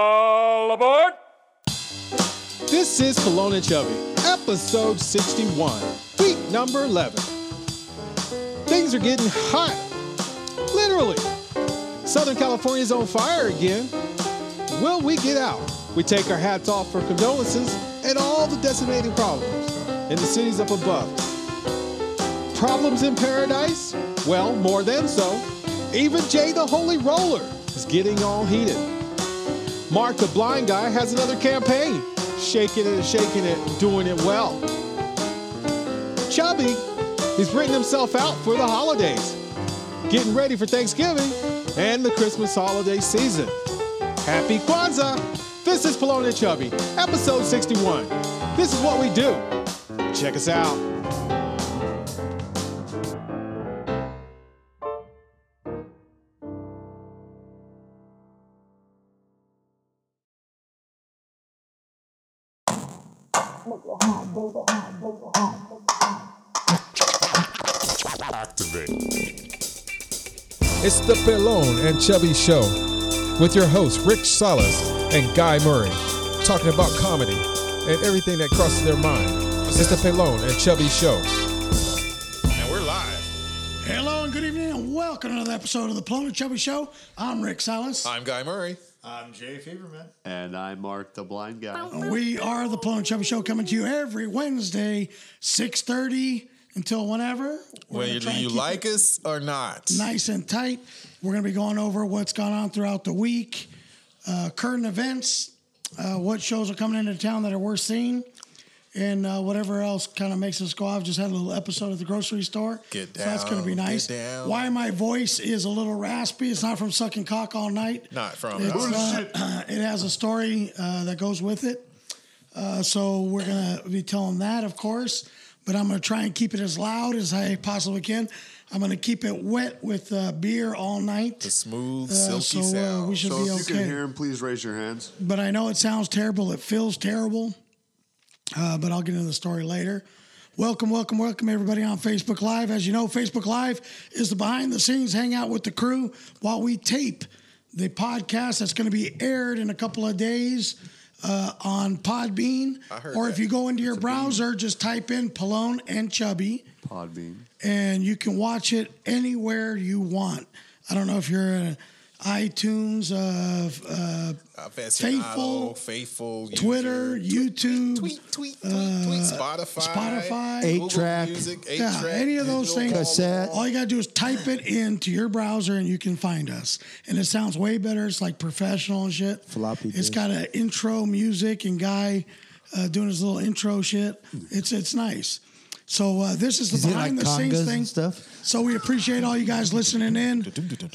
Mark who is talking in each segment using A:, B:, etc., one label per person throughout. A: All aboard!
B: This is Cologne and Chubby, episode 61, week number 11. Things are getting hot. Literally. Southern California is on fire again. Will we get out? We take our hats off for condolences and all the decimating problems in the cities up above. Problems in paradise? Well, more than so. Even Jay the Holy Roller is getting all heated. Mark the Blind Guy has another campaign. Shaking it and shaking it, doing it well. Chubby, he's written himself out for the holidays, getting ready for Thanksgiving and the Christmas holiday season. Happy Kwanzaa! This is Polona Chubby, episode 61. This is what we do. Check us out.
C: It's the Pelone and Chubby Show with your hosts Rick Salas and Guy Murray, talking about comedy and everything that crosses their mind. It's the Pelone and Chubby Show.
D: And we're live.
E: Hello and good evening, and welcome to another episode of the Plumber Chubby Show. I'm Rick Silas.
C: I'm Guy Murray.
F: I'm Jay Feverman.
G: And I marked the blind guy.
E: We are the Plumber Chubby Show coming to you every Wednesday, 6.30 until whenever. We're
C: Whether
E: gonna try and
C: you
E: keep
C: like us or not,
E: it Nice and tight. We're going to be going over what's gone on throughout the week, uh, current events, uh, what shows are coming into town that are worth seeing, and uh, whatever else kind of makes us go off. Just had a little episode at the grocery store.
C: Get
E: So that's going to be
C: down, get
E: nice.
C: down.
E: Why my voice is a little raspy. It's not from sucking cock all night.
C: not from
E: It's,
C: us.
E: uh, it has a story uh, that goes with it. Uh, so we're going to be telling that, of course, but I'm going to try and keep it as loud as I possibly can. I'm going to keep it wet with uh, beer all
C: the
E: night.
C: smooth,
E: Uh,
C: silky
E: so uh,
C: sound.
E: we should
G: So
E: be
G: if you can
E: okay.
G: hear him, please raise your hands.
E: But I know it sounds terrible. It feels terrible. Uh, but I'll get into the story later. Welcome, welcome, welcome, everybody on Facebook Live. As you know, Facebook Live is the behind the scenes hangout with the crew while we tape the podcast that's going to be aired in a couple of days uh, on Podbean.
C: heard
E: or
C: that.
E: if you go into your browser, just type in Palone and Chubby
G: Podbean.
E: and you can watch it anywhere you want. I don't know if you're an iTunes, uh, uh, faithful,
C: faithful, faithful.
E: Twitter,
C: user.
E: YouTube,
C: tweet, tweet, tweet, tweet, Spotify,
E: Spotify,
C: Google
H: Eight-track.
C: Music, eight
E: yeah,
C: track,
E: any of those things.
H: Cassette.
E: All you gotta do is type it into your browser and you can find us. And it sounds way better. It's like professional and shit.
H: Floppy
E: It's
H: disk.
E: got an intro music and guy uh, doing his little intro shit. It's it's nice. So uh, this is the
H: Is it like
E: behind the
H: congas
E: scenes
H: and
E: thing.
H: stuff?
E: So we appreciate all you guys listening in.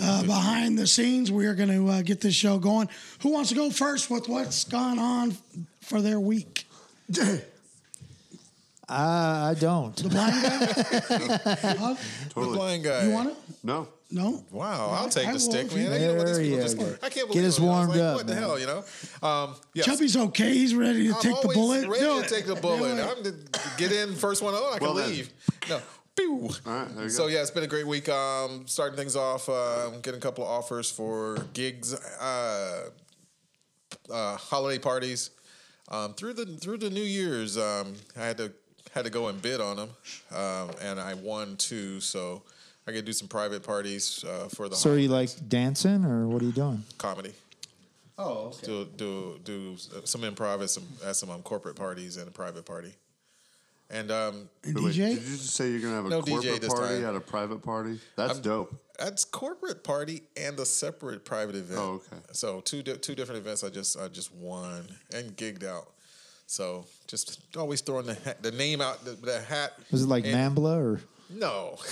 E: Uh, behind the scenes, we are going to uh, get this show going. Who wants to go first with what's gone on for their week?
H: I, I don't.
E: Blind guy? Huh?
C: The
G: Totally.
C: blind guy.
E: You want it?
G: No.
E: No.
C: Wow, I'll take
E: I
C: the
E: will
C: stick,
E: if you-
C: man. I don't know what these
H: There
C: people
H: you
C: just-
H: go.
C: I can't believe
H: Get us
C: it. I was
H: warmed
C: like,
H: up,
C: What the
H: man.
C: hell, you know? Um, yes.
E: Chubby's okay. He's ready to
C: I'm
E: take the
C: always
E: bullet.
C: Ready
E: Do
C: to
E: it.
C: take the
E: Do
C: bullet.
E: it.
C: I'm to get in first one. Oh, I can
G: Well then.
C: leave. No. Pew.
G: right, there you
C: so
G: go.
C: yeah, it's been a great week. Um, starting things off, um, getting a couple of offers for gigs, uh, uh, holiday parties um, through the through the New Year's. Um, I had to had to go and bid on them, um, and I won two. So I could do some private parties uh, for the
H: So are
C: holiday
H: you like dancing or what are you doing?
C: comedy.
G: Oh, okay.
C: do do do uh, some improv at some at some um, corporate parties and a private party, and um,
E: And
G: Wait,
E: DJ?
G: did you just say you're going to have a
C: No DJ
G: corporate
C: this
G: party
C: time.
G: at a private party? That's dope.
C: that's corporate party and a separate private event.
G: Oh, okay.
C: So two di- two different events. I just I just won and gigged out. So just always throwing the hat, the name out the, the hat.
H: Was it like Mambla or
C: No,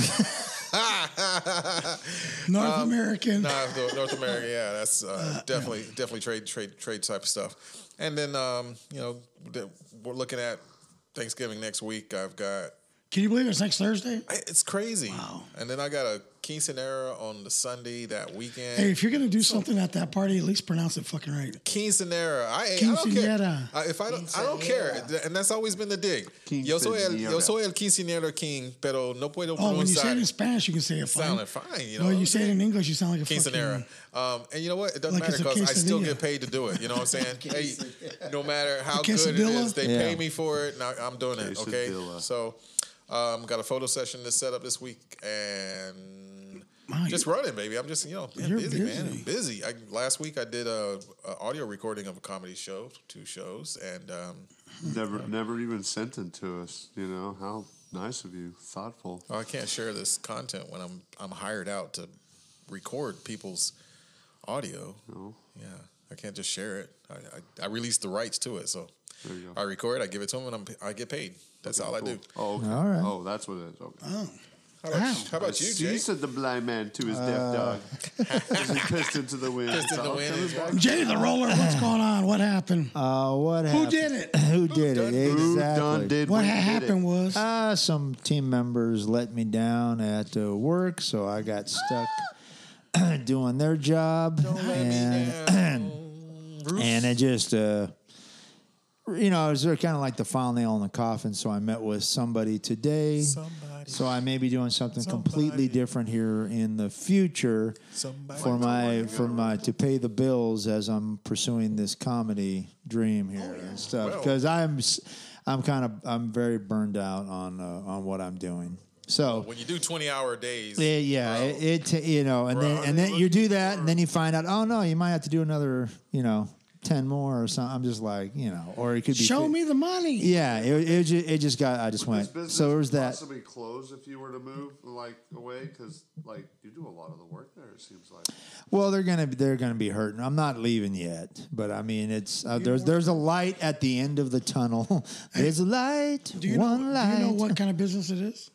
E: North American.
C: um, Nah, North, North America. Yeah, that's uh, definitely definitely trade trade trade type of stuff. And then um, you know the- we're looking at Thanksgiving next week. I've got
E: Can you believe it's next Thursday?
C: I- It's crazy. And then I got a quinceanera on the Sunday that weekend.
E: Hey, if you're gonna do something at that party, at least pronounce it fucking right.
C: Quinceanera. I, I don't care.
E: Quinceañera.
C: I, if I don't, I don't care. And that's always been the dig. Yo soy el, yo
G: Quinceañera.
C: soy el quinceanero king, pero no puedo
E: Oh, when you say it in
C: pronunciar.
E: Spanish, you can say it fine.
C: Sounding fine, you know.
E: Well, you say it in English, you sound like a
C: Quinceanera.
E: fucking.
C: Um, and you know what? It doesn't
E: Like
C: matter
E: it's a
C: because I still
E: quesadilla.
C: get paid to do it. You know what I'm saying? hey, no matter how
E: A
C: good it
E: quesadilla?
C: is, they
H: Yeah.
C: pay me for it, and I, I'm doing it. Okay.
G: Quesadilla.
C: So, um, got a photo session to set up this week, and
E: My-
C: just running, baby. I'm just you know man,
E: You're
C: busy, man.
E: busy.
C: I'm busy. I, last week I did a, a audio recording of a comedy show, two shows, and um,
G: Never, never even sent them to us. You know how nice of you, thoughtful.
C: oh, I can't share this content when I'm I'm hired out to record people's audio.
G: You know?
C: Yeah, I can't just share it. I, I, I release the rights to it, so
G: There you go.
C: I record, I give it to them, and I'm, I get paid. That's all I do.
G: Oh, okay.
H: All right.
G: Oh, that's what it is. Okay.
C: How about,
E: Wow.
C: how about you, Jay?
G: He said the blind man to his deaf dog. As he pissed into the wind.
C: Pissed in
G: It's
C: the
G: all
C: wind
G: coming
C: is
G: back.
E: Jay the roller, what's going on? What happened?
H: Uh, what happened?
E: did it?
H: Who did it?
G: Who
H: Exactly.
G: done did
E: what
G: we
E: ha-
G: did it?
E: happened was
H: Uh, some team members let me down at uh, work, so I got stuck doing their job. and, and it just, uh, you know, it was kind of like the final nail in the coffin. So I met with somebody today.
C: Somebody.
H: So I may be doing something completely different here in the future
C: Somebody.
H: for my for my to pay the bills as I'm pursuing this comedy dream here and stuff
C: Oh, Well.
H: because I'm s- I'm kind of I'm very burned out on uh, on what I'm doing. So
C: when you do 20 hour days,
H: yeah, yeah,
C: bro,
H: it, it ta- you know, and
C: Bro,
H: then and then you do that, and then you find out, oh no, you might have to do another, you know, ten more or something. I'm just like, you know, or it could be
E: Show
H: fi-
E: me the money.
H: Yeah, it it, ju- it just got. I just
G: Would this
H: went.
G: business
H: So it was that.
G: Possibly close if you were to move like away because like you do a lot of the work there. It seems like.
H: Well, they're gonna they're gonna be hurting. I'm not leaving yet, but I mean, it's uh, there's there's a light at the end of the tunnel. there's a light.
E: Do you
H: one
E: know?
H: light.
E: Do you know what kind of business it is?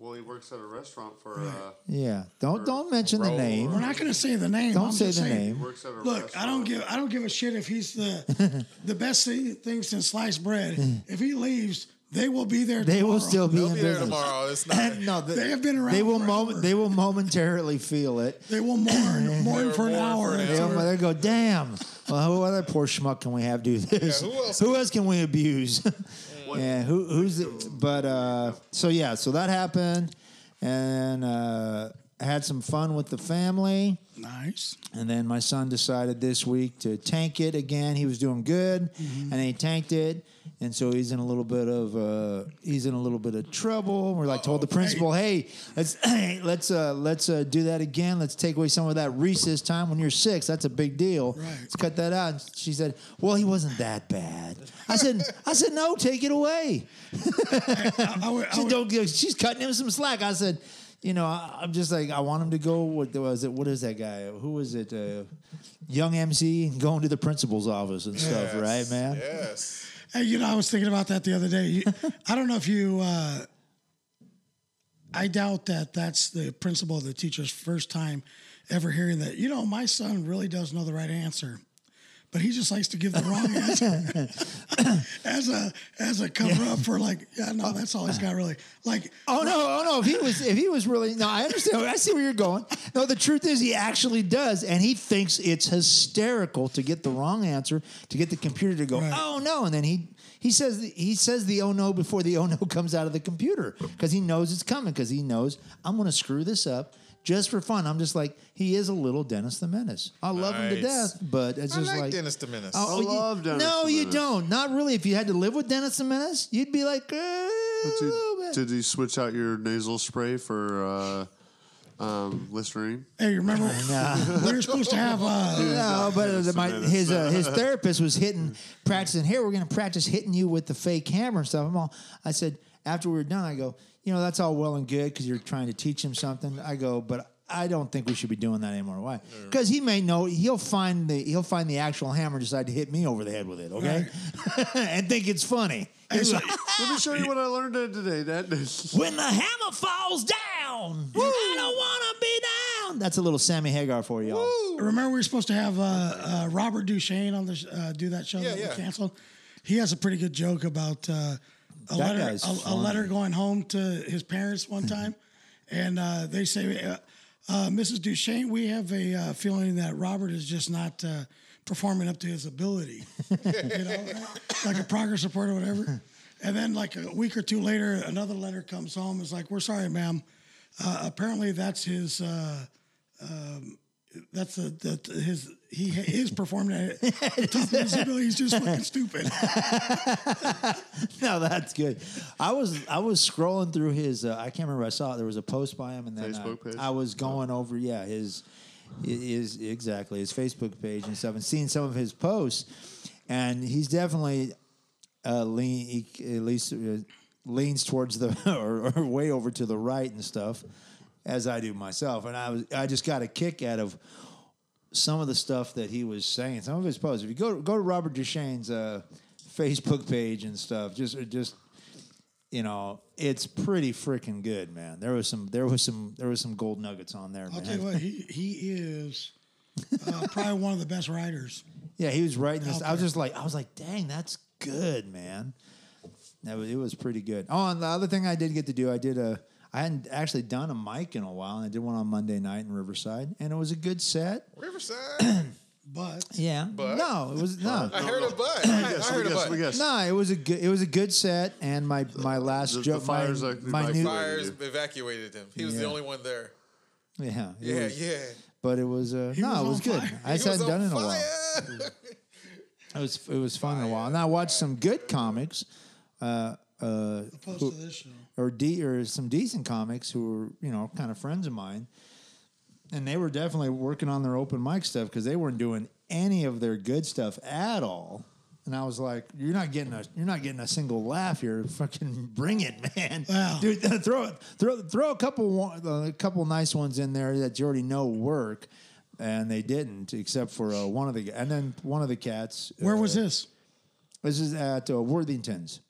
G: Well, he works at a restaurant for. Uh,
H: Yeah. Don't don't mention the
C: Roll.
E: We're
H: name.
E: not going to say the name.
H: Don't
E: I'm
H: say
E: just
H: the
E: saying-
H: name.
G: works at a
E: Look, I don't
G: restaurant.
E: give I don't give a shit if he's the the best thing thing since sliced bread. if he leaves, they will be there.
H: They will
E: tomorrow.
H: still be
C: they'll
H: in
C: be there
H: business.
C: tomorrow. It's not.
H: no, the-
E: They have been around
H: They will
E: forever.
H: moment. They will momentarily feel it.
E: They will mourn mourn
C: They're
E: for an
C: mourn
E: hour.
C: for an
H: They
C: hour.
H: will they go, damn. Well, who other poor schmuck can we have do this?
C: Yeah, who else-
H: can we abuse? yeah, who, who's the, but uh, so yeah, so that happened, and uh, I had some fun with the family.
E: Nice.
H: And then my son decided this week to tank it again. He was doing good, and he tanked it, and so he's in a little bit of uh, he's in a little bit of trouble. We're like told the principal, "Hey, let's let's uh, let's uh, do that again. Let's take away some of that recess time when you're six. That's a big deal.
E: Right.
H: Let's cut that out." And she said, "Well, he wasn't that bad." I said, "I said no, take it away."
E: I, I would, I
H: She
E: would-
H: don't give. She's cutting him some slack. I said, you know, I, I'm just like I want him to go. What was it? What is that guy? Who was it? Uh, young MC going to the principal's office and stuff, right, man?
C: Yes.
E: Hey, you know, I was thinking about that the other day. You, I don't know if you. Uh, I doubt that that's the principal of the teacher's first time ever hearing that. You know, my son really does know the right answer, but he just likes to give the wrong answer as a as a cover up for like, yeah, no, that's all he's got really. Like,
H: Oh no! Oh no! If he was, if he was really no, I understand. I see where you're going. No, the truth is, he actually does, and he thinks it's hysterical to get the wrong answer, to get the computer to go,
E: Right.
H: oh no, and then he he says the, he says the oh no before the oh no comes out of the computer because he knows it's coming because he knows I'm going to screw this up just for fun. I'm just like he is a little Dennis the Menace. I love him to
C: Nice.
H: death, but it's
C: I
H: just
C: like,
H: like
C: Dennis the Menace.
H: Oh,
G: I
H: you-
G: love Dennis
H: No,
G: the
H: you
G: Menace.
H: don't. Not really. If you had to live with Dennis the Menace, you'd be like. "Oh, eh, a little bit.
G: Did, did you switch out your nasal spray for uh, um, Listerine?
E: hey, you remember we were supposed to have uh,
H: No, but
G: Dennis
H: the-
G: the
H: my,
G: Menace.
H: his uh, his therapist was hitting practicing. Here, we're going to practice hitting you with the fake hammer and stuff. I'm all, I said after we were done, I go, you know, that's all well and good because you're trying to teach him something. I go, but I don't think we should be doing that anymore. Why? Because he may know he'll find the he'll find the actual hammer, and decide to hit me over the head with it, okay, and think it's funny.
G: Let me show you what I learned today. That
H: when the hammer falls down, I don't want to be down. That's a little Sammy Hagar for y'all.
E: remember we were supposed to have uh, uh, Robert Duchesne on the sh- uh, do that show
C: Yeah,
E: that
C: yeah.
E: we canceled. He has a pretty good joke about uh, a
H: That
E: letter
H: guy's
E: a, a
H: funny. Mm-hmm.
E: letter going home to his parents one time, and uh, they say, uh, uh, "Mrs. Duchesne, we have a uh, feeling that Robert is just not uh, performing up to his ability, you know, like a progress report or whatever." And then, like a week or two later, another letter comes home. It's like, "We're sorry, ma'am. Uh, apparently, that's his." Uh, um, that's a, that his he is performing at the top of his ability. He's just fucking stupid.
H: No, that's good. I was I was scrolling through his. Uh, I can't remember. I saw it. There was a post by him, and then uh,
G: Facebook page?
H: I was going over. Yeah, his is exactly his Facebook page and stuff, and seeing some of his posts, and he's definitely uh, lean he, at least uh, leans towards the or, or way over to the right and stuff, as I do myself. And I was I just got a kick out of some of the stuff that he was saying, some of his posts. If you go go to Robert Duchane's uh, Facebook page and stuff, just or just you know, it's pretty freaking good, man. There was some there was some there was some gold nuggets on there,
E: I'll
H: man.
E: tell you what, he he is uh, probably one of the best writers.
H: yeah, he was writing this.
E: Out
H: I was
E: there.
H: just like I was like, dang, that's good, man. That was, it was pretty good. Oh, and the other thing I did get to do, I did a I hadn't actually done a mic in a while, and I did one on Monday night in Riverside, and it was a good set.
C: Riverside.
E: But
H: Yeah,
C: But-
H: no, it was no.
C: I heard a butt. I, I heard a
G: guess, we
C: butt.
G: guess.
H: No, it was a good it was a good set, and my my last
G: the- the
H: joke, my,
G: fires are-
H: my
G: my
H: new,
G: fire-
C: Fires evacuated him. He was the
H: Yeah.
C: only one there.
H: yeah, it
C: Yeah,
H: was-
C: yeah.
H: but it was uh, no,
E: was
H: it was
E: on
H: good.
E: fire.
H: I just
C: He was
H: hadn't
C: on
H: done it in a while.
C: fire.
H: It was it was fun in a while, and I watched some good comics
E: opposed to this show,
H: or de- or some decent comics who were you know kind of friends of mine, and they were definitely working on their open mic stuff because they weren't doing any of their good stuff at all. And I was like, "You're not getting a you're not getting a single laugh here. Fucking bring it, man,
E: Wow.
H: dude. Throw it, throw throw a couple one- uh, a couple nice ones in there that you already know work." And they didn't, except for uh, one of the and then one of the cats.
E: where was
H: uh,
E: this?
H: this is at uh, Worthington's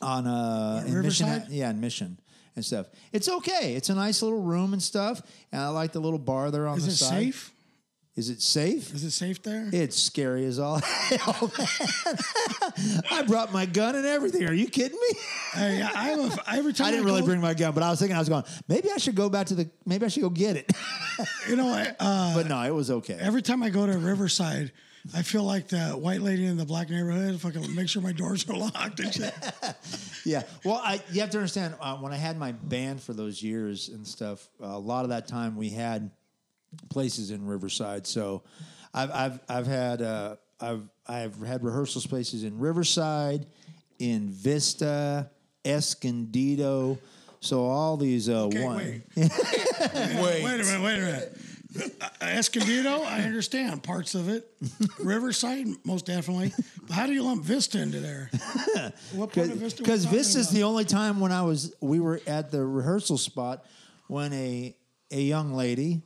H: on uh, in Mission,
E: Riverside?
H: yeah, in Mission and stuff. It's okay. It's a nice little room and stuff. And I like the little bar there on
E: Is
H: the
E: it
H: side.
E: safe?
H: Is it safe?
E: Is it safe there?
H: It's scary as all hell, man. I brought my gun and everything. Are you kidding me?
E: Hey, I have a f every time
H: I didn't really
E: go-
H: bring my gun, but I was thinking I was going. Maybe I should go back to the. Maybe I should go get it.
E: You know, I, uh,
H: but no, it was okay.
E: every time I go to Riverside, I feel like the white lady in the black neighborhood. Fucking make sure my doors are locked and shit.
H: Yeah. Well, I, you have to understand uh, when I had my band for those years and stuff, a lot of that time we had places in Riverside. So I've, I've, I've had, uh, I've, I've had rehearsal spaces in Riverside, in Vista, Escondido. So all these, uh,
E: Okay,
H: one.
E: wait. Wait a minute. Wait a minute. Uh, Escondido, I understand parts of it. Riverside, most definitely. But how do you lump Vista into there? What part of Vista? are we
H: because
E: talking
H: this is
E: about?
H: the only time when I was we were at the rehearsal spot when a a young lady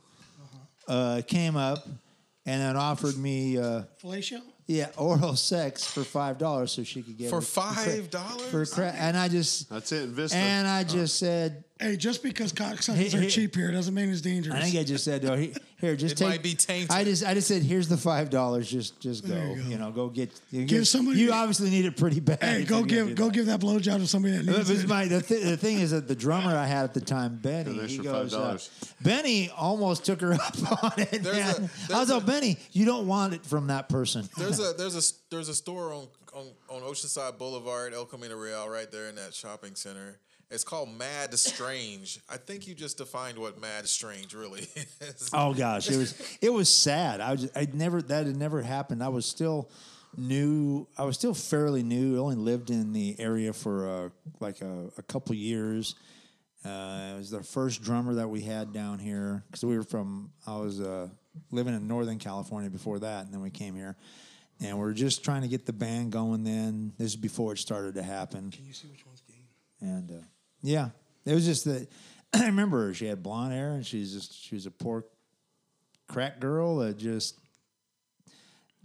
E: Uh-huh.
H: uh, came up and then offered me uh,
E: fellatio.
H: yeah oral sex for five dollars so she could get
C: For
H: her-
C: five
H: for
C: dollars.
H: cra- and I just
G: That's it, Vista.
H: and I just said
E: Hey, just because
H: Hey,
E: cocksuckers are
H: hey.
E: cheap here doesn't mean it's dangerous.
H: I think I just said to her, "Here- here just
C: It
H: take
C: might be tainted.
H: I just I just said here's the five dollars just just go
E: There
H: you,
E: you go.
H: know go get you
E: Give
H: get-
E: somebody-
H: you obviously need it pretty bad
E: hey,
H: if
E: go
H: you're gonna do
E: give go
H: that.
E: give that blowjob to somebody that
H: But
E: needs
H: it's
E: it.
H: my- the, thi- the thing is that the drummer I had at the time, Benny,
G: An
H: he
G: extra
H: goes, uh,
G: $5.
H: Benny almost took her up on it.
C: There's
H: man.
C: a- there's
H: I was like,
C: a-
H: Benny, you don't want it from that person.
C: There's a there's a there's a store on, on on Oceanside Boulevard, El Camino Real, right there in that shopping center. It's called Mad Strange. I think you just defined what Mad Strange really is.
H: Oh gosh, it was it was sad. I just, I never that had never happened. I was still new. I was still fairly new. I only lived in the area for uh, like a, a couple years. Uh, it was the first drummer that we had down here because we were from. I was uh, living in Northern California before that, and then we came here, and we are just trying to get the band going. Then this is before it started to happen.
E: You see which one's game.
H: And uh, yeah, it was just that I remember her. She had blonde hair, and she's just she was a poor crack girl that just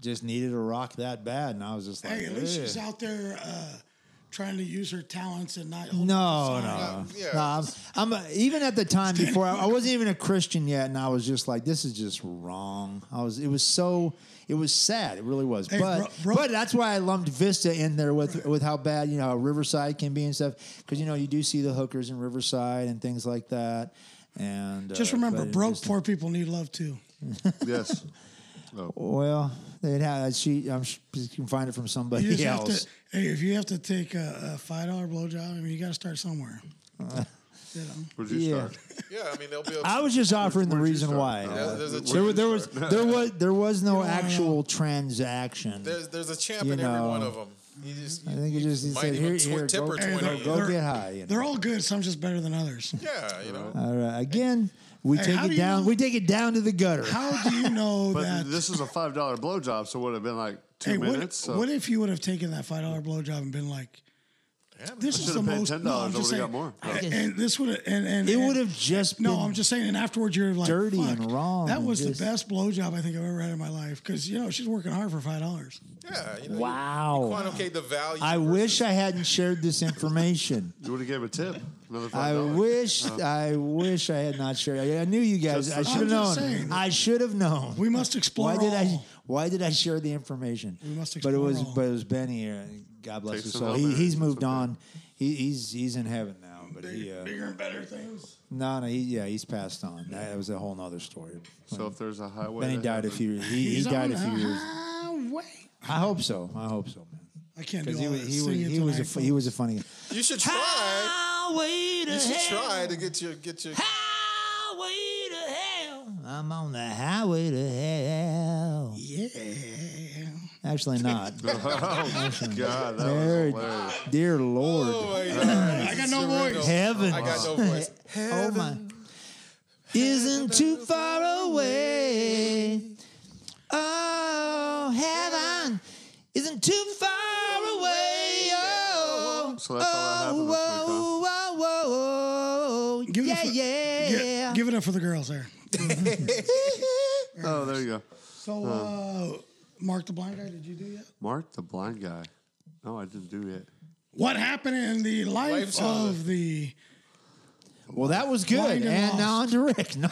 H: just needed a rock that bad. And I was just like,
E: Hey, at least
H: "Ugh."
E: she's out there uh, trying to use her talents and not. hold
H: No,
E: it aside.
H: no,
C: Yeah.
H: no. I'm, I'm a, even at the time before I, I wasn't even a Christian yet, and I was just like, "This is just wrong." I was. It was so. It was sad. It really was.
E: Hey,
H: but
E: bro- bro-
H: but that's why I lumped Vista in there with with how bad you know how Riverside can be and stuff because you know you do see the hookers in Riverside and things like that. And
E: Just
H: uh,
E: remember,
H: but it
E: broke
H: just-
E: poor people need love too.
G: yes. Oh,
H: Well, they'd have she. I'm sure you can find it from
E: You
H: somebody
E: just have
H: else.
E: to. Hey, if you have to take a, a five dollar blowjob, I mean, you got to start somewhere.
G: Uh-huh.
E: you know.
G: Where'd you
H: Yeah.
G: start?
C: Yeah, I mean they'll be. Able
H: I was just offering the
G: where'd you
H: reason
G: start?
H: why.
G: Oh,
C: There's- there's a
H: There, wa-
C: champ.
H: there was there was there was no actual transaction.
C: There's, there's a champ
H: You
C: in every
H: know.
C: one of them. He just.
H: I think it just he
C: might
H: said
C: even
H: here
C: tw-
H: here
C: tip
H: go,
C: or twin
H: go,
C: on
H: go
E: you."
H: get high. you know.
E: They're all good. Some just better than others.
C: Yeah, you know.
H: all right. Again, we
E: Hey,
H: take
E: how
H: it
E: do you
H: down.
E: know-
H: We take it down to the gutter.
E: How do you know
G: But
E: that?
G: this is a five dollar blowjob, so it would have been like two
E: hey, what,
G: minutes. so
E: what if you would have taken that five dollar blowjob and been like, "This is
G: should
E: the
G: have paid
E: most."
G: $10,
E: No,
G: I
E: I'm just
G: would've
E: saying.
G: got more.
E: And, and this would have and, and
H: it
E: and-
H: would have just
E: No,
H: been,
E: I'm just saying. And afterwards, you're like
H: dirty and
E: "Fuck,
H: wrong
E: That
H: and
E: was
H: just-
E: the best blowjob I think I've ever had in my life because you know she's working hard for five dollars.
C: Yeah, you know.
H: wow.
C: Quantificate the value.
H: I
C: versus-
H: wish I hadn't shared this information.
G: you would have gave a tip. Another
H: I
G: five dollars.
H: wish I wish I had not shared. I, I knew you guys.
G: Just
H: I
G: for-
H: should have
E: I'm just
H: known.
E: saying.
H: I should have known.
E: We must explore.
H: Why did I?
E: all.
H: Why did I share the information?
E: We must
H: But it
E: explore
H: was,
E: all.
H: but it was Benny here. and God bless
G: Takes
H: his
G: some
H: soul.
G: help
H: He,
G: there.
H: he's
G: It's
H: moved
G: okay.
H: on. He, he's he's in heaven now. But he, uh,
E: bigger and better things?
H: no, no, he, yeah, he's passed on. That was a whole nother story.
G: So if there's a highway,
H: Benny
C: uh,
G: to
H: died
G: heaven-
H: a few. He, he
E: He's
H: died a
E: on
H: few
E: the
H: years.
E: highway.
H: I hope so. I hope so, man.
E: Ah, I can't do
H: Because
E: all
H: he was
E: that
H: he was
E: singing
H: he was a
E: tonight,
H: fu- he
E: folks.
H: was a funny. guy.
C: You should try.
H: Highway to
C: You should
H: hell.
C: try to get your get your.
H: Highway to hell. I'm on the highway to hell.
E: Yeah.
H: Actually, not.
G: Oh God, that
H: There-
G: was hilarious.
H: Dear Lord.
C: Oh my God.
E: I got no
C: Surreal.
E: voice.
H: Heaven.
C: I got no voice.
H: Oh my. Isn't too far away. Oh, heaven. Isn't too far away. Oh,
G: So that's all that happened this week, huh?
H: oh, oh, oh, oh.
E: Give it
H: yeah,
E: a-
H: yeah.
E: Gi- Give it up for the girls there.
G: Oh, there you go.
E: So, uh, Mark the Blind Guy, did you do yet?
G: Mark the blind guy. No, I didn't do it.
E: What happened in the life
C: Life's
E: of the.
H: Well, that was good.
E: Blind and
H: And now on to Rick. No.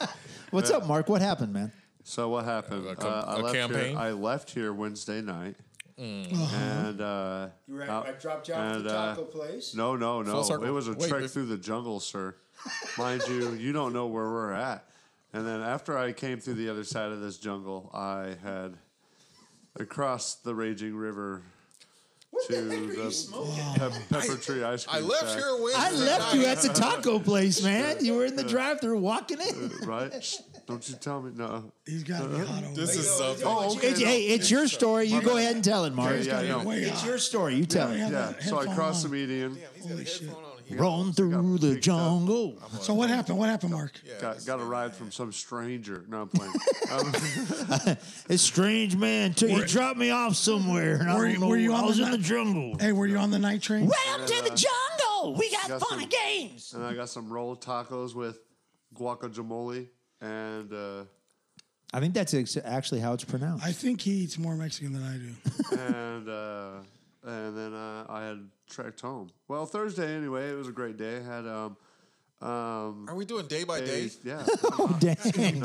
H: What's up, Mark? What happened, man?
G: So what happened?
C: A
G: Uh,
C: com-
G: I
C: a
G: left
C: campaign?
G: here.
C: Mm.
G: I left here Wednesday night,
H: Oh.
G: and uh, out- and, uh,
H: place.
G: No, no, no.
C: circle.
G: It was a
C: Wait,
G: trek
C: wait.
G: through the jungle, sir. Mind you, you don't know where we're at. And then after I came through the other side of this jungle, I had crossed the raging river to the pep- pepper tree ice
C: I
G: cream.
C: left
G: shack,
C: here Wednesday.
H: I left you
C: night.
H: at the taco place, man. You were in the drive-through walking in.
G: Right? Shh, Don't you tell me. No. Oh,
E: He's got
H: Uh-huh.
E: to be hot over
C: This
E: there.
C: is something.
H: It's, hey, it's your story. You go ahead and tell it, Mark.
G: Yeah, yeah, no.
E: Way
H: It's
E: hot.
H: your story. You tell it.
G: Yeah. So I crossed the median.
E: Holy shit.
H: Rolling through the jungle.
E: So, what happened? What happened, Mark?
G: Got, got a ride from some stranger. No, I'm playing. Um,
H: This strange man took he dropped me off somewhere, and
E: Were
H: I
E: you-
H: don't know.
E: were you
H: I
E: on
H: was
E: the
H: in the
E: ni-
H: jungle.
E: Hey, were you on the night train?
H: Welcome to the jungle. We got
G: got
H: fun
G: some-
H: and games.
G: and I got some rolled tacos with guacamole and. Uh,
H: I think that's ex- actually how it's pronounced.
E: I think he eats more Mexican than I do.
G: and uh, and then uh, I had trekked home. Well, Thursday anyway, it was a great day. I had um um
C: Are we doing day by day?
G: days- yeah.
H: oh dang!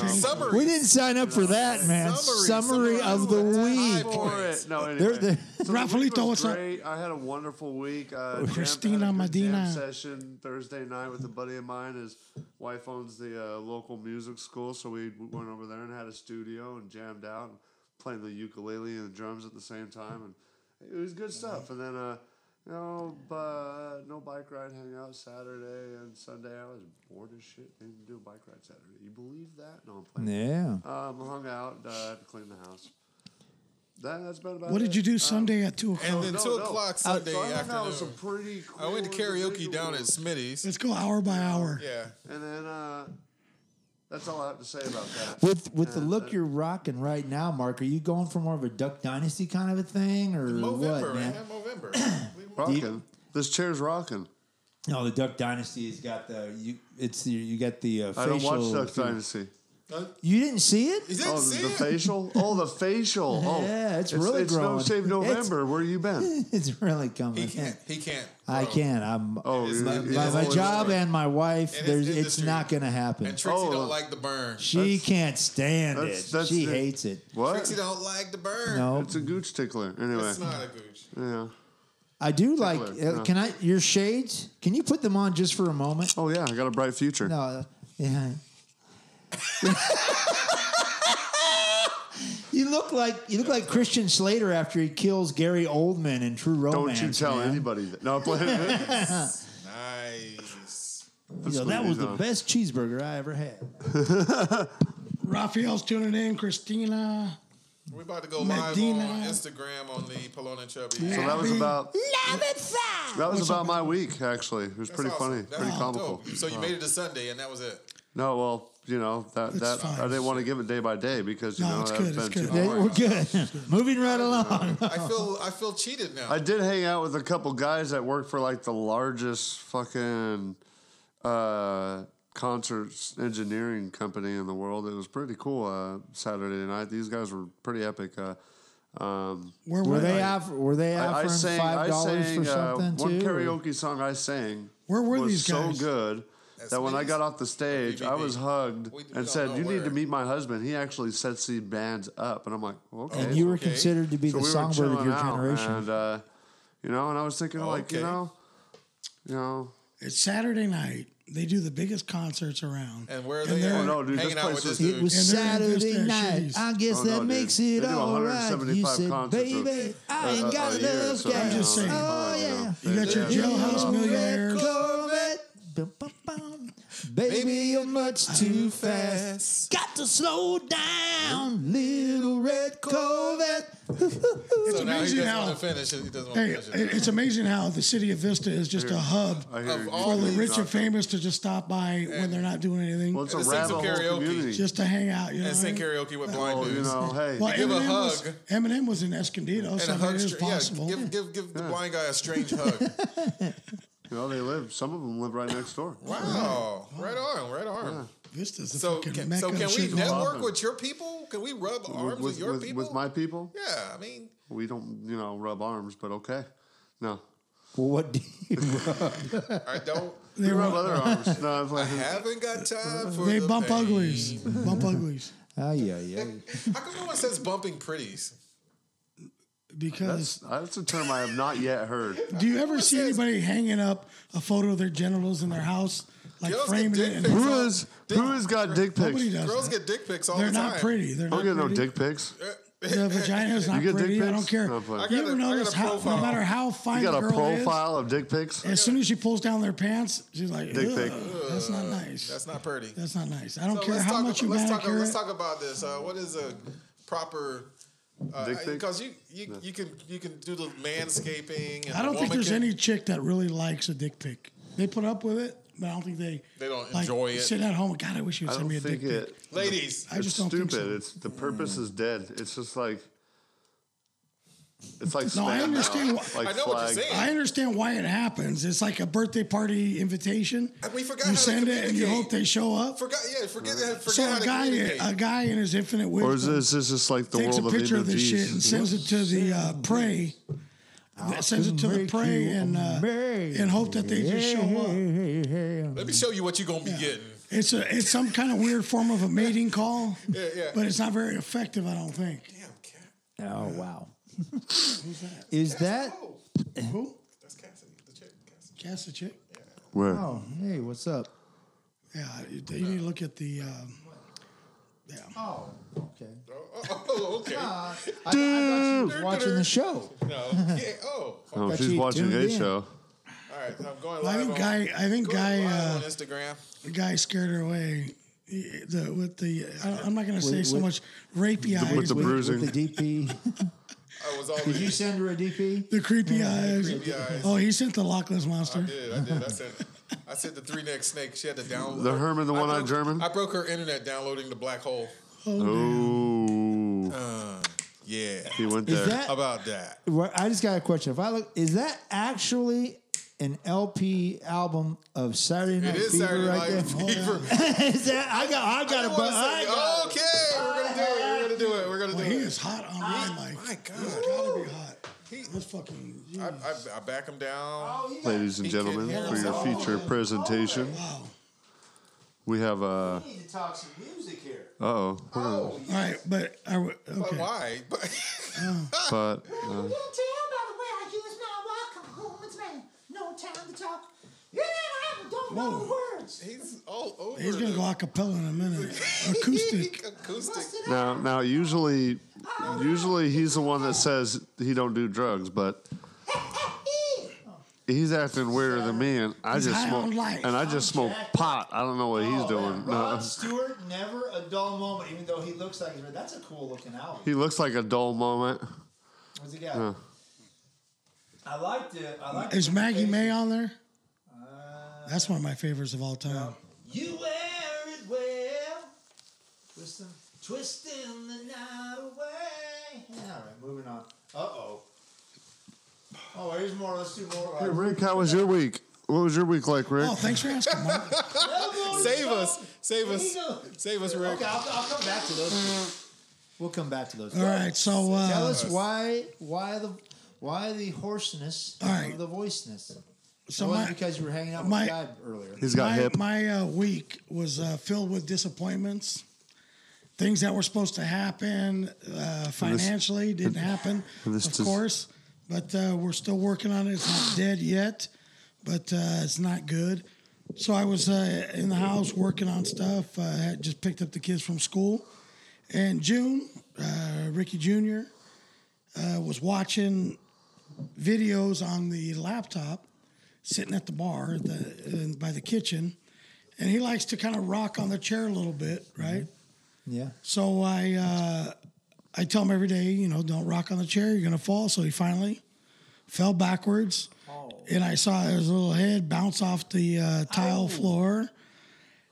C: Summary.
H: We didn't sign up for that, man. Summary, of the
C: Summarize
H: week.
C: what
G: For
C: time
G: it. No, anyway.
H: They're- they're-
G: So the week
E: Rafaelito,
G: was
E: what's up?
G: great. I had a wonderful week. Uh, jam-
E: Christina
G: had a good
E: Medina.
G: jam session Thursday night with a buddy of mine. His wife owns the uh, local music school, so we we went over there and had a studio and jammed out, and playing the ukulele and the drums at the same time, and it was good stuff. And then, uh, you know, bu- no bike ride hangout Saturday and Sunday. I was bored as shit. Didn't do a bike ride Saturday. You believe that? No, I'm playing.
H: Yeah.
G: Um, hung out, uh, had to clean the house. That, that's been about
E: What
G: it.
E: did you do
G: Um,
E: Sunday at 2
C: And
E: o'clock?
C: then
G: No,
C: two
G: no.
C: Oh,
G: Uh,
C: o'clock
G: so
C: Sunday
G: I hung out
C: afternoon.
G: with some pretty cool
C: I went to karaoke down at
G: individuals.
C: Smitty's.
E: Let's go hour by hour.
C: Yeah.
G: And then, uh, that's all I have to say about that.
H: With with the look you're rocking right now, Mark, are you going for more of a Duck Dynasty kind of a thing or
C: Movember,
H: what, man?
C: man. Movember. We-
G: Rocking. This chair's rocking.
H: No, the Duck Dynasty has got the you. It's the, you got the uh,
G: I don't watch
H: facial.
G: Duck Dynasty.
H: You didn't see it?
C: You didn't
G: Oh,
C: see
G: the
C: it?
G: facial. Oh, the facial. Oh,
H: Yeah, it's really
G: it's
H: growing.
G: No Shave November. Where you been?
H: It's really coming.
C: He can't. He can't.
H: I
C: bro.
H: can't. I'm
G: Oh,
C: It's
G: you're-
C: not-
G: you're
C: it's
H: my,
C: not
H: my
C: what
G: always-
H: job
C: it's-
H: and my wife.
C: It is
H: There's, it's
C: industry.
H: not going to happen.
C: And Trixie
G: Oh.
C: don't like the burn.
H: She can't stand
G: That's-
H: it.
G: that's
H: she
G: the-
H: hates it.
C: Trixie
G: What?
C: don't like the burn.
H: No,
G: It's a gooch tickler. Anyway,
C: It's not a gooch.
G: yeah.
H: I do like.
G: Tickler,
H: uh,
G: no.
H: Can I? Your shades? Can you put them on just for a moment?
G: Oh yeah, I got a bright future.
H: No. uh, Yeah. you look like you look like Christian Slater after he kills Gary Oldman in True
G: Don't
H: Romance.
G: you tell
H: man.
G: anybody that. No, I'm playing.
C: Nice.
H: You know, that was the best cheeseburger I ever had.
E: Raphael's tuning in. Christina.
C: We're about to go
E: Medina.
C: live on Instagram on the Polona Chubby.
G: So that was about
H: Love it fast.
G: that was about my week actually. It was
C: That's
G: pretty
C: awesome.
G: funny,
C: That's
G: pretty
C: dope.
G: comical. Uh-huh.
C: So you made it to Sunday, and that was it.
G: No, well, you know that that
E: fine.
G: I didn't want to give it day by day because you
E: No,
G: know
E: it's
G: that's
E: good,
G: been
E: it's
G: too
E: good.
G: long.
H: Yeah, we're good. Moving right along.
C: I feel I feel cheated now.
G: I did hang out with a couple guys that work for like the largest fucking uh, concerts engineering company in the world. It was pretty cool uh, Saturday night. These guys were pretty epic. Uh, um,
E: Where were,
H: Were they
E: they?
H: off? Were they
G: I, I
H: offering
G: sang,
H: five
G: I
H: dollars
G: sang
H: for
G: uh,
H: something
G: one
H: too?
G: karaoke song I sang.
E: Where were
G: was
E: these guys?
G: So good that when I
C: Smitty's?
G: got off the stage, I
C: BBB.
G: was hugged
C: We- we don't
G: and said,
C: know
G: "You need
C: where."
G: to meet my husband. He actually sets these bands up." And I'm like, "Okay."
H: and you were
C: Okay.
H: considered to be
G: So
H: the
G: we were
H: songbird of
G: chilling
H: your
G: out,
H: generation.
G: and uh, you know, and I was thinking, like, you
C: Okay.
G: know, you know,
E: It's Saturday night. They do the biggest concerts around.
C: and where are
E: And
C: they
E: they're-
C: at?
G: No, dude, this
C: hanging out
G: place
C: with
G: was-
C: this dude?
H: it was
E: And they're in
H: Saturday
E: just their
H: night.
E: shoes.
H: I guess
G: Oh,
H: that
G: no, dude.
H: makes
G: They
H: it
G: do
H: all right. You
G: 175
H: said,
G: concerts a-
H: baby, I
G: a-
H: ain't
G: a
H: got
G: year,
H: enough
G: so, you
H: gas.
G: know,
E: just saying.
H: Oh,
G: you know,
H: yeah.
G: they-
E: You got your
G: they-
E: jailhouse millionaires.
H: Corvette. Bum, bum, bum. Baby, you're much too fast. Got to slow down, little red Corvette.
E: It's
C: So now he
E: amazing
C: doesn't
E: how.
C: want to finish it. He doesn't want
E: Hey,
C: to finish it. Uh,
E: it's amazing how the city of Vista is just a hub
G: I hear
C: Of
G: you.
C: all
E: for
C: the
E: the rich and
G: Exactly.
E: famous to just stop by when they're not doing anything,
G: Well, it's a
C: Sing some
G: rabbit hole
C: karaoke.
G: community.
E: just to hang out. You know,
C: And
E: what I
C: sing
E: mean?
C: karaoke
E: Oh,
C: with blind
G: well,
C: dudes.
G: you know, hey,
E: Well,
C: give a
E: Eminem was,
C: hug.
E: Eminem was in Escondido,
C: And
E: so I
C: a
E: mean,
C: hug.
E: it is
C: str- Yeah,
E: possible.
C: give give give the blind guy a strange hug.
G: you know, they live. Some of them live right next door.
C: Wow. Right arm. Right arm.
E: Vista's the
C: So
E: fucking
C: can,
E: mecca
C: so can
E: of
C: we
E: shit going on.
C: network with your people? Can we rub arms
G: With,
C: with,
G: with,
C: your
G: with,
C: people?
G: with my people,
C: yeah, I mean,
G: we don't, you know, rub arms, but okay. No,
H: Well, what do you
C: I don't.
G: we rub other arms. No, I'm
C: I
G: like,
C: haven't got time for
E: They
C: the
E: bump
C: pain.
E: uglies. Bump uglies.
H: Oh, yeah, yeah.
C: How come no one says bumping pretties?
E: Because
G: uh, that's a term I have not yet heard.
E: do you ever see anybody hanging up a photo of their genitals in their house, like
C: Girls get
E: framing
C: dick
E: it? And
C: pics.
G: Who is who has got dick
E: nobody
G: pics?
E: does.
C: Girls
E: that.
C: get dick pics all
E: They're
C: the time.
E: not pretty. They're
G: Don't
E: not
G: get no
E: pretty.
G: dick pics.
E: The vagina is not
G: get dick
E: pretty. I
G: pics?
E: don't care.
G: No, I'm playing.
C: I
E: you
C: got a-
E: ever
C: I got
E: notice
C: a
E: how, no
C: profile.
E: matter how fine
G: You got
E: the
G: a
E: girl
G: profile of dick pics?
E: is, as soon as she pulls down their pants, she's like,
G: Dick
E: "Ugh,
G: pic.
E: "That's not nice.
C: That's not pretty.
E: That's not nice. I don't
C: So
E: care
C: let's
E: how
C: talk.
E: much
C: about,
E: you
C: let's, talk
E: manicure
C: let's
E: it.
C: talk about this. Uh, what is a proper? uh,
G: Dick pic?
C: Because you, you you can you can do the manscaping. And
E: I
C: the
E: don't think
C: woman
E: there's
C: can-
E: any chick that really likes a dick pic. They put up with it, but I don't think they
C: They don't
E: like,
C: enjoy it.
E: Sitting at home, God, I wish you
G: I
E: would send
G: don't
E: me a dick
G: think
E: pic.
G: it.
C: Ladies,
E: I just
G: it's
E: don't
G: stupid.
E: think so.
G: It's the purpose is dead. It's just like it's like
E: No, I
G: spam now.
E: understand why-
G: Like
C: I know what you're
G: flag.
C: saying.
E: I understand why it happens. It's like a birthday party invitation.
C: And we forgot
E: you
C: how to
E: send it and you
C: communicate.
E: hope they show up.
C: forgot. Yeah, forget forget
E: so
C: how
E: a
C: to
E: guy, uh,
C: communicate.
E: a guy in his infinite wisdom,
G: Or is this, is this like the
E: takes a
G: world
E: picture
G: of
E: of this shit and
G: images?
E: sends it to the uh, prey. Sends it to the
H: make
E: prey
H: you
E: and uh,
H: amazed.
E: and hope that they just show up.
C: Let me show you what you're gonna be getting.
E: It's a it's some kind of weird form of a mating call,
C: Yeah, yeah.
E: but it's not very effective. I don't think.
C: Damn cat.
H: Oh, wow. Is that?
C: Oh,
E: Who?
C: that's Cassidy. The chick. Cassidy.
E: Cast the chick.
G: Where?
H: Oh, hey, what's up?
E: Yeah, you, you need to look at the. Um, yeah.
H: Oh, okay.
C: Oh, oh, oh, okay.
H: I, I thought you was watching the show.
C: No. Yeah. Oh. All
G: Oh,
H: Got
G: she's
H: you
G: watching
H: tuned
G: a
H: in.
G: show.
C: right. so I'm going
E: I
C: live.
E: think
C: on,
E: guy. I think
C: going
E: guy.
C: live
E: Uh,
C: on Instagram.
E: the guy scared her away. He- The, with the, I- I'm not going to say so
H: with-
E: much rapey eyes.
G: with the
E: but
G: bruising.
H: With the DP.
C: I was all.
H: Did you send her a DP?
E: the creepy eyes.
C: eyes.
E: Oh, he sent the Lachlan's
C: I
E: monster.
C: did. I did. I said. I said the three neck snake. She had to download.
G: The Herman, the
C: I
G: one-eyed
C: broke-
G: German?
C: I broke her internet downloading the black hole.
G: Oh,
C: Yeah.
G: he went
H: Is
G: there.
H: that?
C: About that.
H: Well, I just got a question. If I look, is that actually an LP album of Saturday Night
C: It is
H: Fever
C: Saturday
H: right
C: Night
H: there.
C: Fever.
H: Is that- I got, I got a
C: I
H: bu-
C: wanna
H: I
C: say-
H: got-
C: okay, we're gonna do it. We're gonna do it. We're gonna
E: He
C: do it.
E: is hot on my mic.
C: Oh, My
E: He's
C: God,
E: gotta be hot. Let's fucking.
C: I, I, I back him down.
G: Ladies and
C: He can
G: gentlemen,
C: hear
G: for your
C: himself.
G: feature presentation,
E: Wow.
G: we have a.
H: We need to talk some music here.
G: Uh oh.
C: Oh,
E: All right, but I w-
C: but
E: okay. Oh.
C: why? But
G: But uh,
A: You tell by the way I use my walk, I'm home, it's been no time to talk. You know, I don't know the words.
C: he's all over.
E: He's gonna
C: the-
E: go a cappella in a minute. Acoustic.
C: Acoustic.
A: Busted
G: now, now usually, usually he's the one that says he don't do drugs, but he's acting weirder than me, and I
E: He's
G: just
E: high
G: smoke,
E: on life.
G: and I just smoke pot. I don't know what he's doing.
H: Rod
G: No.
H: Stewart, never a dull moment, even though he looks like he's. That's a cool looking album.
G: He looks like a dull moment.
H: What's he got?
G: Yeah.
H: I liked it. I liked
E: Is
H: the
E: Maggie
H: presentation.
E: May on there?
C: Uh,
E: That's one of my favorites of all time.
H: You wear it well. Twisting, twisting the night away. Yeah, all right, moving on. Uh oh. Oh, here's more. Let's do more.
G: Hey, Rick, how was your week? What was your week like, Rick?
E: Oh, thanks for asking, Mark.
C: Save us. Save
H: There
C: us.
H: you go.
C: Save us, Rick.
H: Okay, I'll, I'll come back to those. Two. We'll come back to those.
E: All
H: Two.
E: right, so
H: Tell
E: uh,
H: us why why the why the hoarseness
E: All right.
H: or the voiceness.
E: so
H: it wasn't
E: my,
H: because you were hanging out with
E: my-
H: my, God earlier.
G: He's got
E: my,
G: hip.
E: my uh, week was uh, filled with disappointments. Things that were supposed to happen uh, financially didn't happen,
G: and this
E: of
G: does-
E: course. But uh, we're still working on it. It's not dead yet, but uh, it's not good. So I was uh, in the house working on stuff. Uh, had just picked up the kids from school, and June, uh, Ricky Jr. Uh, was watching videos on the laptop sitting at the bar at the, uh, by the kitchen, and he likes to kind of rock on the chair a little bit, right?
H: Yeah.
E: So I uh, I tell him every day, you know, don't rock on the chair, you're gonna fall. So he finally fell backwards, and I saw his little head bounce off the uh, tile floor,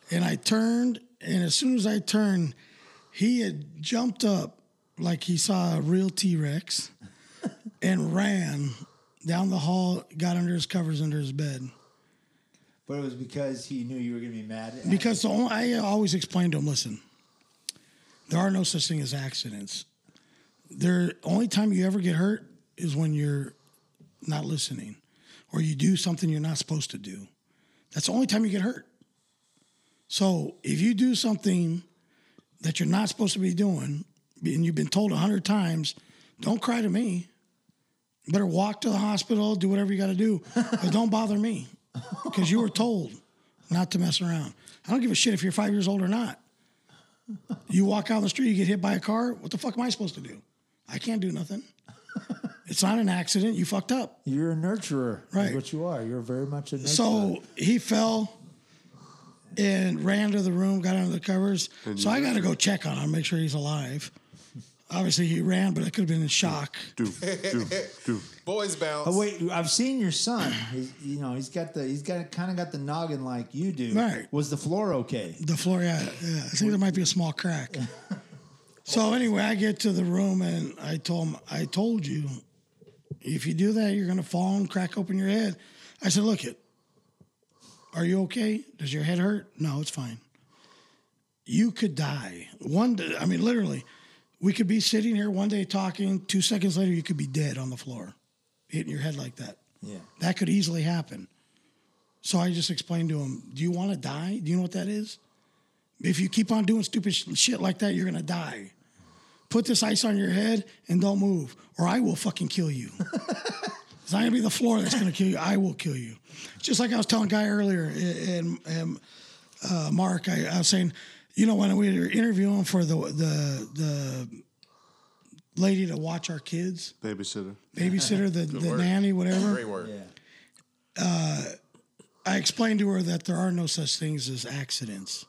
E: and I turned, and as soon as I turned, he had jumped up like he saw a real T Rex, and ran down the hall, got under his covers under his bed.
H: But it was because he knew you were going to be mad. At
E: Because the only, I always explain to them, listen, there are no such thing as accidents. There only time you ever get hurt is when you're not listening or you do something you're not supposed to do. That's the only time you get hurt. So if you do something that you're not supposed to be doing and you've been told a hundred times, don't cry to me. Better walk to the hospital, do whatever you got to do, but don't bother me because you were told not to mess around. I don't give a shit if you're five years old or not. You walk out on the street, you get hit by a car. What the fuck am I supposed to do? I can't do nothing. It's not an accident. You fucked up.
H: You're a nurturer, is
E: Right.
H: what you are. You're very much a nurturer.
E: So he fell and ran to the room, got under the covers. So I got to go check on him, make sure he's alive. Obviously, he ran, but I could have been in shock.
G: Doof, doof, doof.
C: Boys bounce.
H: Oh, wait, I've seen your son. He's, you know, he's got the he's got kind of got the noggin like you do.
E: Right.
H: Was the floor okay?
E: The floor, yeah, yeah. I think there might be a small crack. so anyway, I get to the room and I told him, I told you, if you do that, you're gonna fall and crack open your head. I said, look it. Are you okay? Does your head hurt? No, it's fine. You could die one. Day, I mean, literally, we could be sitting here one day talking. Two seconds later, you could be dead on the floor, hitting your head like that.
H: Yeah.
E: That could easily happen. So I just explained to him, Do you want to die? Do you know what that is? If you keep on doing stupid sh- shit like that, you're going to die. Put this ice on your head and don't move, or I will fucking kill you. it's not going to be the floor that's going to kill you. I will kill you. Just like I was telling Guy earlier and, and uh, Mark, I, I was saying, you know, when we were interviewing for the, the, the lady to watch our kids,
G: Babysitter.
E: babysitter, the, the nanny, whatever.
C: Great work.
H: Yeah.
E: I explained to her that there are no such things as accidents.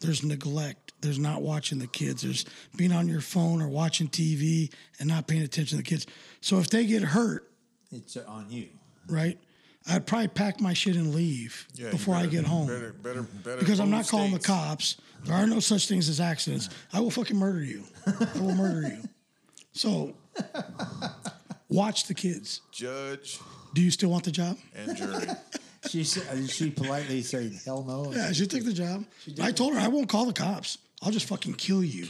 E: There's neglect. There's not watching the kids. There's being on your phone or watching TV and not paying attention to the kids. So if they get hurt,
H: It's on you.
E: right, I'd probably pack my shit and leave
C: Yeah, you
E: before I
C: better-
E: get home
C: Better, better, better.
E: because I'm
C: move
E: not calling the
C: states.
E: cops. There are no such things as accidents. I will fucking murder you. I will murder you. So watch the kids.
C: Judge
E: Do you still want the job?
C: and jury.
H: She said, she politely said, "Hell no."
E: Yeah, she took the job. I told her I won't call the cops. I'll just fucking kill you.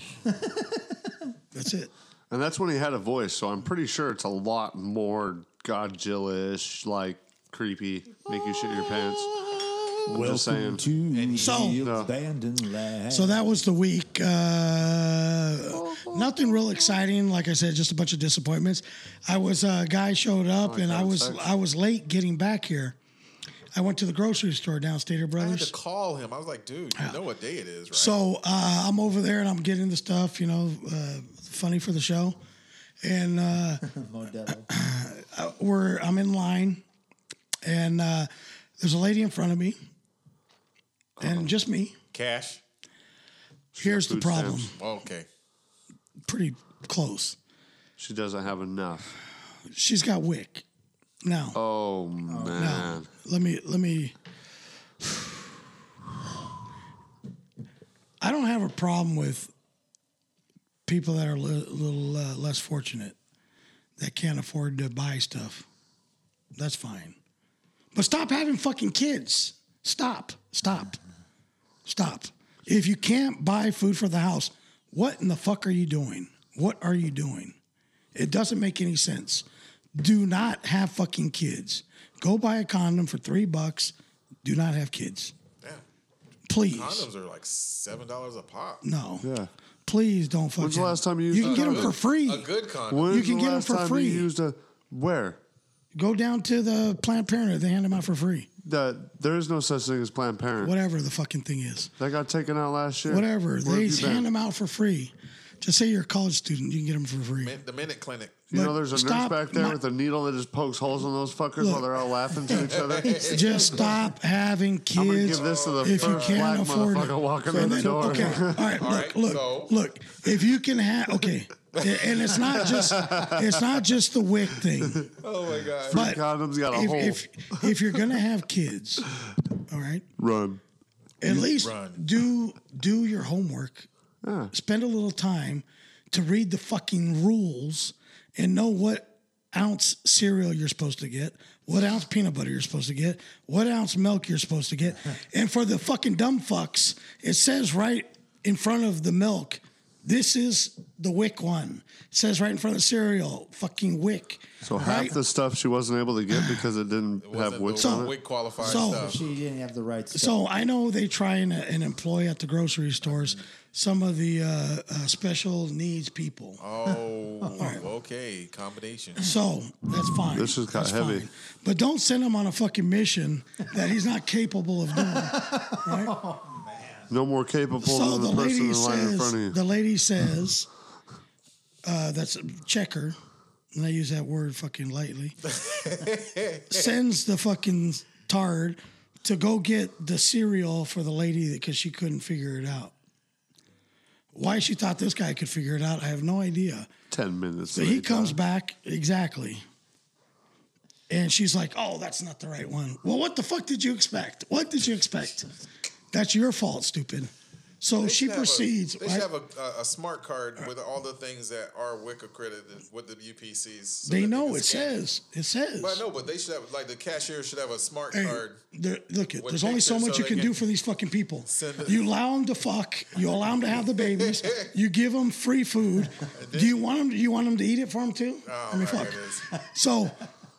E: That's it.
G: And that's when he had a voice, so I'm pretty sure it's a lot more Godzilla-ish, like creepy, make you shit your pants. I'm just saying.
H: to
E: So-
G: No.
H: abandoned land.
E: So that was the week. Uh, nothing real exciting, like I said, just a bunch of disappointments. I was uh, a guy showed up and I was I was late getting back here. I went to the grocery store down Stater
C: I had
E: Brothers.
C: to call him. I was like, dude, you know what day it is, right?
E: So uh, I'm over there and I'm getting the stuff, you know, uh, funny for the show, and uh,
H: Modelo.
E: we're I'm in line, and uh, there's a lady in front of me, and just me.
C: Cash.
E: Here's the
G: Uh-huh. Food
E: problem.
G: stamps.
C: Okay.
E: Pretty close.
G: She doesn't have enough.
E: She's got wick. Now,
G: Oh, man.
E: let me let me. I don't have a problem with people that are a little uh, less fortunate that can't afford to buy stuff. That's fine, but stop having fucking kids. Stop. Stop. Stop. If you can't buy food for the house, what in the fuck are you doing? What are you doing? It doesn't make any sense. Do not have fucking kids. Go buy a condom for three bucks. Do not have kids.
C: Yeah.
E: Please.
C: Condoms are like seven dollars a pop.
E: No.
G: Yeah.
E: Please don't fucking.
G: When's the last time you used
E: You can
G: a
E: get them
G: condom?
E: for free.
C: A good condom.
G: When's
E: can
G: the
E: get 'em
G: last
E: for
G: time
E: free.
G: You used a, where?
E: Go down to the Planned Parenthood. They hand them out for free.
G: The, there is no such thing as Planned Parenthood.
E: Whatever the fucking thing is.
G: That got taken out last year.
E: Whatever.
G: Where have
E: They
G: you been?
E: hand them out for free. Just say you're a college student. You can get them for free.
C: Min- The minute clinic.
G: You know,
E: Look,
G: there's a nurse
E: stop
G: back there
E: my-
G: with a needle that just pokes holes in those fuckers
E: Look.
G: while they're out laughing to each other.
E: Just stop having
G: I'm gonna
E: kids.
G: give this to the
E: if you
G: first
E: can
G: black
E: afford it.
G: motherfucker walking
E: So
G: in the
E: then-
G: door.
E: Okay, all right,
C: All
E: look,
C: right,
E: look,
C: so-
E: look. If you can have, okay, A- and it's not just it's not just the wick thing,
C: Oh my god.
E: but
G: condoms got a
E: if,
G: hole.
E: if if you're gonna have kids, all right,
G: Run.
E: at least
C: run.
E: do do your homework. Spend a little time to read the fucking rules and know what ounce cereal you're supposed to get, what ounce peanut butter you're supposed to get, what ounce milk you're supposed to get. and for the fucking dumb fucks, it says right in front of the milk, this is the wick one. It says right in front of the cereal, fucking wick.
G: So half the stuff she wasn't able to get because it didn't
C: Wasn't
G: have
C: the
G: wicks on it.
C: Wick qualified
E: So-
C: stuff.
H: she didn't have the right stuff.
E: So I know they try and, and employ at the grocery stores some of the uh, uh, special needs people.
C: Oh, okay. Combination.
E: So that's fine.
G: This has got
E: That's
G: heavy.
E: fine. But don't send him on a fucking mission that he's not capable of doing.
G: No more capable
E: so
G: than
E: the
G: the person
E: lady
G: in line in front of you.
E: says, the lady says, uh, that's checker, and I use that word fucking lightly, sends the fucking tard to go get the cereal for the lady because she couldn't figure it out. Why she thought this guy could figure it out, I have no idea.
G: Ten minutes.
E: So he comes back exactly. And she's like, "Oh, that's not the right one." Well, what the fuck did you expect? What did you expect? That's your fault, stupid. So she
C: should have a-
E: proceeds.
C: they
E: right?
C: should have a, a, a smart card with all the things that are WIC accredited with the UPCs. so that
E: they
C: can
E: know it
C: scan
E: says. It says.
C: But I know, but they should have like the cashier should have a smart
E: Hey,
C: card.
E: there- look, it,
C: with
E: there's only so
C: pictures
E: much
C: so
E: you
C: they
E: can
C: can
E: do for these fucking people.
C: send it-
E: You allow them to fuck. You allow them to have the babies. you give them free food. do you want them? Do you want them to eat it for them too?
C: Oh,
E: I mean,
C: there
E: fuck.
C: it is.
E: So,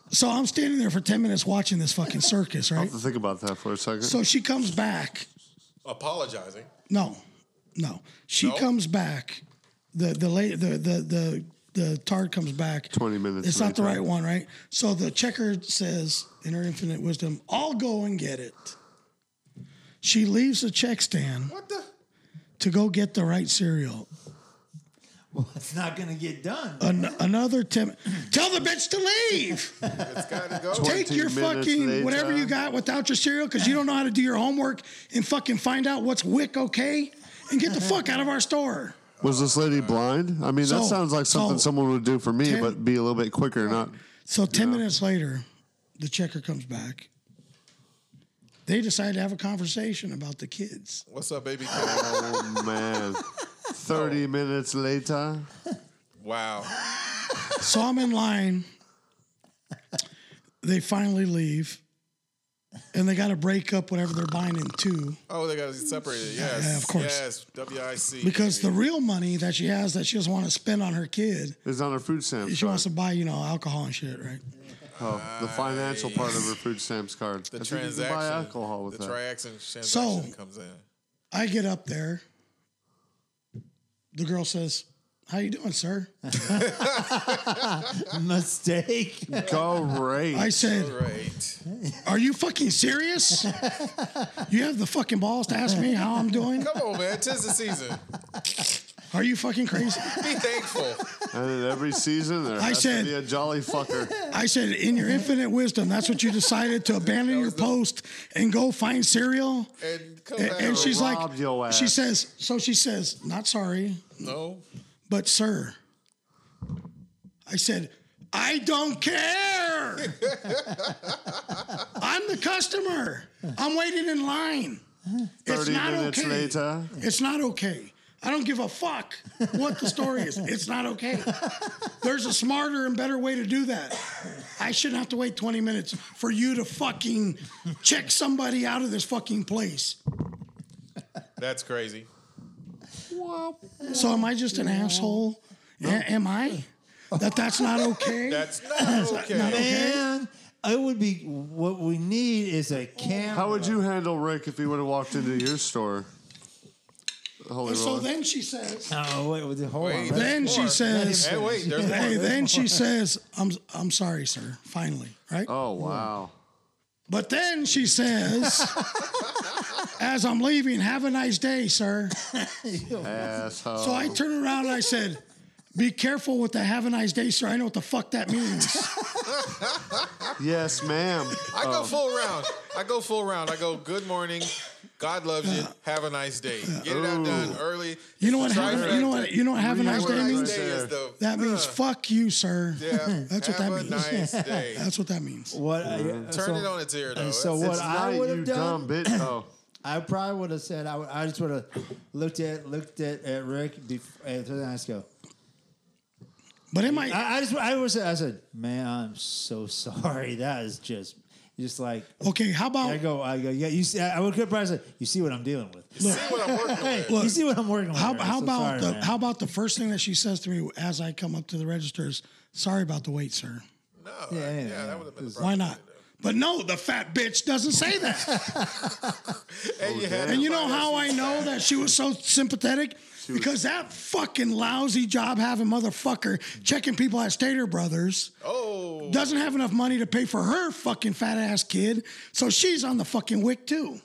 E: so I'm standing there for ten minutes watching this fucking circus, right?
G: To think about that for a second.
E: So she comes back.
C: Apologizing.
E: No, no. She
C: No?
E: comes back. The the late the the the the tard comes back.
G: 20 minutes
E: It's not the
G: later.
E: right one, right? So the checker says, in her infinite wisdom, "I'll go and get it." She leaves the check stand
C: What the?
E: to go get the right cereal.
H: well, it's not going to get done.
E: An- another ten. Tell the bitch to leave.
C: It's got to go.
E: Take
G: 20
E: your
G: minutes
E: fucking
G: later.
E: whatever you got without your cereal because you don't know how to do your homework and fucking find out what's wick okay and get the fuck out of our store.
G: was this lady blind? I mean, that
E: So-
G: sounds like something
E: so-
G: someone would do for me,
E: Ten-
G: but be a little bit quicker. Not
E: So ten minutes later, the checker comes back. They decide to have a conversation about the kids.
C: What's up, baby?
G: oh man.
C: Oh.
G: Thirty minutes later.
C: wow.
E: So I'm in line. they finally leave, and they got to break up whatever they're buying into
C: Oh, they got to separate it. Yes.
E: Yeah, of course.
C: Yes. WIC.
E: because the real money that she has that she doesn't want to spend on her kid,
G: It's on her food stamps
E: she
G: card.
E: wants to buy you know alcohol and shit, right?
G: Oh, the financial part of her food stamps card.
C: the
G: I think you
C: transaction.
G: can buy alcohol with
C: the
G: that.
C: transaction transaction
E: So-
C: comes in.
E: I get up there. The girl says, "How you doing, sir?"
H: Mistake.
G: Go rate.
E: I said,
C: Right.
E: "Are you fucking serious? you have the fucking balls to ask me how I'm doing?
C: Come on, man. Tis the season.
E: Are you fucking crazy?"
C: Be thankful.
G: and then every season there
E: I
G: has
E: said-
G: to be a jolly fucker.
E: I said, "In your infinite wisdom, that's what you decided to abandon your post and go find cereal."
C: And come
E: And,
C: back.
E: and she's like,
G: robbed your ass.
E: she says, so she says, not sorry,
C: no.
E: but sir. I said, I don't care. I'm the customer. I'm waiting in line. It's
G: 30
E: not
G: minutes
E: okay.
G: later.
E: It's not okay. I don't give a fuck what the story is. It's not okay. There's a smarter and better way to do that. I shouldn't have to wait 20 minutes for you to fucking check somebody out of this fucking place.
C: That's crazy.
E: So am I just an asshole? A- am I? That that's not okay.
C: That's not okay.
H: Man, it would be what we need is a camera.
G: How would you handle Rick if he would have walked into your store? Holy
E: so
G: roller.
E: then she says.
H: Oh wait, wait, hold
C: Wait,
H: on.
E: Then
C: there's
E: she
C: more.
E: says-
C: Hey, wait, there's more.
E: Hey, then she says, "I'm I'm sorry, sir." Finally, right?
G: Oh wow.
E: But then she says, "As I'm leaving, have a nice day, sir."
G: Asshole.
E: So I turn around and I said, "Be careful with the have a nice day, sir. I know what the fuck that means."
G: yes, ma'am.
C: I go full round. I go full round. I go, good morning. God loves you. Have a nice day. Get it out done early.
E: You know what?
C: Try
E: Have a,
C: to-
E: you know what? You know what? Have a nice
C: Have a
E: day
C: nice
E: means.
C: day is the-
E: That means fuck you, sir.
C: yeah,
E: That's what
C: have
E: that
C: a
E: means.
C: nice day.
E: That's what that means.
H: What? I-
C: Turn
H: so,
C: it on its ear, though.
H: So
C: That's-
H: what
G: It's
H: I
G: not
H: would
G: you
H: have
G: dumb
H: done?
G: bitch. Oh.
H: I probably would have said I, would, I just would have looked at looked at, at Rick before, and then I just go.
E: But am I?
H: I, I just I was I said, man, I'm so sorry. That is just just like
E: Okay, how
H: I
E: about
H: go I go yeah. You see, I would have said you see what I'm dealing with.
C: See what I'm working with.
H: you see what I'm working with.
E: how,
H: here.
E: how
H: So
E: about
H: sorry,
E: the
H: man.
E: how about the first thing that she says to me as I come up to the registers? Sorry about the wait, sir.
C: No,
H: Yeah,
C: yeah,
H: yeah, yeah.
C: that would have been the
E: Why
C: problem.
E: not? But no, the fat bitch doesn't say that.
C: And you, had
E: And
C: to
E: you know
C: find out
E: how I
C: she's
E: know
C: fat.
E: that she was so sympathetic? Because that fucking lousy job having motherfucker checking people at Stater Brothers
C: Oh,
E: doesn't have enough money to pay for her fucking fat ass kid. So she's on the fucking wick too.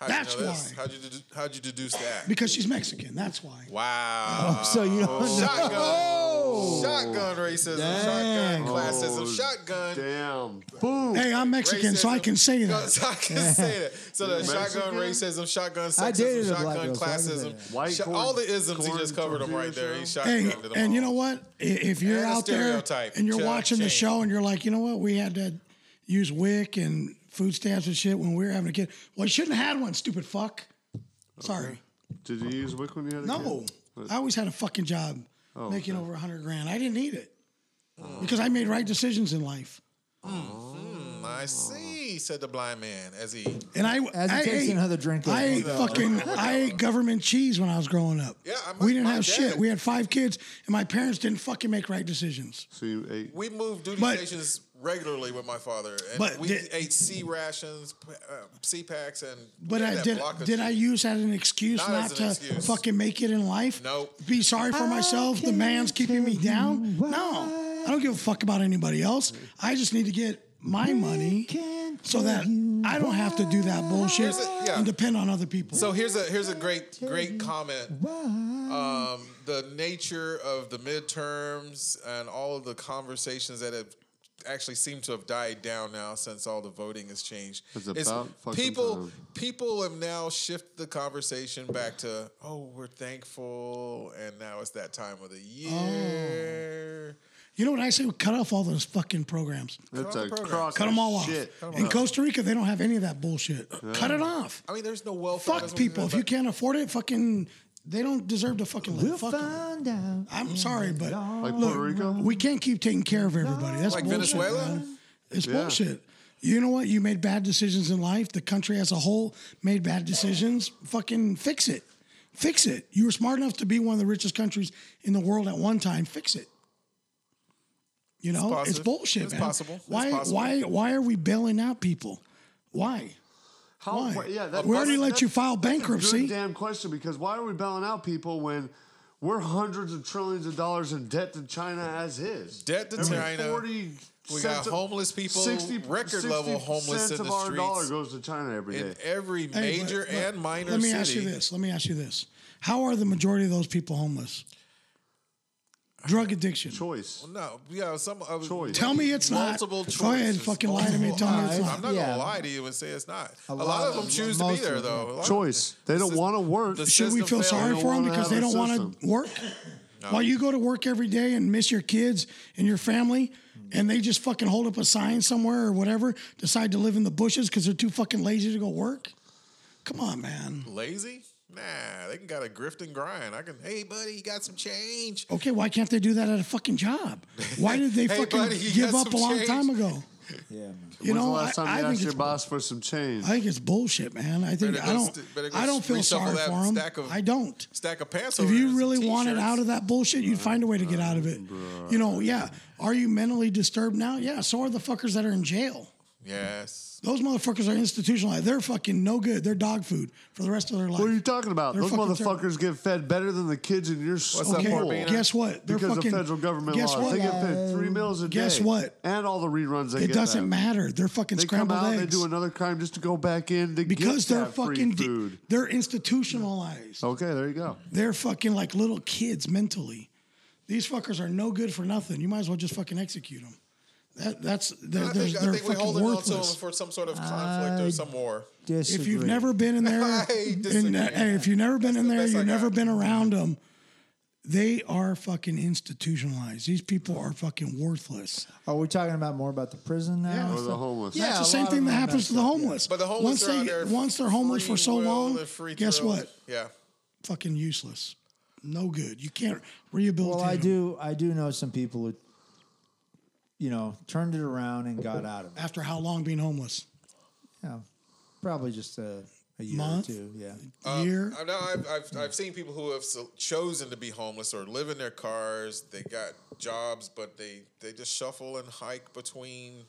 C: how'd
E: that's
C: you know this?
E: why.
C: How'd you dedu- how'd you deduce that?
E: Because she's Mexican. That's why.
C: Wow.
H: Oh, so you don't know.
C: Shotgun. Shotgun racism.
H: Dang.
C: Shotgun classism.
G: Oh,
C: shotgun.
G: Damn. Boom.
E: Hey, I'm Mexican, so I
C: racism.
E: can say
C: No,
E: that.
C: so I can say that. So the shotgun racism, shotgun sexism,
H: dated a black
C: shotgun
H: girl, so I can say
C: classism,
H: that.
G: White
C: sho-
G: corn-
C: all the isms he
G: corn
C: just covered them right
G: tortilla
C: there. He
G: shell?
C: shotgunned
E: Hey,
C: them
E: and you know
C: all.
E: what? I- If you're
C: And a
E: out there
C: stereotype.
E: and you're
C: Chug
E: watching the
C: change.
E: show and you're like, you know what? We had to use WIC and food stamps and shit when we were having a kid. Well, you shouldn't have had one, stupid fuck. Sorry.
G: Did you use Wick when you had a
E: No.
G: kid? But-
E: I always had a fucking job
C: Oh,
E: making over a 100 grand. I didn't need it because I made right decisions in life.
C: I see, said the blind man as he.
E: And I,
H: As he
E: I
H: takes
E: ate,
H: another drink of
E: I ate fucking, I ate government cheese when I was growing up.
C: Yeah, I- my-
E: we didn't
C: my
E: have
C: dad-
E: shit. We had five kids, and my parents didn't fucking make right decisions.
G: So you ate.
C: We moved duty
E: But-
C: stations regularly with my father, and
E: But
C: we
E: did-
C: ate C rations, p- uh, C packs, and we
E: But
C: had
E: I
C: that
E: did.
C: block of
E: Did I
C: shit.
E: use that as an excuse
C: Not
E: not,
C: as
E: to
C: an excuse.
E: fucking make it in life?
C: Nope.
E: Be sorry for myself. The man's keeping me down. No, I don't give a fuck about anybody else. I just need to get my money so that I don't have to do that bullshit
C: Here's a- yeah.
E: and depend on other people.
C: So here's a here's a great great comment. Um, the nature of the midterms and all of the conversations that have actually seem to have died down now since all the voting has changed.
G: It's about fucking
C: people
G: time.
C: people have now shifted the conversation back to oh we're thankful and now it's that time of the
E: Oh.
C: year.
E: you know what I say? Cut off all those fucking programs.
G: That's
C: Cut
G: a
C: the program.
G: crock.
E: Cut them all off.
G: Shit.
E: In Costa Rica, they don't have any of that bullshit. Cut it off.
C: I mean, there's no welfare.
E: Fuck
C: That's what we
E: people. If
C: meant
E: you
C: by-
E: can't afford it, fucking, they don't deserve to fucking live.
H: We'll
E: Fuck 'em.
H: find out.
E: I'm sorry, but
G: Like Puerto Rico?
E: we can't keep taking care of everybody. That's
C: Like
E: bullshit,
C: Venezuela?
E: man. It's
G: Yeah.
E: bullshit. You know what? You made bad decisions in life. The country as a whole made bad decisions. Fucking fix it. Fix it. You were smart enough to be one of the richest countries in the world at one time. Fix it. You know, it's,
C: positive.
E: bullshit,
C: It's
E: man.
C: possible. It's
E: Why?
C: possible.
E: Why? Why are we bailing out people? Why?
G: How?
E: Why?
G: why- Yeah, that,
E: We already
G: that's-
E: let you
G: that's-
E: file
G: that's a good
E: bankruptcy.
G: damn question. Because why are we bailing out people when we're hundreds of trillions of dollars in debt to China as is?
C: Debt to
G: Every
C: China.
G: Forty.
C: uh, We
G: cents
C: got
G: of-
C: homeless people, record
G: 60
C: level homeless
G: cents
C: in
G: of
C: the
G: our dollar
C: streets.
G: goes to China every day.
C: in every
E: Hey, but
C: major
E: let-
C: and minor
E: Let me
C: city.
E: ask you this. Let me ask you this. How are the majority of those people homeless? Drug addiction.
G: Choice.
C: No, yeah, some of
G: Choice.
E: Tell me it's not.
C: multiple choices.
E: Go ahead and fucking lie to me.
C: Multiple
E: Tell me it's
C: options.
E: not.
C: I'm not
H: Yeah.
C: gonna lie to you and say it's not. A, lot,
H: lot
C: of them
H: of-
C: choose to be
H: most
C: there
H: of them.
C: though. A lot of-
G: Choice. They
C: the
G: don't
C: sys-
G: want to work.
C: the
E: Should we
C: system
E: feel
C: failed.
E: sorry
G: They
E: for them
G: wanna
E: because
G: have
E: they
G: a
E: don't want to
G: system.
E: work? While you go to work every day and miss your kids and your family, and they just fucking hold up a sign somewhere or whatever, decide to live in the bushes because they're too fucking lazy to go work? Come on, man.
C: Lazy? Nah, they can got a grift and grind. I can. Hey, buddy, you got some change?
E: Okay, why can't they do that at a fucking job? Why did they
C: Hey,
E: fucking
C: buddy, you
E: give up
C: got
E: a
C: some
E: long
C: change?
E: time ago?
H: Yeah, man.
E: You
G: When's
E: know,
G: the last
E: I,
G: time
E: I
G: you
E: think
G: asked your
E: it's
G: boss for some change?
E: I think it's bullshit, man. I think
C: Better
E: I
C: go
E: don't.
C: st- better go
E: I don't feel
C: reshuffle
E: sorry
C: that
E: for him.
C: stack of-
E: I don't.
C: Stack of pants.
E: If
C: over there
E: you
C: and
E: really
C: some
E: wanted
C: t-shirts.
E: out of that bullshit, you'd find a way to get out of it. You know, yeah. Are you mentally disturbed now? Yeah. So are the fuckers that are in jail.
C: Yes.
E: Those motherfuckers are institutionalized. They're fucking no good. They're dog food for the rest of their life.
G: What are you talking about?
E: They're
G: Those
E: fucking terrible.
G: motherfuckers get fed better than the kids in your school.
C: up,
E: okay.
C: Barbina?
E: Guess what? They're
G: because
E: fucking
G: of federal government
E: guess
G: laws.
E: What? Uh,
G: They get paid three meals a day.
E: Guess what?
G: And all the reruns they
E: it
G: get.
E: doesn't
G: back.
E: matter. They're fucking
G: They come
E: scrambled
G: out and they
E: eggs
G: do another crime just to go back in to
E: because
G: get
E: they're
G: that free
E: fucking de-
G: food.
E: they're institutionalized.
G: Okay, there you go.
E: They're fucking like little kids mentally. These fuckers are no good for nothing. You might as well just fucking execute them. That, that's they're,
C: I
E: they're,
C: think, I
E: they're
C: think we're
E: fucking
C: holding on to them
E: worthless.
C: for some sort of conflict
H: Uh,
C: or some war.
H: Disagree.
E: If you've never been in there,
C: I
E: in
C: disagree.
E: that- hey, if you've never been in
C: the
E: there,
C: best
E: you've
C: I
E: never
C: got.
E: been around them. They are fucking institutionalized. These people are fucking worthless.
H: are we talking about more about the prison now?
E: Yeah.
G: Or the homeless.
H: Yeah.
E: That's the
H: a
E: same
H: lot of
E: thing that
H: them are
E: happens to the
H: messed up,
E: homeless.
C: But the homeless
E: once
C: are
E: they
C: out
E: get-
C: there
E: once they're homeless
C: free
E: for so
C: will
E: long,
C: and free
E: guess
C: throws.
E: what?
C: Yeah.
E: Fucking useless. No good. You can't rehabilitate.
H: Well, I
E: 'em.
H: do. I do know some people who, you know, turned it around and got out of it.
E: After how long being homeless?
H: Yeah, probably just a, a year
E: Month?
H: or two. Yeah.
E: Year.
C: Uh, I know I've, I've, I've seen people who have so- chosen to be homeless or live in their cars. They got jobs, but they, they just shuffle and hike between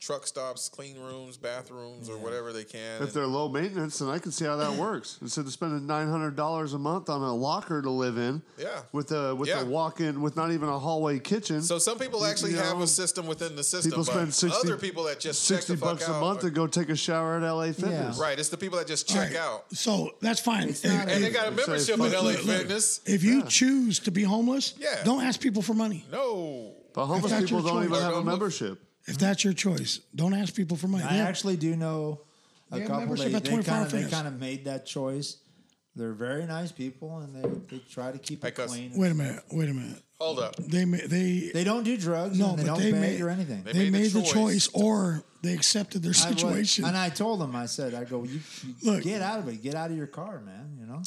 C: truck stops, clean rooms, bathrooms, or whatever they can.
G: If they're low maintenance, then I can see how that works. Instead of spending nine hundred dollars a month on a locker to live in,
C: Yeah.
G: with a with
C: Yeah.
G: a walk in, with not even a hallway kitchen,
C: so some people
G: you
C: actually have
G: know,
C: a system within the system.
G: people
C: but
G: spend 60
C: other people that just check
G: sixty
C: the fuck
G: bucks
C: out
G: a month
C: are-
G: to go take a shower at LA Fitness.
C: right, it's the people that just
E: All
C: check
E: right,
C: out.
E: So that's fine. If,
H: not
C: And they
E: if-
C: got a
G: It's
C: membership
G: like-
C: at LA
E: look, look.
C: Fitness.
E: if you choose to be homeless,
C: Yeah.
E: don't ask people for money.
C: No.
G: But homeless
E: that's
G: people
E: your
G: don't
E: choice.
G: even
E: Or
G: have a
C: don't look-
G: membership.
E: If that's your choice, don't ask people for money.
H: Mm-hmm. I
E: They have-
H: actually do know a
E: They have
H: couple.
E: membership
H: They,
E: at
H: they
E: 24
H: kind of they
E: Fitness.
H: kind of made that choice. They're very nice people, and they, they try to keep
C: I
H: it
C: cuss.
H: clean.
E: wait a minute. Wait a minute.
C: Hold up.
E: They ma- they
H: They don't do drugs.
E: No,
H: and they
E: but
H: don't
E: they
H: beg
E: made-
H: or anything.
E: they made the choice,
C: choice.
E: or they accepted their
H: I was-
E: situation.
H: and I told them, I said, I go, you, you
E: Look.
H: get out of it, get out of your car, man. You know.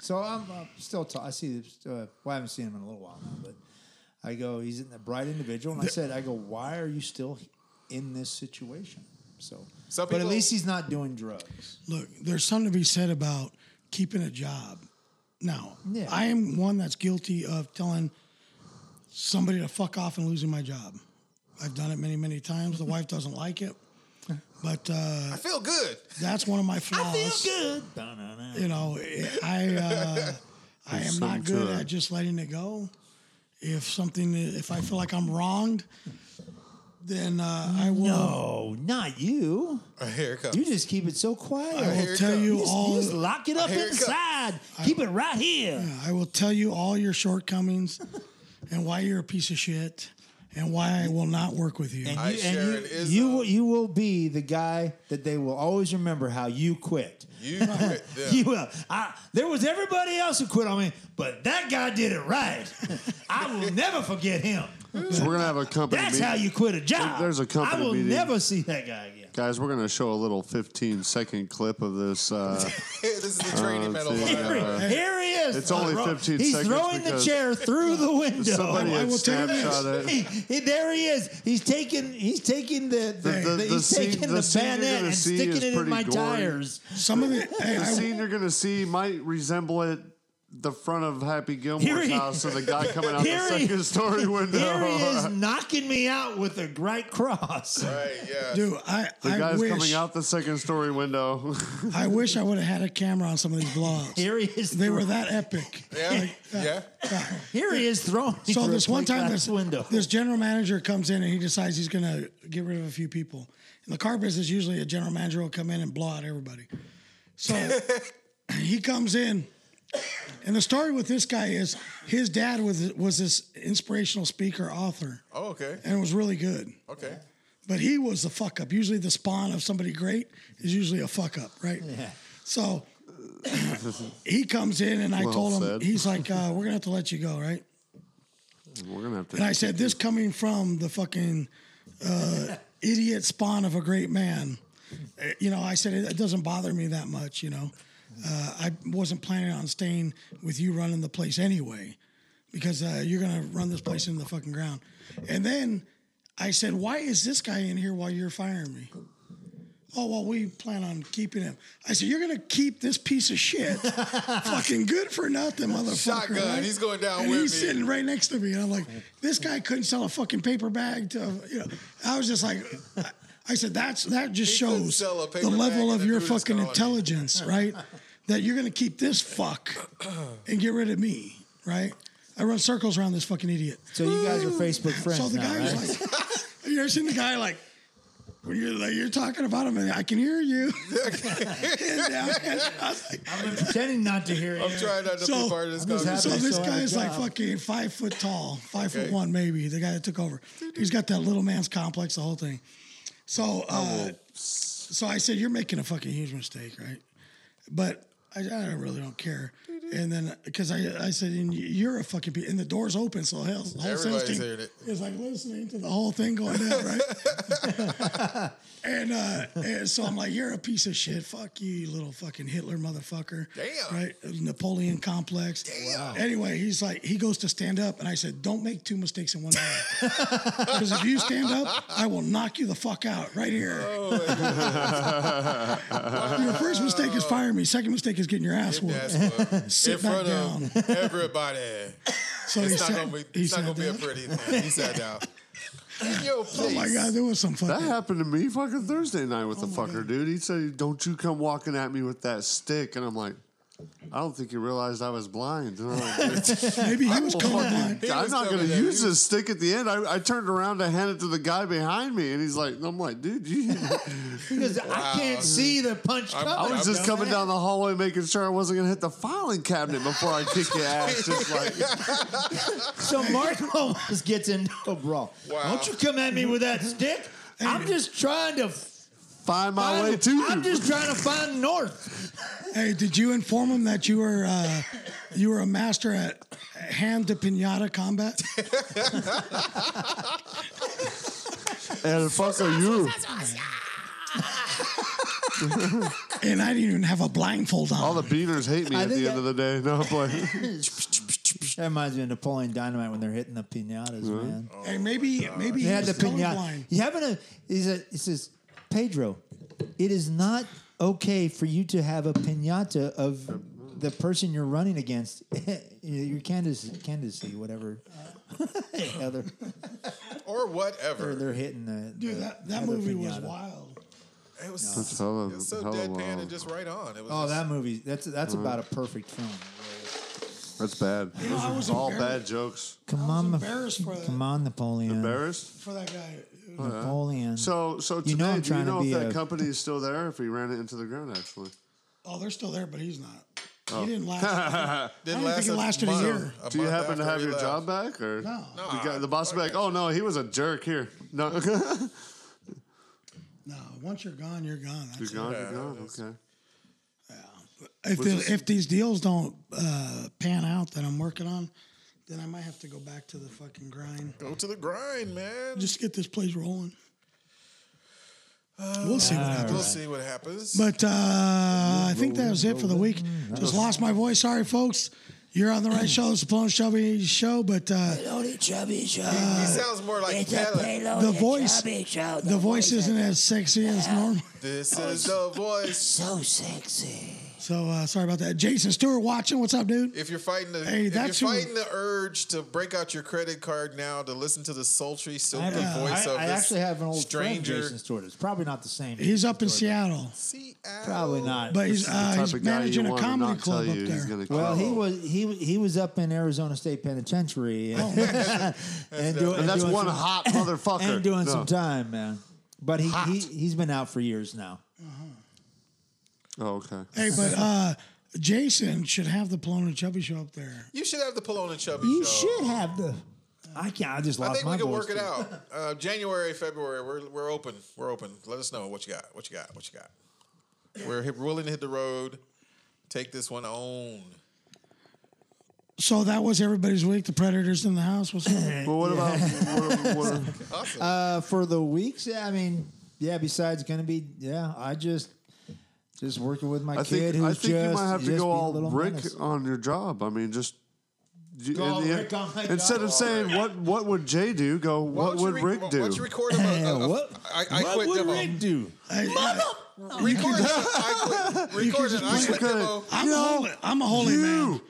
H: So I'm, uh still. ta- I see. Uh, well, I haven't seen him in a little while now, but I go, he's a bright individual, and I said, I go, why are you still in this situation? So,
C: Some
H: but at
C: people-
H: least he's not doing drugs.
E: Look, there's something to be said about keeping a job. Now,
H: Yeah.
E: I am one that's guilty of telling somebody to fuck off and losing my job. I've done it many, many times. The wife doesn't like it, but uh,
C: I feel good.
E: that's one of my flaws.
H: Oh, good.
E: You know, I uh, I am not
G: something to
E: good
G: it.
E: at just letting it go. If something, if I feel like I'm wronged, then uh, I will.
H: No, not you.
C: Here it comes.
H: You just keep it so quiet.
E: I
C: Here
E: will
C: it
E: tell
C: comes.
E: you
H: You just,
E: all.
H: you just lock it up
C: Here it comes.
H: inside. keep it right here.
E: I will tell you all your shortcomings and why you're a piece of shit and why I will not work with you.
H: And
C: I
H: you,
C: share
H: and
C: an
H: you,
C: ism.
H: you will you will be the guy that they will always remember how you quit.
C: You quit. Yeah.
H: You will. I, there was everybody else who quit on me,
F: But that guy did it right. I will never forget him.
G: So we're gonna have a company.
F: That's
G: meeting.
F: how you quit a job.
G: There's a
F: I
G: company
F: will
G: meeting.
F: never see that guy again.
G: Guys, we're gonna show a little 15 second clip of this. Uh,
C: this is the training
G: let's
C: medal.
G: see,
C: line.
F: Here,
G: uh,
F: here he is.
G: it's only
F: Throw-
G: 15
F: He's
G: seconds
F: throwing the
G: because
F: chair through the window.
G: somebody
E: I
G: had
E: will tell you this.
G: snapshot
F: He,
G: it.
F: he- there he is. He's taking. He's taking the. The,
G: the-
F: the-
G: the
F: he's
G: scene-
F: taking
G: the
F: the,
G: scene you're
F: bayonet
G: gonna
F: and
G: see
F: sticking
G: is
F: it in
G: pretty
F: my
G: gory.
F: tires.
E: Some of the, hey,
G: The
E: I-
G: scene you're gonna see might resemble it. The front of Happy
F: Here
G: Gilmore's
F: he-
G: house, and the guy coming out the
F: Here he-
G: second story window.
F: Here he is knocking me out with a great cross.
G: uh,
C: Right, yeah.
E: dude, I,
G: The
E: I
G: guy's coming
E: wish
G: out the second story window.
E: I wish I would have had a camera on some of these vlogs.
F: Here he is.
E: they were that epic.
C: Yeah, yeah.
F: Here he is throwing. me
E: So
F: through
E: this
F: a
E: one time,
F: plexiglass
E: this
F: window.
E: this general manager comes in and he decides he's going to get rid of a few people. In the car business, usually a general manager will come in and blow out everybody. So he comes in, and the story with this guy is his dad was was this inspirational speaker author,
C: Oh, okay.
E: and it was really good.
C: Okay.
E: But he was the fuck up. Usually, the spawn of somebody great is usually a fuck up, right? Yeah. So he comes in, and I
G: Well
E: told him,
G: said.
E: he's like, uh, "We're gonna have to let you go, right?"
G: We're gonna have to.
E: And I said, "This coming from the fucking uh, idiot spawn of a great man." Uh, You know, I said it, it doesn't bother me that much. You know, uh, I wasn't planning on staying with you running the place anyway, because uh, you're gonna run this place into the fucking ground. And then I said, "Why is this guy in here while you're firing me?" Oh well, we plan on keeping him. I said, "You're gonna keep this piece of shit, fucking good for nothing, motherfucker."
C: Shotgun,
E: right?
C: he's going down
E: and
C: with
E: he's
C: me.
E: sitting right next to me, and I'm like, "This guy couldn't sell a fucking paper bag to you know." I was just like, I said, "That's that just
C: He couldn't
E: shows
C: sell a
E: the
C: paper
E: level
C: bag
E: of
C: in a
E: your
C: nudist
E: fucking
C: colony."
E: intelligence, right? that you're gonna keep this fuck and get rid of me, right?" I run circles around this fucking idiot.
H: So you guys are Facebook friends
E: So the
H: now,
E: guy
H: right?
E: was like, "Have you ever seen the guy like?" When you're like, you're talking about him, and I can hear you. and I, I was like,
H: I'm pretending not to hear you.
C: I'm trying not to
E: So-
C: be part of this
H: I'm just
E: so
C: conversation.
H: happy-
E: this
H: so I
E: guy
H: have a
E: is like
H: job.
E: fucking five foot tall, five
C: Okay.
E: foot one maybe. The guy that took over, he's got that little man's complex, the whole thing.
C: Oh,
E: So, uh, so I said, "You're making a fucking huge mistake, right?" But I, I really don't care. And then because I, I said, and "You're a fucking," pe-" and the door's open, so hell, the whole sales
C: Everybody's
E: team
C: heard it.
E: is like listening to the whole thing going down, right? And, uh, and so I'm like, you're a piece of shit. Fuck you, you little fucking Hitler motherfucker.
C: Damn.
E: Right? Napoleon complex. Anyway, he's like, he goes to stand up, and I said, don't make two mistakes in one day. Because if you stand up, I will knock you the fuck out right here.
C: Uh.
E: Your first mistake is firing me. Second mistake is getting your ass whooped.
C: That's what-
E: Sit
C: in front
E: back
C: of everybody.
E: So he
C: It's not
E: sat-
C: gonna be.
E: he
C: It's not
E: sat
C: gonna be a
E: down.
C: pretty thing. He sat down. Yo, please.
E: Oh my god, there was some
G: That
E: fucking.
G: happened to me fucking Thursday night with the fucker, dude. He said, "Don't you come walking at me with that stick," and I'm like, "I don't think you realized I was blind." And I'm like,
E: Maybe he was
G: "Well,
E: colorblind.
G: fucking- I'm
C: was
G: not
C: coming
G: going to
C: at
G: use
C: you."
G: this stick at the end. I, I turned around to hand it to the guy behind me, and he's like, "I'm like, dude, you,
H: Because I can't see the punch coming.
G: I was just coming down the hallway making sure I wasn't going to hit the filing cabinet before I kicked your ass." Just like,
H: So Mark almost gets into a brawl.
C: Wow.
H: Don't you come at me with that stick? I'm just trying to.
G: find my way
H: Find,
G: to you.
H: I'm just trying to find north.
E: Hey, did you inform him that you were uh, you were a master at hand to pinata combat?
G: and fuck are you?
E: And I didn't even have a blindfold on.
G: All the beaners hate me
H: I
G: at the
H: think
G: end
H: I-
G: of the day. No, I'm playing.
H: That reminds me of Napoleon Dynamite when they're hitting the pinatas, man.
E: hey, maybe maybe he
H: They had
E: was
H: the pinata.
E: colorblind.
H: You haven't a. He says, he says, Pedro, it is not okay for you to have a pinata of the person you're running against. Your candidacy, candidacy, whatever. Other,
C: Or whatever.
H: they're hitting the.
E: Dude,
H: the
E: that, that
H: other
E: movie was
H: pinata.
E: wild.
C: It was
G: That's hella-
C: it was so
G: hella
C: deadpan
G: wild.
C: and just right on. It was
H: Oh,
C: just-
H: that movie. That's that's about a perfect film.
G: That's bad.
E: know, I was
G: Those are all
E: embarrassed.
G: bad jokes.
H: Come
E: I was
H: on,
E: embarrassed for that.
H: come on, Napoleon.
G: Embarrassed?
E: For that guy,
H: Napoleon.
G: So, so today,
H: You know
G: do
H: I'm
G: you
H: trying to
G: know if
H: be
G: that
H: a-
G: company is still there? If he ran it into the ground, actually,
E: oh, they're still there, but he's not.
H: Oh.
E: He didn't last.
C: Didn't
E: I don't think it lasted a
C: month.
E: year.
C: A
G: do you
C: month
G: happen
C: after
G: to have
C: he
G: your
C: left.
G: job back, or
E: No.
G: the, guy, the boss would be like, "Oh no, he was a jerk." Here, no, you're gone,
E: no, once you're gone, you're gone. That's
G: you're
E: it.
G: gone. Okay,
E: If, the, if these deals don't uh, pan out that I'm working on, then I might have to go back to the fucking grind.
C: Go to the grind, man.
E: Just get this place rolling. we'll see what happens.
C: we'll see what happens.
E: But uh, I think that was it for the week. Just lost my voice. Sorry, folks. You're on the right show. It's the Plone Chubby Show, but uh,
C: he sounds more like Kellen.
E: the voice, the voice isn't as sexy as normal.
C: This
E: Oh,
C: is the voice.
E: So uh, sorry about that. Jason Stewart watching. What's up, dude?
C: If you're fighting the
E: Hey,
C: if
E: that's
C: you're
E: who-
C: fighting the urge to break out your credit card now to listen to the sultry, silky
H: I,
C: voice of
H: I
C: this
H: actually have an old
C: stranger.
H: friend, Jason Stewart. It's probably not the same.
E: He's up in Seattle,
C: See,
H: Probably not.
E: but he's,
G: This is the
E: uh,
G: type
E: he's
G: of guy
E: managing
G: you
E: a
G: wanna
E: comedy
G: not
E: club
G: tell
E: up
G: you he's
E: there.
G: gonna
H: well,
G: kill.
H: he was he he was up in Arizona State Penitentiary and, and, doing-
G: And Oh, that's
H: doing
G: one
H: some-
G: hot motherfucker.
H: and doing some
G: No.
H: time, man. But he, he he's been out for years now.
G: Oh, okay.
E: Hey, but uh, Jason should have the Polona Chubby Show up there.
C: You should have the Polona Chubby
H: You
C: show.
H: should have the. I can't. I just lost
C: I think
H: my
C: we can
H: voice,
C: work it
H: dude.
C: out. Uh, January, February, we're we're open. We're open. Let us know what you got. What you got. What you got. We're hit, willing to hit the road. Take this one on.
E: So that was everybody's week. The Predators in the house. What's up?
G: Well, what about what, what,
C: Awesome.
H: Uh, for the weeks, yeah, I mean, yeah. Besides, gonna be yeah. I just just working with my
G: I
H: kid.
G: think
H: who's
G: I think
H: just,
G: you might have to
H: just
G: go
H: being a
G: all
H: little
G: Rick
H: menace.
G: on your job. I mean, just you-
H: Go
G: in
H: all
G: the-
H: Rick on my
G: instead
H: job.
G: of saying what what would Jay do, go
C: Why
G: what
C: don't you
G: would
C: re-
G: Rick
C: why
G: do?
C: don't you record a, a, a,
H: What-
C: I, I
H: what
C: quit
H: would
C: demo.
H: Rick do?
C: Record it. I quit. Record it. I quit
G: look at it.
C: demo.
E: I'm a holy, I'm a holy man.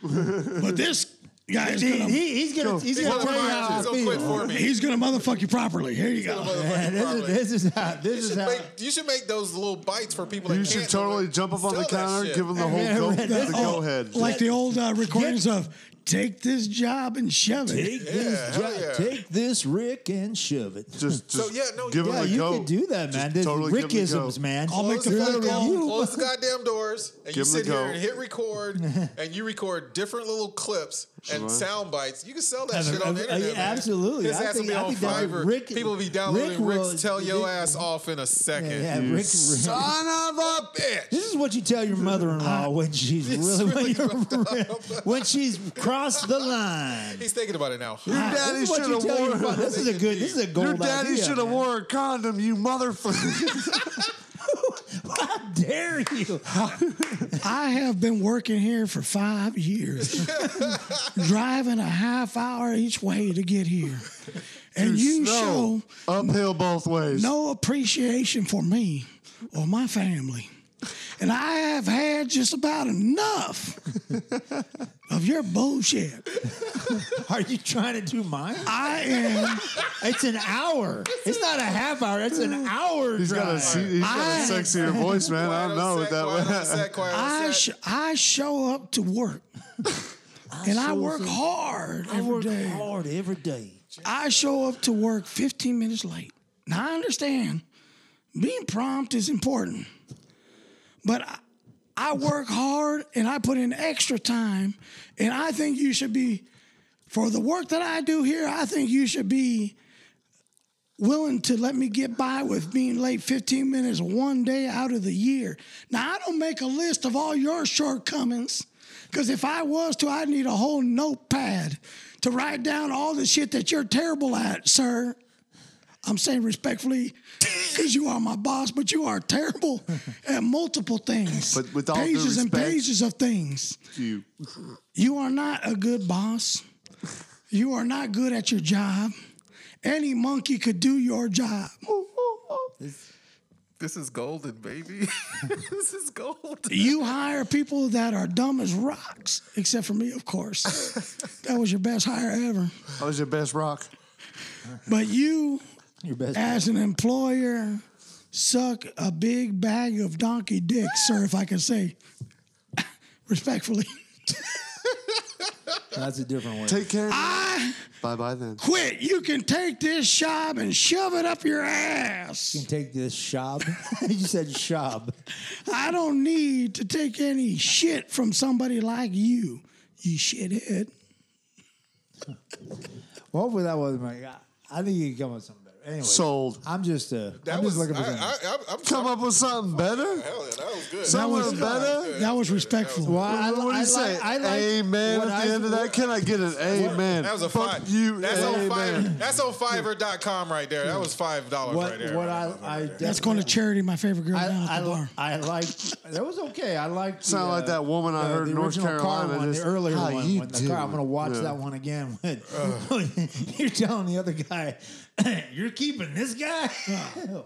E: But this guy is
H: He,
E: gonna
H: he- he's gonna he's
C: One
H: gonna
C: of
H: tell you
C: my
H: how I
C: actors, Don't quit
H: feel.
C: for me.
E: he's gonna motherfuck you properly. Here you go.
H: Yeah, this is this is how this
C: You
H: is
C: should,
H: how.
C: make, you should make those little bites for people. That
G: You should
C: can't
G: totally jump up on the
C: Sell that
G: counter,
C: shit.
G: give him the whole
H: Yeah,
G: go,
H: right.
G: the
E: Oh,
G: go ahead.
E: Like the old uh, recordings of "Take this job and shove it."
H: Take this,
C: hell
H: jo-
C: yeah.
H: take this, Rick, and shove it.
G: just, just
C: So, yeah, no,
G: give him
H: Yeah,
G: the
H: you
G: go.
H: could do that, man.
G: Just
H: This
G: totally give him the go.
H: Rickisms, man.
E: I'll make
C: Close
E: the
C: the,
E: You're the
C: goddamn,
E: you.
C: close the goddamn doors, and you
G: Give 'em the
C: sit here
G: go.
C: and hit record, and you record different little clips and sound bites. You can sell that
H: As a-
C: shit on the
H: as a-
C: internet. man.
H: absolutely.
C: His
H: I
C: ass will
H: think-
C: be
H: I
C: on
H: think that's what
C: Fiverr.
H: Rick-
C: people will be downloading
H: Rick will-
C: Rick's "Tell Your
H: Rick-
C: Ass Off" in a second.
H: Yeah, Rick, Rick.
C: Son of a bitch!
H: This is what you tell your mother-in-law when she's really, when,
C: really
H: you're when she's crossed the line.
C: He's thinking about it now.
H: Ah,
G: daddy
H: this is what you
G: shoulda
H: tell your
G: worn-
H: mother- This is a good. This is a gold
G: Your daddy
H: idea,
G: should have
H: man.
G: wore a condom, you motherfucker.
H: How dare you?
E: I have been working here for five years, driving a half hour each way to get here, and you show
G: Snow, uphill both ways.
E: no appreciation for me or my family. And I have had just about enough of your bullshit.
H: Are you trying to do mine?
E: I am.
H: It's an hour. It's not a half hour. It's an hour
G: He's got a
H: drive.
G: se- he's got a
E: I-
G: sexier voice, man. I don't know
C: Quiet
G: with
C: on set, quiet
G: that.
C: on set, quiet on
E: I
C: set.
E: sh- I show up to work, and I work hard
H: I
E: every
H: work
E: day.
H: hard every day.
E: I show up to work 15 minutes late. Now I understand being prompt is important, but I, I work hard and I put in extra time, and I think you should be for the work that I do here. I think you should be willing to let me get by with being late 15 minutes one day out of the year. Now, I don't make a list of all your shortcomings because if I was to, I'd need a whole notepad to write down all the shit that you're terrible at, sir. I'm saying respectfully because you are my boss, but you are terrible at multiple things.
G: But with all due
E: pages and
G: respect-
E: pages of things.
G: You
E: You are not a good boss. You are not good at your job. Any monkey could do your job.
C: This is golden, baby. this is golden.
E: You hire people that are dumb as rocks, except for me, of course. that was your best hire ever.
G: That was your best rock.
E: But you,
H: Your best.
E: as an employer, suck a big bag of donkey dick, sir, if I can say respectfully.
H: That's a different way.
G: Take care. Bye bye then.
E: Quit. You can take this job and shove it up your ass.
H: You can take this shop. you said shop.
E: I don't need to take any shit from somebody like you, you shithead.
H: Well, hopefully that wasn't my. I think you can come up with something better. anyway,
G: Sold.
H: I'm just uh,
C: That
H: I'm
C: was
H: just looking for
C: I,
H: something.
C: I, I, I'm
G: Come up with something better.
C: Hell yeah, that was good.
G: That was
E: was-
G: better.
E: That was respectful.
H: Well, I,
G: What do
H: I
G: you
H: like-
G: say?
H: I like
G: amen. At
H: what
G: the
H: I-
G: end of that, can I get an amen?
C: That was a
G: Fuck
C: five.
G: you.
C: That's on Fiverr.
G: amen.
C: That's on Fiverr.com right there. That was five dollars
H: What-
C: right there.
H: what
C: right
H: I-
C: there.
H: I-
E: That's going to charity, my favorite girl now
H: I,
E: at the bar.
H: I, I like that was okay. I like
G: Sound like that woman I heard in North Carolina,
H: Car one, the
G: just,
H: earlier
G: "How
H: one.
G: you
H: with the car. I'm
G: doing?"
H: gonna watch
G: Yeah.
H: that one again. When, when you're telling the other guy, "You're keeping this guy.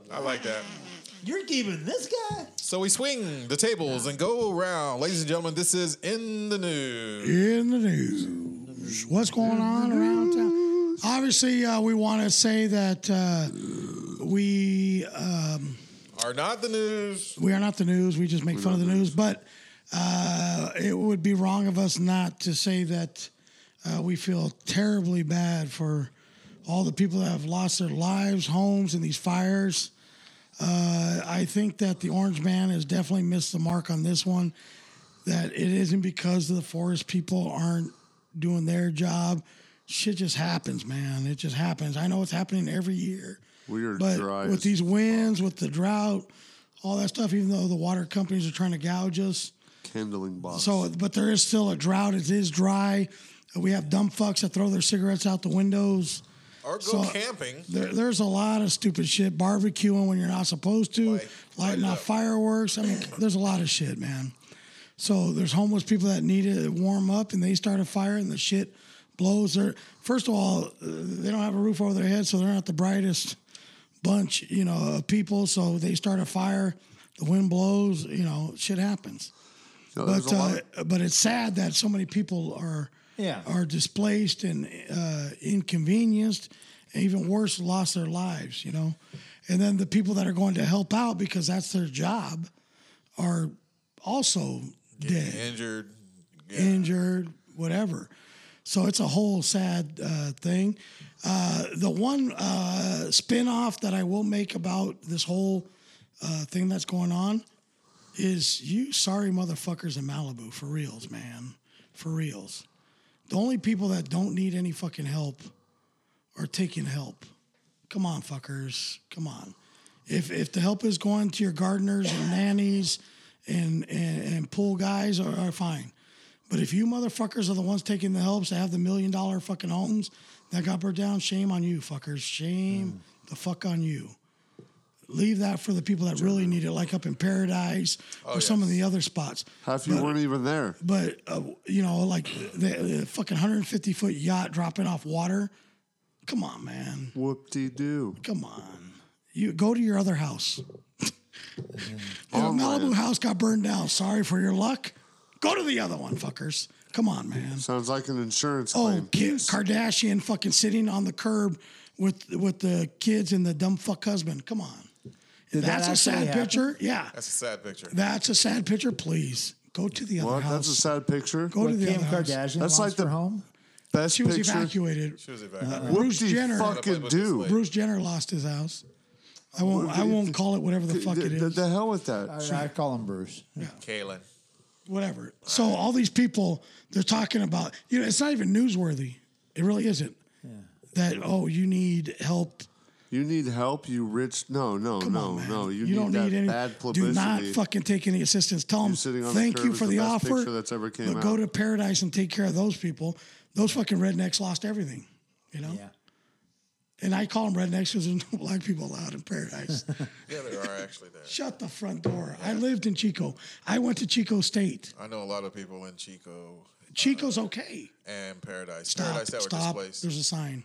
C: I like that.
H: you're keeping this guy."
C: So we swing the tables and go around, ladies and gentlemen. This is in the news.
E: in the news. What's going on around town? Obviously, uh, we want to say that uh, we um,
C: Are not the news.
E: we are not the news. We just make fun of the news, but uh, it would be wrong of us not to say that uh, we feel terribly bad for all the people that have lost their lives, homes in these fires. Uh, I think that the Orange Man has definitely missed the mark on this one. That it isn't because the forest people aren't doing their job. Shit just happens, man. It just happens. I know it's happening every year.
G: We are
E: But
G: dry
E: with
G: as
E: these winds, with the drought, all that stuff, even though the water companies are trying to gouge us.
G: Kindling box.
E: So, but there is still a drought. It is dry. We have dumb fucks that throw their cigarettes out the windows.
C: Or
E: So-
C: go camping.
E: There, there's a lot of stupid shit. Barbecuing when you're not supposed to,
C: Like,
E: lighting
C: light it
E: off
C: up.
E: fireworks. I mean, there's a lot of shit, man. So there's homeless people that need to warm up, and they start a fire, and the shit blows. Their first of all, uh, they don't have a roof over their head, so they're not the brightest bunch, you know, of people. So they start a fire, the wind blows, you know, shit happens.
G: No, there's
E: But
G: a lot-
E: uh, but it's sad that so many people are
H: Yeah.
E: are displaced and uh, inconvenienced, and even worse, lost their lives. You know, and then the people that are going to help out because that's their job are also dead,
C: Injured. Yeah.
E: injured, whatever. So it's a whole sad uh, thing. Uh, the one uh, spin off that I will make about this whole uh, thing that's going on is you sorry motherfuckers in Malibu for reals, man. For reals. The only people that don't need any fucking help are taking help. Come on, fuckers. Come on. If if the help is going to your gardeners and nannies and and, and pool guys are, are fine. But if you motherfuckers are the ones taking the helps that have the million dollar fucking homes that got burnt down, shame on you, fuckers. Shame the fuck on you leave that for the people that really need it, like up in Paradise or some of the other spots.
G: half you weren't even there.
E: But uh, you know, like the, the fucking 150 foot yacht dropping off water. Come on, man.
G: Whoop de doo.
E: Come on. You go to your other house. Your
G: On
E: Malibu
G: land.
E: house got burned down. Sorry for your luck. Go to the other one, fuckers. Come on, man.
G: Sounds like an insurance
E: Oh,
G: claim.
E: Kim Kardashian fucking sitting on the curb with with the kids and the dumb fuck husband. Come on.
H: that
E: That's a
H: actually
E: sad
H: happen?
E: picture. Yeah.
C: That's a sad picture.
E: That's a sad picture. Please go to the other
G: What?
E: house.
G: That's a sad picture.
E: go to
H: What,
E: the
H: Kim
E: other house.
G: That's
H: Kardashian lost
G: like the-
H: her home.
G: Best
E: She was
G: picture.
E: evacuated.
C: She was evacuated.
G: Whoop
E: Bruce
G: de
E: Jenner.
G: fucking
C: Gotta play with this
G: do.
E: Bruce Jenner lost his house. I won't. I won't call it whatever the fuck it
G: The,
E: is.
G: the hell with that.
H: I, I call him Bruce.
C: Kaylin.
E: Whatever. So all these people they're talking about. You know, it's not even newsworthy. It really isn't. That oh, you need help.
G: You need help, you rich. No, no,
E: Come
G: no,
E: on, man.
G: no. You,
E: don't
G: need that
E: need any.
G: bad
E: do
G: publicity.
E: not fucking take any assistance. Tell them
G: sitting on the
E: thank
G: curb
E: you
G: is
E: for
G: the
E: the,
G: best
E: offer.
G: picture that's ever came
E: but go
G: out."
E: to paradise and take care of those people. Those fucking rednecks lost everything. You know.
H: Yeah.
E: And I call them rednecks because there's no black people allowed in paradise.
C: Yeah, there are actually there.
E: Shut the front door. I lived in Chico. I went to Chico State.
C: I know a lot of people in Chico
E: Chico's okay.
C: and Paradise.
E: Stop.
C: Paradise that
E: stop.
C: were displaced.
E: There's a sign.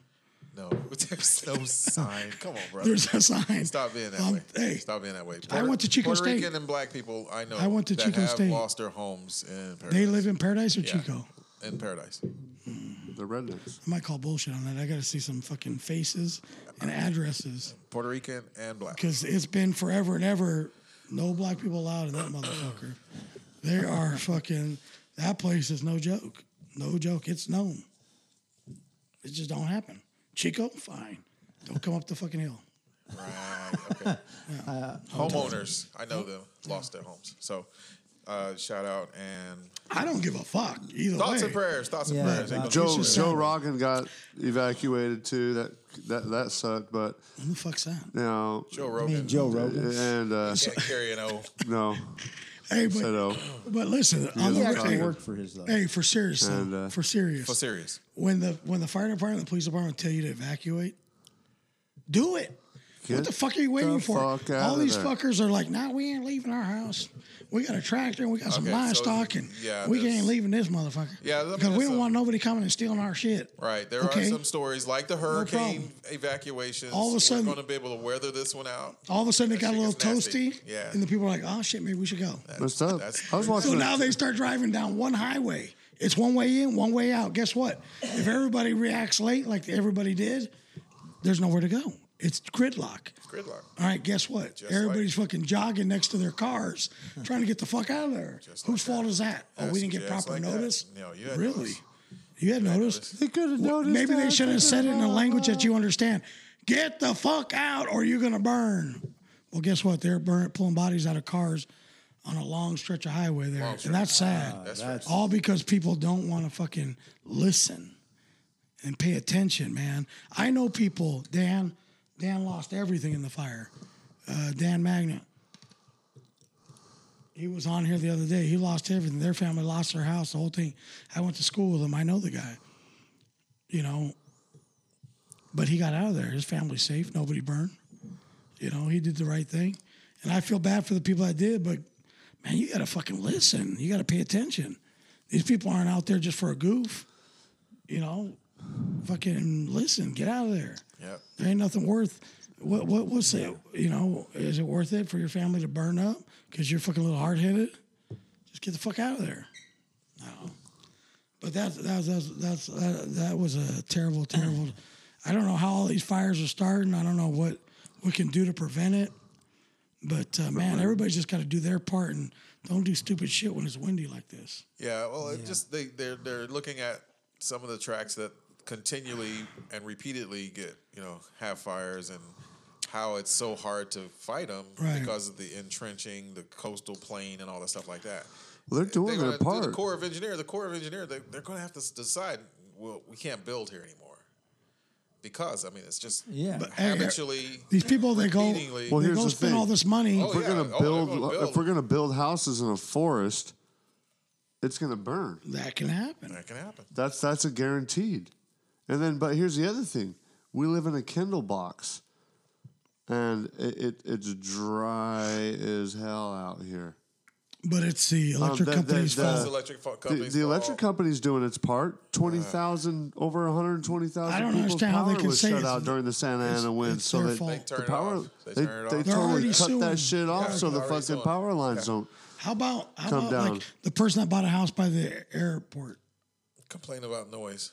C: no, there's no sign. Come on, brother.
E: There's a sign.
C: Stop being that
E: Um,
C: way.
E: Hey,
C: Stop being that way.
E: I went to Chico
C: Puerto
E: State.
C: Rican and black people I know
E: I went to
C: that
E: Chico
C: have
E: State.
C: lost their homes in Paradise.
E: they live in Paradise or
C: Yeah,
E: Chico?
C: In Paradise.
G: The rednecks.
E: I might call bullshit on that. I got to see some fucking faces and addresses
C: Puerto Rican and black.
E: because it's been forever and ever. No black people allowed in that motherfucker. They are fucking. That place is no joke. No joke. It's known. It just don't happen. Chico, fine. Don't come up the fucking hill.
C: Uh, Right. Okay. Homeowners, I know them, lost their homes. So uh, shout out and
E: I don't give a fuck either
C: thoughts
E: way.
C: and prayers. Thoughts
H: Yeah,
C: and prayers.
H: thoughts.
G: Joe
E: just
G: Joe
E: sad.
G: Rogan got evacuated too. That that that sucked. But
E: Who the fuck's that?
G: you know,
C: Joe
H: I
C: Rogan.
H: mean, Joe Rogan.
G: and uh,
C: Can't carry an O.
G: no,
E: Hey, but,
G: said O.
E: but listen, on
H: He
E: the,
H: actually
E: hey,
H: worked for his though.
E: hey, for serious, though,
G: And, uh,
E: for serious,
C: For serious.
E: when the when the fire department, and the police department tell you to evacuate, do it.
G: Get
E: what the fuck are you waiting
G: the
E: for?
G: fuck out
E: All
G: of
E: these
G: there.
E: fuckers are like, nah, we ain't leaving our house. We got a tractor and we got some
C: Okay, so
E: livestock
C: the-
E: and
C: yeah,
E: we
C: there's-
E: ain't leaving this motherfucker.
C: Yeah, I mean,
E: because we
C: that's
E: don't
C: a-
E: want nobody coming and stealing our shit.
C: um, Right. There are
E: Okay.
C: some stories like the hurricane
E: problem.
C: evacuations.
E: All of a sudden-
C: we're going to be able to weather this one out.
E: All of a sudden, it
C: That
E: got a
C: shit
E: little
C: gets nasty.
E: toasty.
C: Yeah.
E: and the people are like, oh shit, maybe we should go.
G: What's up?
C: That's-
G: I was watching.
E: So
G: a-
E: now they start driving down one highway. It's one way in, one way out. Guess what? If everybody reacts late like everybody did, there's nowhere to go. It's gridlock.
C: Gridlock.
E: All right, guess what? Everybody's fucking jogging next to their cars, trying to get the fuck out of there. Whose fault is that? Oh,
C: That's
E: we didn't get
C: just
E: proper
C: like that.
E: notice.
C: No, you had
E: really?
C: notice.
E: You had notice.
G: They could have
E: Well,
G: noticed.
E: Maybe they
G: that.
E: should have said it in a language that you understand. Get the fuck out, or you're gonna burn. Well, guess what? They're burn, pulling bodies out of cars on a long stretch of highway there, and that's sad.
C: that's-
E: All because people don't want to fucking listen and pay attention, man. I know people. Dan, Dan lost everything in the fire. Uh, Dan Magna. He was on here the other day. He lost everything. Their family lost their house, the whole thing. I went to school with him. I know the guy you know. But he got out of there. His family's safe. Nobody burned. You know, he did the right thing. And I feel bad for the people that did, but man, you got to fucking listen. You got to pay attention. These people aren't out there just for a goof. You know, fucking listen. Get out of there.
C: Yeah.
E: There ain't nothing worth. What what what's it? You know, is it worth it for your family to burn up because you're fucking a little hard headed? Just get the fuck out of there. No, but that's that's that's that's that, that was a terrible, terrible. I don't know how all these fires are starting. I don't know what we can do to prevent it. But uh, man, everybody's just got to do their part and don't do stupid shit when it's windy like this.
C: Yeah, well, it just they they're they're looking at some of the tracks that continually and repeatedly get you know have fires and how it's so hard to fight them
E: Right.
C: because of the entrenching, the coastal plain, and all that stuff like that.
G: They're doing
C: They're
G: their
C: gonna-
G: part.
C: The Corps of Engineer, the Corps of Engineer, they, they're going to have to s- decide. Well, we can't build here anymore because I mean it's just
H: Yeah. But,
E: hey,
C: habitually
E: These people they go,
C: repeatedly-
G: Well,
E: they
G: here's
E: go
G: the
E: spend
G: thing.
E: all this money.
C: Oh,
G: If we're
C: yeah.
G: gonna
C: Oh,
G: build,
C: they're gonna
G: if we're gonna build houses in a forest, it's gonna burn.
E: That can happen.
C: that can happen.
G: That's that's a guaranteed. And then, but here's the other thing: we live in a Kindle box, and it, it it's dry as hell out here.
E: But it's the electric
G: that- that-
E: company's
G: that-
E: fault.
C: Those electric fu-
G: Uh, The,
C: companies,
G: the
C: are all-
G: electric company's doing its part. Twenty thousand, over one hundred twenty thousand.
E: I don't
G: people's
E: understand how
G: power
E: they can
G: was
E: say
G: shut
E: it's-
G: out during the Santa Ana wind,
E: it's
G: so
E: their
G: that
E: fault. They
C: turn
G: the
C: it
G: power
C: off. They
G: they,
C: turn it
G: they
C: off.
E: They're
G: totally
E: already
G: cut
E: suing.
G: that shit off, so the
C: they're already
G: fucking
C: suing.
G: power lines don't.
E: How about how
G: Come
E: about
G: down.
E: like the person that bought a house by the airport?
C: complain about noise.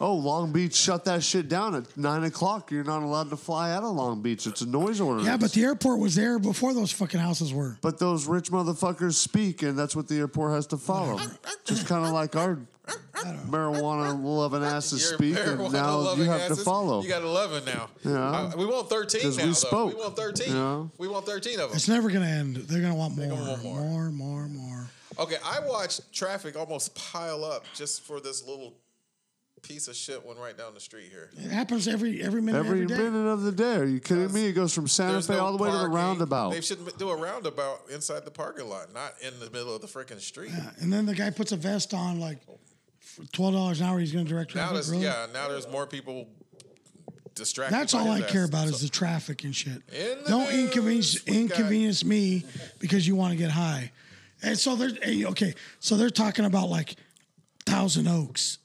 G: Oh, Long Beach shut that shit down at nine o'clock. You're not allowed to fly out of Long Beach. It's a noise ordinance.
E: Yeah, but the airport was there before those fucking houses were.
G: But those rich motherfuckers speak, and that's what the airport has to follow. Just kind of like our marijuana loving asses
C: You're
G: speak, and
C: marijuana
G: now you
C: loving
G: have to
C: asses.
G: follow.
C: You got 11 now.
G: Yeah.
C: Uh, we want 13 now.
G: 'Cause we
C: though.
G: spoke.
C: We want 13.
G: Yeah.
C: We want 13 of them.
E: It's never gonna end. They're gonna want more,
C: gonna want
E: more,
C: more.
E: more, more, more.
C: Okay, I watched traffic almost pile up just for this little piece of shit one right down the street here.
E: It happens every every minute,
G: Every
E: every day.
G: minute of the day. Are you kidding me? It goes from Santa
C: There's
G: Fe
C: no
G: all the way to the
C: parking.
G: roundabout.
C: They should do a roundabout inside the parking lot, not in the middle of the freaking street.
E: Yeah, And then the guy puts a vest on, like for twelve dollars an hour. He's gonna direct
C: Now
E: traffic.
C: there's
E: really?
C: yeah, now there's more people distracted.
E: That's
C: by
E: all I
C: his
E: care
C: ass.
E: about
C: So-
E: is the traffic and shit.
C: In the
E: Don't inconvenience
C: news, we got-
E: inconvenience me because you want to get high. And so they're hey, okay. So they're talking about like Thousand Oaks.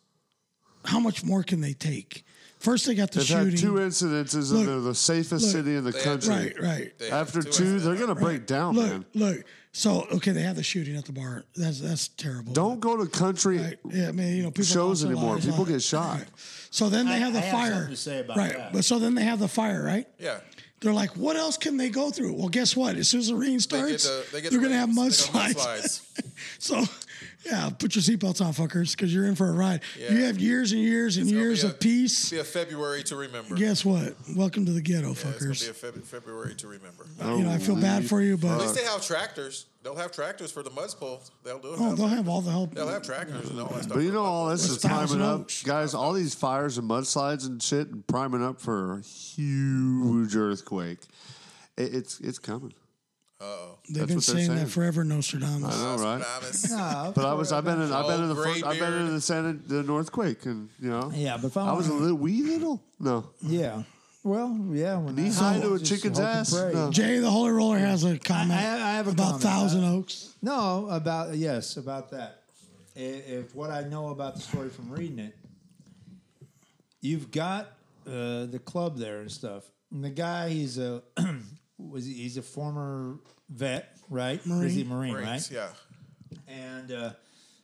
E: How much more can they take? First, they got the
G: They've
E: shooting.
G: had two incidences,
E: Look,
G: and they're the safest
E: look.
G: city in the country.
E: right, right.
C: They have
G: After two, they're going to break down,
E: Look,
G: man.
E: look. So okay, they have the shooting at the bar. That's that's terrible.
G: Don't go to country.
E: Right. Yeah, I mean, you know, people
G: shows
E: lost their
G: anymore.
E: lives.
G: People
E: All
G: get shot.
E: All So then they
F: I-
E: have the
F: I have
E: fire.
F: something to say about
E: right.
F: that.
E: But so then they have the fire, right?
C: Yeah.
E: They're like, what else can they go through? Well, guess what? As soon as the rain
C: They get
E: starts,
C: the- they get
E: are
C: the
E: going to have
C: rains, they
E: mudslides.
C: get mudslides.
E: so Yeah, put your seatbelts on, fuckers, because you're in for a ride.
C: Yeah.
E: You have years and years and
C: It's gonna
E: years
C: be a-
E: of peace.
C: Be a February to remember.
E: Guess what? Welcome to the ghetto,
C: Yeah, it's gonna
E: fuckers.
C: be a Feb- February to remember.
E: you know, I feel bad for you,
C: At least
E: but
C: they have tractors. They'll have tractors for the mud pull. They'll do it.
E: oh, they'll have all the help.
C: They'll have tractors and all that stuff.
G: But you know, all this is priming
E: Thousand
G: up,
E: Oaks.
G: guys. All these fires and mudslides and shit, and priming up for a huge earthquake. It, it's it's coming.
E: They've
G: That's
E: been
G: what they're
E: saying that
G: saying.
E: forever, Nostradamus.
G: I know, right?
C: Nostradamus.
H: No,
G: But I was I've been in I've been in the
C: Oh,
G: first, I've been
C: graybeard.
G: in the Senate the North Quake and you know
H: Yeah, but if I
G: I was a
H: wanna-
G: little wee little no
H: yeah. Well, yeah. When
G: knee
H: I-
G: high to a
H: just
G: chicken's
H: hope and
G: ass.
H: pray.
G: No.
E: Jay, the Holy Roller, has a comment
H: I have- I have a
E: about
H: comment.
E: Thousand Oaks.
H: No, about yes, about that. I- If what I know about the story from reading it, you've got uh, the club there and stuff. And the guy, he's a was he, he's a former vet, right? Marine, he Marine,
C: Marines,
H: right?
C: Yeah.
H: And uh,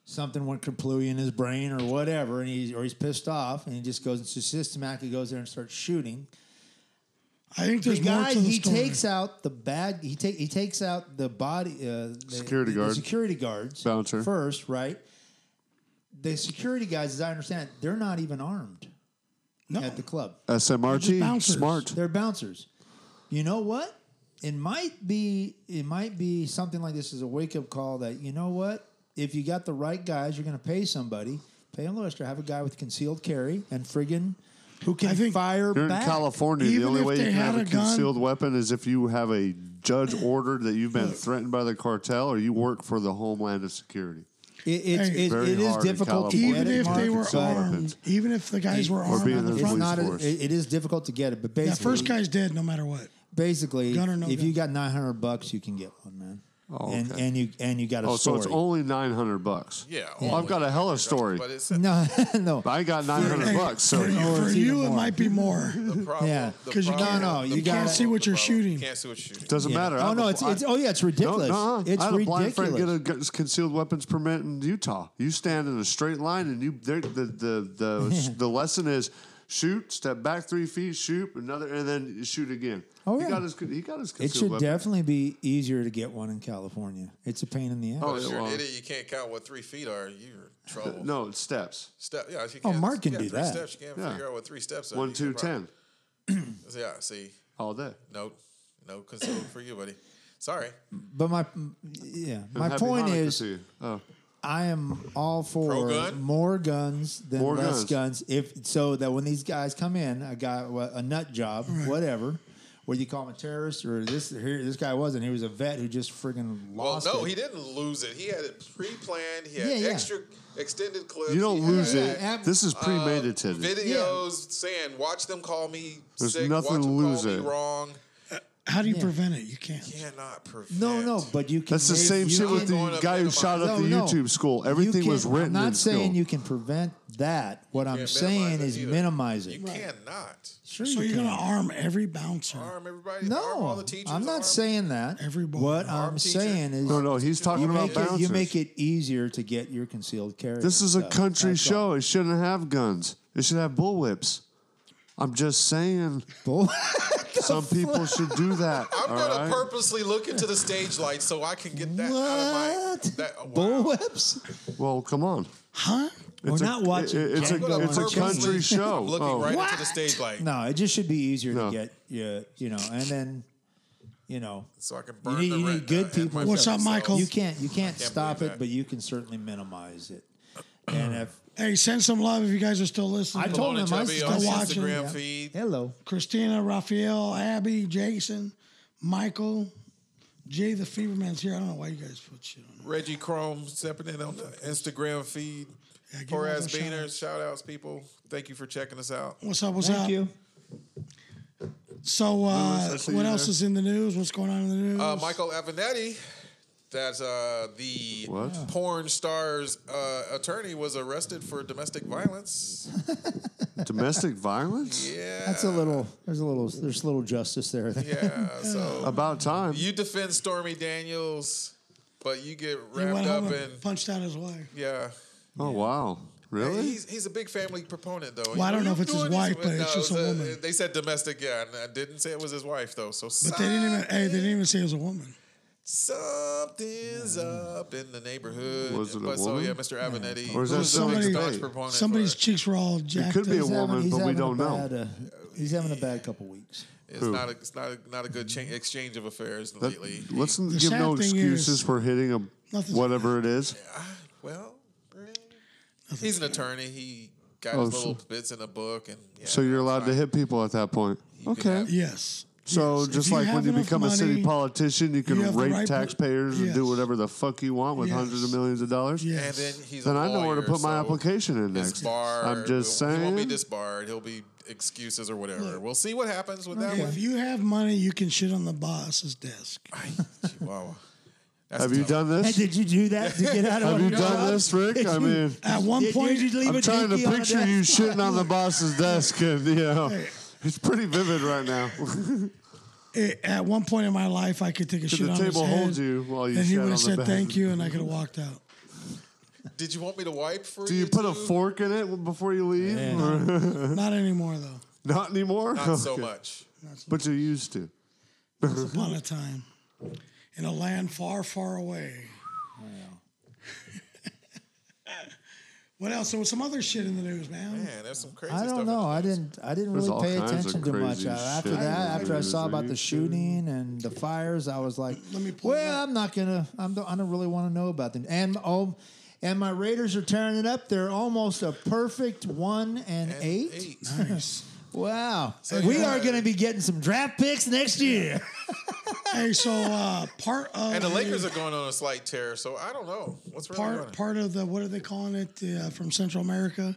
H: something went kaplooey in his brain or whatever, and he's or he's pissed off, and he just goes and systematically goes there and starts shooting
E: I think
H: the
E: there's more
H: guy
E: to the
H: he
E: story.
H: takes out the bad he take he takes out the body uh, the,
G: Security
H: the- the
G: guard.
H: security guards
G: Bouncer.
H: first right the security guys as I understand it they're not even armed
E: No.
H: at the club
E: They're just
G: SMRT
E: bouncers.
G: smart
H: they're bouncers you know what it might be it might be something like this is a wake up call that you know what if you got the right guys you're going to pay somebody pay a little extra have a guy with concealed carry and friggin who can
E: I think-
H: fire
G: you're in
H: back
G: California the
E: Even
G: only
E: if
G: way you
E: they
G: can
E: had
G: have a,
E: a gun-
G: concealed weapon is if you have a judge ordered that you've been threatened by the cartel or you work for the Homeland of Security
H: It, it's,
E: Hey,
H: it,
G: Very
H: it is
G: hard in
H: difficult to
G: California.
H: get
E: Even
H: it,
E: if
H: Mark,
E: they were
H: but
E: armed, even if the guys were
G: Or
E: armed
G: being
E: on the
G: the
H: It's
E: front,
G: police
H: not. A,
G: force.
H: it, it is difficult to get it, but
E: that
H: basically,
E: first guy's dead no matter what.
H: basically,
E: Gun or no
H: if
E: gun?
H: you got nine hundred bucks, you can get one, man.
G: Oh,
H: and
G: okay.
H: and you and you got a
G: oh so
H: story.
G: it's only 900 bucks
C: Yeah.
G: Well, I've got a hella story
C: But it's
H: no, no,
G: I got 900
E: Hey,
G: bucks so
E: for, for
H: it's
E: you,
H: even
E: it
H: more.
E: might be more.
C: the problem.
H: Yeah.
C: the
E: 'Cause you
C: problem-
H: can't- No, no,
C: the
H: you gotta-
C: problem-
E: see what
C: the
E: you're
C: problem.
E: shooting.
C: Can't see what you're shooting.
G: doesn't matter
H: Oh
G: I'm
H: no,
G: a-
H: it's
G: I-
H: it's oh yeah, it's
G: No,
H: ridiculous.
G: no,
H: It's
G: I had a blind friend get a
H: ridiculous.
G: gu- concealed weapons permit in Utah. You stand in a straight line, and you there- the the the, the lesson is shoot, step back three feet, shoot another, and then shoot again.
H: Oh,
G: he
H: yeah.
G: got his con- he got his
H: It
G: concealed
H: should
G: weapon.
H: definitely be easier to get one in California. It's a pain in the ass.
G: Oh,
C: If you're an
G: well.
C: idiot, you can't count what three feet are. You're in trouble.
G: no, it's steps.
C: Step, yeah, you
H: Oh,
C: can't-
H: Mark can
C: yeah,
H: do
C: three
H: that.
C: Steps, you can't
G: Yeah.
C: figure out what three steps are.
G: One,
C: You got a
G: two,
C: problem.
G: ten,
C: Yeah, see,
G: all day.
C: no, no concealed for you, buddy. Sorry.
H: But my yeah, my
G: Happy
H: point
G: Hanukkah
H: is,
G: to you. oh,
H: I am all for
C: Pro-gun?
H: more guns than
G: More
H: less
G: guns.
H: guns. If so, that when these guys come in, a guy, a nut job, whatever, whether you call him a terrorist or this here, this guy wasn't. He was a vet who just friggin'
C: Well,
H: lost.
C: no,
H: it.
C: he didn't lose it. He had it pre-planned. He had
H: Yeah, yeah.
C: extra extended clips.
G: you don't
C: He
G: lose
C: had,
G: it.
H: Yeah, ab-
G: this is
C: uh,
G: premeditated.
C: videos saying, "Watch them call me
G: There's
C: sick.
G: nothing
C: watch
G: to
C: them
G: lose
C: call
G: it.
C: me wrong."
E: How do you prevent it? You can't.
C: Cannot prevent.
H: No, no, but you can.
G: That's the
H: make-
G: same
H: you
G: shit with
H: can-
C: going
G: the
C: up
G: guy who
C: minimize-
G: shot up the
H: No, no.
G: YouTube school.
H: You
G: Everything was
H: can-
G: written.
H: I'm not
G: and
H: saying
G: filmed.
H: you can prevent that. What I'm
C: Can't
H: saying
C: minimize it
H: is
C: either.
H: minimize
C: You
H: it.
C: cannot
H: Sure,
E: So
H: you
E: you're
H: can.
E: gonna arm every bouncer.
C: arm everybody.
H: No,
C: arm all the teachers.
H: I'm not
C: arm-
H: saying that.
E: Every boy.
H: what
C: Arm
H: I'm
C: teacher.
H: saying is
G: No, no, he's talking
C: You
G: about
H: make it,
G: bouncers.
H: you make it easier to get your concealed carry.
G: This
H: and
G: is a
H: stuff.
G: country
H: That's
G: show.
H: all.
G: It shouldn't have guns. It should have bullwhips. I'm just saying,
H: Bull-
G: some people should do that.
C: I'm
G: all
C: gonna
G: right?
C: purposely look into the stage light so I can get that out of my.
H: What?
C: That, oh, wow.
H: Bull whips?
G: well, come on.
E: Huh?
H: We're
G: It's a-
H: not watching.
G: it- it's
C: I'm
G: a
C: gonna
G: it's a
C: purposely
G: country show.
C: Looking
G: Oh,
C: right into the stage light
H: No, it just should be easier
G: No.
H: to get. Yeah, you know, and then, you know,
C: so I can burn
H: need-
C: the uh,
H: you need
C: retina
H: good
C: and
H: people.
C: my
E: What's up,
C: cells.
E: Michael?
H: you can't you can't
C: believe
H: stop it,
C: that.
H: but you can certainly minimize it. And if
E: Hey, send some love if you guys are still listening.
H: I told-
C: Bolin
H: him I
C: Chubby
H: still
C: on the
E: watch him,
C: Instagram
H: yeah.
C: feed.
H: hello,
E: Christina, Raphael, Abby, Jason, Michael, Jay the Feverman's here. I don't know why you guys put shit on.
C: Reggie Chrome stepping in on the Instagram feed.
E: Yeah, give
C: Poor
E: him
C: ass
E: those shout
C: beaners, shout outs, people. Thank you for checking us out.
E: What's up? What's
H: thank
E: up?
H: you.
E: So,
G: I
E: uh,
G: see
E: what
G: you
E: else
G: there.
E: is in the news? What's going on in the news?
C: Uh, Michael Avenatti, that's uh, the
G: What?
C: porn star's uh, attorney, was arrested for domestic violence.
G: domestic violence?
C: Yeah.
H: That's a little. There's a little. There's a little justice there.
C: Yeah. So
G: About time.
C: you defend Stormy Daniels, but you get
E: he
C: wrapped
E: went
C: up
E: home
C: in.
E: and punched out his wife.
C: yeah.
G: oh wow, really?
C: He's, he's a big family proponent, though.
E: Well, I don't know if it's his
C: doing
E: wife, but it's just
C: it was
E: a woman.
C: uh, They said domestic, yeah, and I didn't say it was his wife, though. So,
E: But they didn't even. Hey, they didn't even say it was a woman.
C: Something's up in the neighborhood.
G: Was it a
C: but so
G: woman?
C: yeah, Mr. Avanetti,
G: Or is that
C: was
G: still
C: a
E: somebody-
C: staunch
G: hey,
C: proponent
E: Somebody's
C: for-
E: cheeks were all jacked.
G: could be
E: up.
G: a woman,
H: he's
G: but we
H: having a
G: don't know.
H: bad, uh, he's having a bad couple weeks.
C: it's not a, it's not a, not a good cha- exchange of affairs
G: That-
C: lately.
G: let's n-
E: The
G: give
E: sad
G: no
E: thing
G: excuses
E: is-
G: for hitting a
E: Nothing's-
G: whatever it is.
C: Well, eh, he's an attorney. He got
G: Oh,
C: his little
G: so-
C: bits in a book, and yeah,
G: So you're allowed to
C: fine.
G: hit people at that point. Okay.
C: have-
E: Yes.
G: So
E: Yes. If
G: just
E: you
G: like
E: have
G: when you
E: enough
G: become a city
E: money-
G: politician, you can
E: you have the
G: rape
E: right-
G: taxpayers and do
E: Yes.
G: whatever the fuck you want with
E: Yes.
G: hundreds of millions of dollars.
E: Yes.
C: And then he's.
G: Then
C: I
G: I know where to put my application in next.
C: Disbarred.
G: I'm just
C: He won't be
G: saying.
C: disbarred. He'll be excuses or whatever. we'll see what happens with that
E: If
C: one.
E: you have money, you can shit on the boss's desk.
C: Ay, Chihuahua. That's
G: Have you
C: tough.
G: done
H: Hey,
G: this?
H: did you do that to get out of?
G: Have
H: your
G: you done
H: job?
G: this, Rick?
H: Did
G: I
H: you-
G: mean,
E: At one
H: did-
E: point- uh,
H: did you leave
G: I'm
H: a
G: trying to
H: dookie on a
G: picture
H: desk?
G: you shitting on the boss's desk, and you know, it's pretty vivid right now.
E: It- eh, at one point in my life, I could take a shit
G: the
E: on
G: table
E: his head,
G: hold you while you
E: and he
G: shat
E: would
G: on
E: have
G: the
E: said
G: bed?
E: thank you, and I could have walked out.
C: Did you want me to wipe for
G: Do
C: you?
G: you put a
C: too?
G: fork in it before you leave? Or-
E: Not anymore, though.
G: Not anymore.
C: Not so
G: Okay.
C: much.
G: But you used to.
E: Once upon a time, in a land far, far away. what else? There was some other shit in the news, man.
C: Man, there's some crazy
H: I
C: stuff.
H: don't
C: in
H: know.
C: there.
H: I didn't. I didn't
G: There's all
H: really pay
G: kinds of
H: attention to much uh,
G: crazy
H: after
G: shit
H: that.
G: in
H: After I
G: the
H: saw about the
G: news.
H: shooting and the fires, I was like,
E: Let me pull it
H: "Well,
E: up.
H: I'm not gonna. I'm. I don't really want to know about them." And oh, and my Raiders are tearing it up. They're almost a perfect one and,
C: And
H: eight.
E: Nice.
H: Wow. we are going to be getting some draft picks next year.
E: hey, so uh, part of
C: And the Lakers are going on a slight tear, so I don't know what's really going on.
E: part part of the what are they calling it uh, from Central America,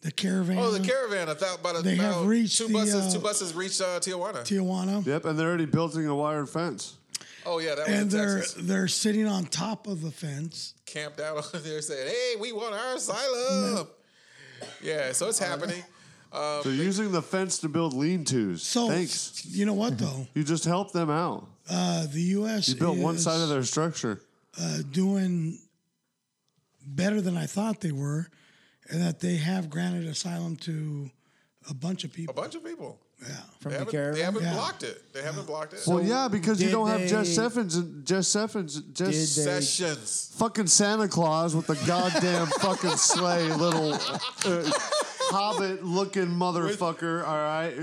E: the caravan.
C: Oh, the caravan! I thought about, a,
E: They have
C: about
E: reached
C: two
E: the,
C: buses.
E: uh,
C: two buses reached uh, Tijuana.
E: Tijuana,
G: Yep, and they're already building a wire fence.
C: oh yeah, that was in
E: and they're
C: Texas.
E: they're sitting on top of the fence.
C: camped out on there saying, "Hey, we want our asylum." Yeah, so
E: Uh,
C: it's happening.
G: They're using the fence to build lean-tos.
E: So
G: Thanks.
E: you know what though,
G: You just helped them out.
E: uh, the U.S.
G: You built one
E: is,
G: side of their structure.
E: uh, doing better than I thought they were, and that they have granted asylum to a bunch of
C: A
E: people.
C: bunch of people.
H: From
C: They
H: the
C: haven't, they
H: caravan.
C: haven't
E: Yeah.
C: blocked it. They haven't blocked it.
G: well, yeah, because you
H: did
G: don't have Jess
H: they-
G: Seffins and Jess Seffins, Jess
H: Did they-
C: Sessions.
G: fucking Santa Claus with the goddamn fucking sleigh, little uh, hobbit-looking motherfucker. All right.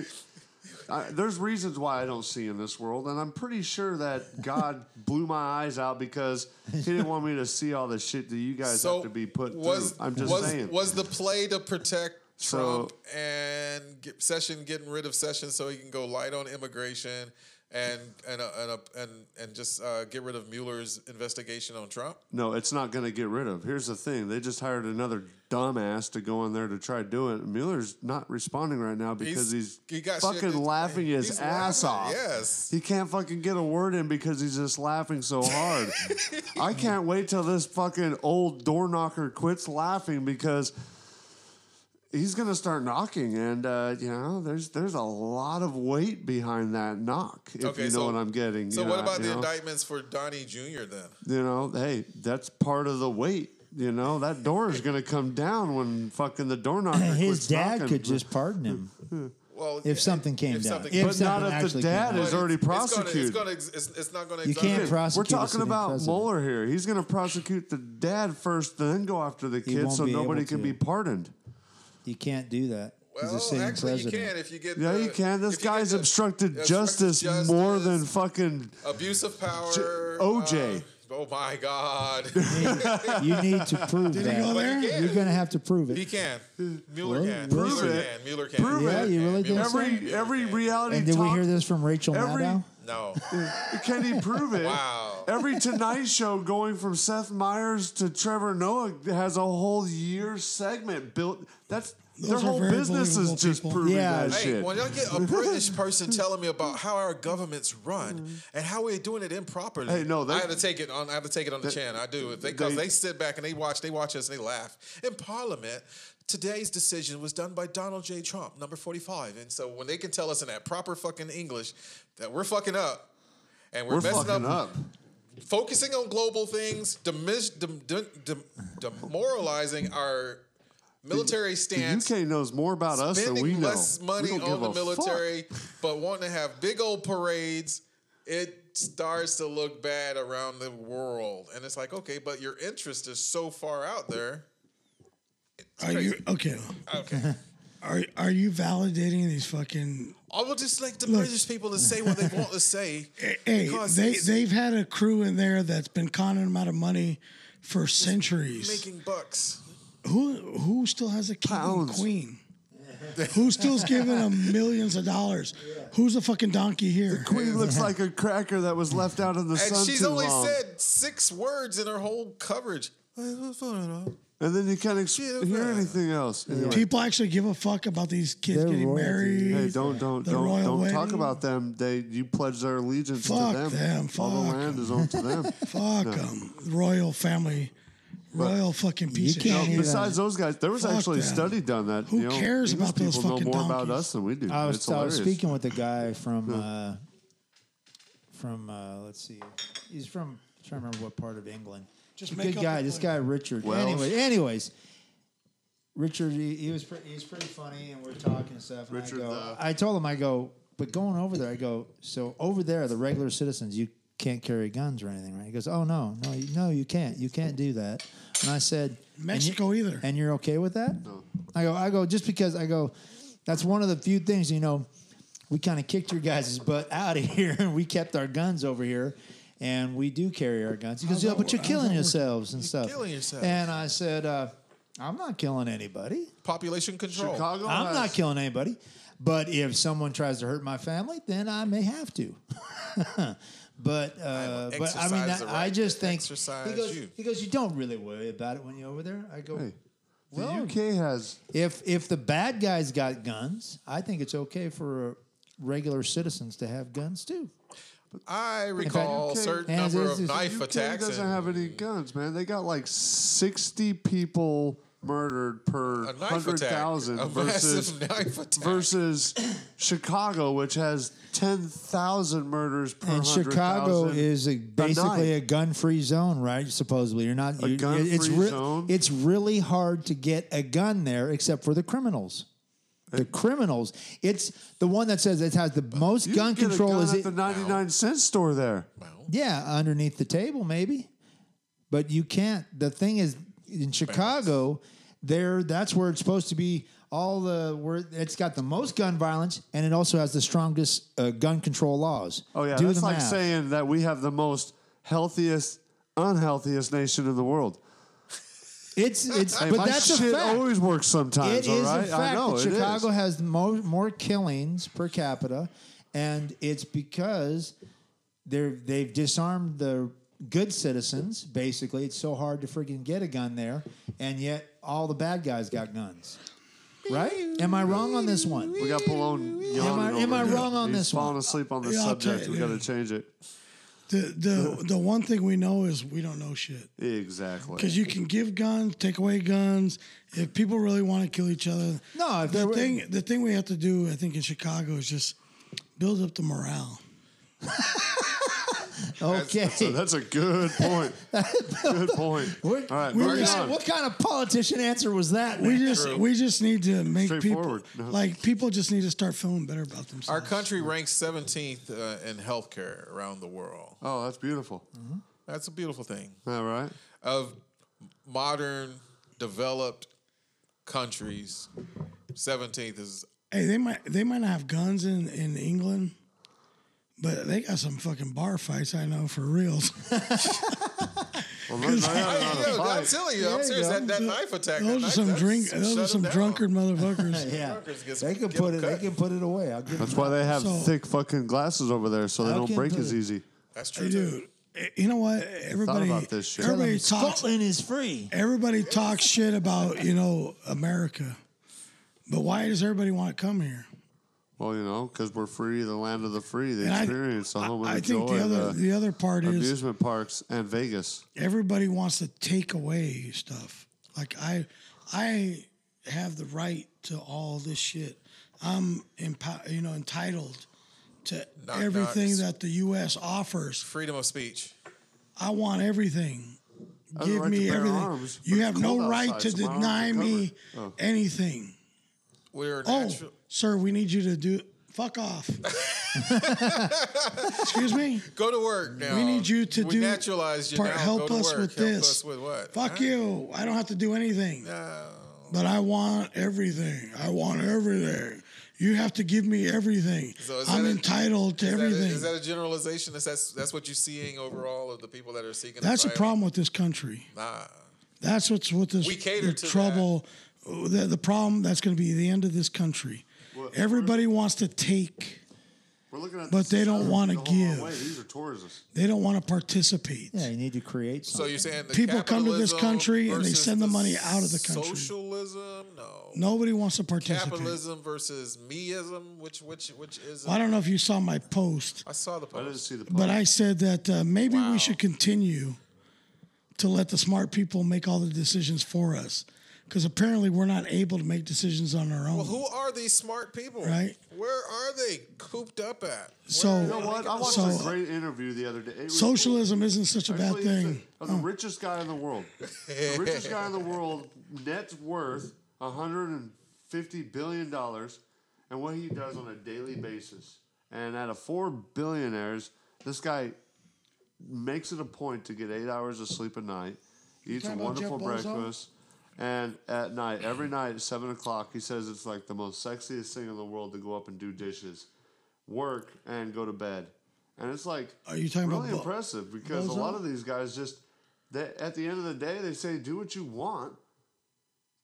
G: I, there's reasons why I don't see in this world, and I'm pretty sure that God blew my eyes out because He didn't want me to see all the shit that you guys
C: So
G: have to be put
C: was,
G: through. I'm just
C: was,
G: saying.
C: Was the play to protect
G: So-
C: Trump and get, Session getting rid of Session so he can go light on immigration and and uh, and uh, and, and just uh, get rid of Mueller's investigation on Trump?
G: No, it's not going to get rid of. Here's the thing: they just hired another dumbass to go in there to try to do it. Mueller's not responding right now because he's,
C: he got shit
G: fucking
C: to-
G: laughing his
C: he's
G: ass
C: laughing,
G: off.
C: yes.
G: he can't fucking get a word in because he's just laughing so hard. I can't wait till this fucking old door knocker quits laughing because he's gonna start knocking, and uh, you know, there's there's a lot of weight behind that knock. If you know what I'm getting.
C: So
G: you
C: what
G: know,
C: about
G: you
C: the
G: know?
C: indictments for Donnie Jr. Then?
G: you know, hey, that's part of the weight. You know, that door is going to come down when fucking the door knocker quits
H: His dad
G: knocking.
H: could just pardon him
C: Well,
H: if something came
C: if
H: down.
C: something-
H: if
G: But
H: something
G: not if the
H: actually
G: dad
H: came down.
G: is
C: But
G: already
C: it's- It's
G: prosecuted.
C: gonna, it's, gonna, ex- it's, it's not going to.
H: You can't
G: We're
H: prosecute. a
G: talking
H: sitting
G: about
H: president.
G: Mueller here. He's going to prosecute the dad first, then go after the
H: He
G: kid
H: won't
G: so
H: be
G: nobody
H: able
G: can
H: to.
G: be pardoned.
H: You can't do that. He's a
C: Well,
H: sitting
C: actually,
H: president.
C: you can if you get.
G: Yeah,
C: the,
G: you can. This
C: if you get
G: guy's
C: the-
G: obstructed
C: obstructed
G: justice, more
C: justice,
G: than fucking.
C: abuse of power.
G: OJ.
C: uh, oh my God,
H: You need to prove that.
E: go there?
C: But he can.
H: You're going to have to prove it.
C: he can. Mueller
H: Well,
C: can.
H: prove
C: Mueller
G: it.
C: can. Mueller can.
G: Prove
C: Mueller
G: it.
H: Yeah, you really
C: can. Mueller
H: think so?
C: can.
G: Every every reality
H: and did we
G: talk-
H: hear this from Rachel
G: every-
H: Maddow?
C: No.
G: Can he prove it?
C: Wow.
G: Every Tonight Show going from Seth Meyers to Trevor Noah has a whole year segment built. That's their
E: Those are
G: whole
E: very
G: business is
E: believable
G: just
E: people.
G: proving
H: Yeah.
G: that
C: Hey,
G: shit.
C: when I get a British person telling me about how our governments run and how we're doing it improperly,
G: Mm. Hey, no, they-
C: I have to take it on. I have to take it on the chin. I do because
G: they-
C: they, sit back and they watch. They watch us and they laugh. In Parliament, today's decision was done by Donald J. Trump, number forty-five. And so when they can tell us in that proper fucking English that we're fucking up and we're,
G: We're
C: messing
G: fucking up.
C: up, focusing on global things, demis- dem- dem- dem- demoralizing our military
G: The
C: stance
G: UK knows more about us than
C: spending
G: we know.
C: less money
G: we don't
C: on the
G: give a fuck.
C: military, but wanting to have big old parades it starts to look bad around the world, and it's like, okay, but your interest is so far out there.
E: Are you okay?
C: Okay,
E: Are are you validating these fucking?
C: I will just like the British people to say what they want to say.
E: eh, Hey,
C: because
E: they
C: it's
E: they've had a crew in there that's been conning them out of money for centuries.
C: making bucks.
E: Who who still has a king and
G: Pounds.
E: queen? who still's giving them millions of dollars? Who's a fucking donkey here?
G: Queen looks like a cracker that was left out in the
C: And
G: sun
C: she's
G: too
C: only
G: long.
C: said six words in her whole coverage.
G: and then you can't ex-
C: Shit,
G: hear
C: uh,
G: anything else. Anyway,
E: People actually give a fuck about these kids
H: They're
E: getting
H: royalty.
E: married.
G: hey, don't don't
E: The
G: don't
E: royal
G: don't talk
E: wedding.
G: about them. They you pledge their allegiance
E: Fuck
G: to them.
E: them,
G: All
E: fuck
G: the land is owned to them.
E: Fuck them. Royal family. Royal fucking piece of
H: can't
E: shit.
H: even-
G: Besides those guys, there was
E: Fuck
G: actually a
E: them.
G: study done that
E: Who
G: you know,
E: cares
G: English
E: about those
G: people
E: fucking
G: know more about
E: donkeys?
G: us than we do.
H: I
G: it's
H: was, I was
G: hilarious.
H: speaking with a guy from uh, from uh, let's see, he's from I'm trying to remember what part of England.
E: Just
H: a
E: make
H: good
E: up
H: guy.
E: the
H: This
E: point.
H: guy Richard.
G: Welsh.
H: Anyway, anyways, Richard he, he was pre- he was pretty funny, and we're talking and stuff. And
G: Richard, uh,
H: I go,
G: the-
H: I told him I go, but going over there, I go. So over there, the regular citizens, you can't carry guns or anything, right? He goes, oh no, no, you, no, you can't, you can't do that. And I said, "And you-
E: Mexico either.
H: and you're okay with that? I go, I go, just because I go, that's one of the few things, you know, we kind of kicked your guys' butt out of here and we kept our guns over here and we do carry our guns. He goes, yeah, but you're killing yourselves and stuff.
C: killing yourselves.
H: And I said, uh, I'm not killing anybody.
C: Population control.
G: Chicago.
H: I'm
G: has-
H: not killing anybody. But if someone tries to hurt my family, then I may have to. but uh,
C: will
H: but I mean,
C: exercise the
H: I, I
C: right
H: just
C: to
H: think he
C: exercise
H: goes.
C: you.
H: He goes. You don't really worry about it when you're over there. I go.
G: Hey, the
H: well,
G: UK has
H: if if the bad guys got guns, I think it's okay for regular citizens to have guns too.
C: I recall a
G: UK
C: certain
H: has-
C: number
H: is-
C: of
H: is-
C: knife
G: UK
C: attacks.
G: doesn't
C: and-
G: have any guns, man. They got like sixty people murdered per
C: a knife
G: hundred
C: attack.
G: thousand
C: A
G: versus
C: massive knife attack.
G: versus Chicago, which has ten thousand murders per.
H: And
G: 100,000
H: Chicago is a, basically
G: night.
H: a gun-free zone, right? Supposedly, you're not.
G: A
H: you- it's
G: gun-free zone?
H: It's really hard to get a gun there, except for the criminals. The criminals. It's the one that says it has the most
G: Uh, You
H: gun
G: can get a
H: control.
G: gun
H: is
G: at
H: it?
G: the ninety nine cent store there.
H: Yeah, underneath the table, maybe. But you can't. The thing is, in Chicago, there that's where it's supposed to be. All the where it's got the most gun violence, and it also has the strongest uh, gun control laws.
G: Oh yeah,
H: Do
G: that's
H: the
G: like
H: math.
G: saying that we have the most healthiest, unhealthiest nation in the world.
H: it's it's.
G: Hey,
H: but
G: my
H: that's a
G: shit
H: fact.
G: always works sometimes.
H: It is
G: all right,
H: a fact
G: I know
H: that
G: it is.
H: Chicago has more, more killings per capita, and it's because they're they've disarmed the good citizens. Basically, it's so hard to freaking get a gun there, and yet all the bad guys got guns. Right? Am I wrong on this one?
G: We got Pallone yawning.
H: I- am
G: over
H: I
G: here.
H: wrong on
G: He's
H: this
G: falling
H: one?
G: asleep on this
E: Yeah, I'll
G: subject.
E: take-
G: We got to change it.
E: The the the one thing we know is we don't know shit.
G: Exactly.
E: Because you can give guns, take away guns. If people really want to kill each other,
H: No, if
E: The
H: there were-
E: thing, the thing we have to do, I think, in Chicago is just build up the morale.
H: Okay.
G: So that's a good point. good point. All
H: What-
G: right,
E: we-
G: moving
E: we-
G: on.
H: what kind of politician answer was that?
E: We
H: man?
E: just, we just need to make people
G: Straightforward. No.
E: like people just need to start feeling better about themselves.
C: Our country ranks 17th uh, in healthcare around the world.
G: Oh, that's beautiful.
C: That's a beautiful thing.
G: All right.
C: Of modern developed countries, 17th is
E: hey, they might, they might not have guns in in England, but they got some fucking bar fights. I know for reals.
G: Well, look, right
C: I,
G: out of the
C: yo, I'm
G: fight.
C: telling you, I'm serious. That, that knife attack.
E: Those
C: that
E: are
C: knife,
E: some
C: that's-
E: drink.
C: shut
E: Those are
C: it
E: some
C: down.
E: drunkard motherfuckers.
H: yeah.
C: Workers gets-
H: They can
C: get
H: put
C: them
H: it. They
C: cut.
H: can put it away. I'll give
G: That's
H: them
G: why they have
E: So-
G: thick fucking glasses over there, so they
H: How
G: don't
H: can
G: break
H: the-
G: as easy.
C: That's true.
E: Hey,
C: too.
E: dude, eh, you know what? Everybody,
G: about this shit.
H: that.
E: everybody talks.
H: Scotland is free.
E: Everybody talks shit about you know America, but why does everybody want to come here?
G: Well, you know, because we're free, the land of the free, the
E: And I-
G: experience, the
E: I,
G: home
E: I
G: of the
E: think
G: joy,
E: the other the other part is
G: amusement parks, and Vegas.
E: everybody wants to take away stuff. Like I, I have the right to all this shit. I'm empo- you know entitled to
C: Knock,
E: everything
C: knocks.
E: that the U.S. offers.
C: Freedom of speech.
E: I want everything.
G: have the
E: Give
G: right to
E: me
G: bear
E: everything.
G: arms, but
E: you
G: it's
E: have no
G: cold
E: right to
G: outside, so my arms
E: deny
G: are
E: me
G: covered.
E: anything.
C: We're
E: Oh,
C: natural.
E: sir, we need you to do Fuck off. Excuse me.
C: Go to work now.
E: We need you to
C: we
E: do
C: naturalize you
E: part-
C: now.
E: help
C: Go to
E: us
C: work.
E: with
C: help
E: this.
C: Us with what?
E: Fuck
C: Huh?
E: you. I don't have to do anything.
C: No.
E: But I want everything. I want everything. You have to give me everything.
C: So is
E: I'm
C: that a-
E: entitled to
C: Is that, a,
E: everything.
C: is that a generalization? Is that's that's what you're seeing overall of the people that are seeking?
E: That's a
C: asylum?
E: problem with this country.
C: Nah.
E: That's what's what this
C: We cater
E: the
C: to that.
E: trouble. The, the problem that's going to be the end of this country. Everybody wants to take.
G: We're looking at
E: But
G: this
E: they don't
G: southern
E: wanna
G: the whole
E: give.
G: way. These are tourists.
E: They don't want to participate.
H: Yeah, you need to create
C: So
H: something.
C: you're saying the
E: People come to this
C: capitalism
E: country and they
C: versus
E: send the money out of the country.
C: Socialism, no.
E: Nobody wants to participate.
C: Capitalism versus meism, which which which is?
E: Well, I don't know if you saw my post,
C: I saw the
G: I didn't
C: post.
G: see the.
E: but I said that uh, maybe
C: Wow.
E: we should continue to let the smart people make all the decisions for us, because apparently we're not able to make decisions on our own.
C: Well, who are these smart people?
E: Right.
C: Where are they cooped up at?
E: so,
G: You know what? I watched
E: so
G: a great interview the other day. It was-
E: socialism isn't such a bad
G: Actually, he's
E: thing. Oh.
G: The, the richest guy in the world. the richest guy in the world, net worth $150 billion, and what he does on a daily basis. And out of four billionaires, this guy makes it a point to get eight hours of sleep a night, eats a
E: talking about Jeff
G: wonderful
E: Bezos?
G: breakfast, and at night, every night at 7 o'clock, he says it's like the most sexiest thing in the world to go up and do dishes, work, and go to bed. And it's like,
E: Are you talking about
G: really
E: Bo-
G: impressive because a
E: Bozo?
G: lot of these guys just they, at the end of the day they say do what you want,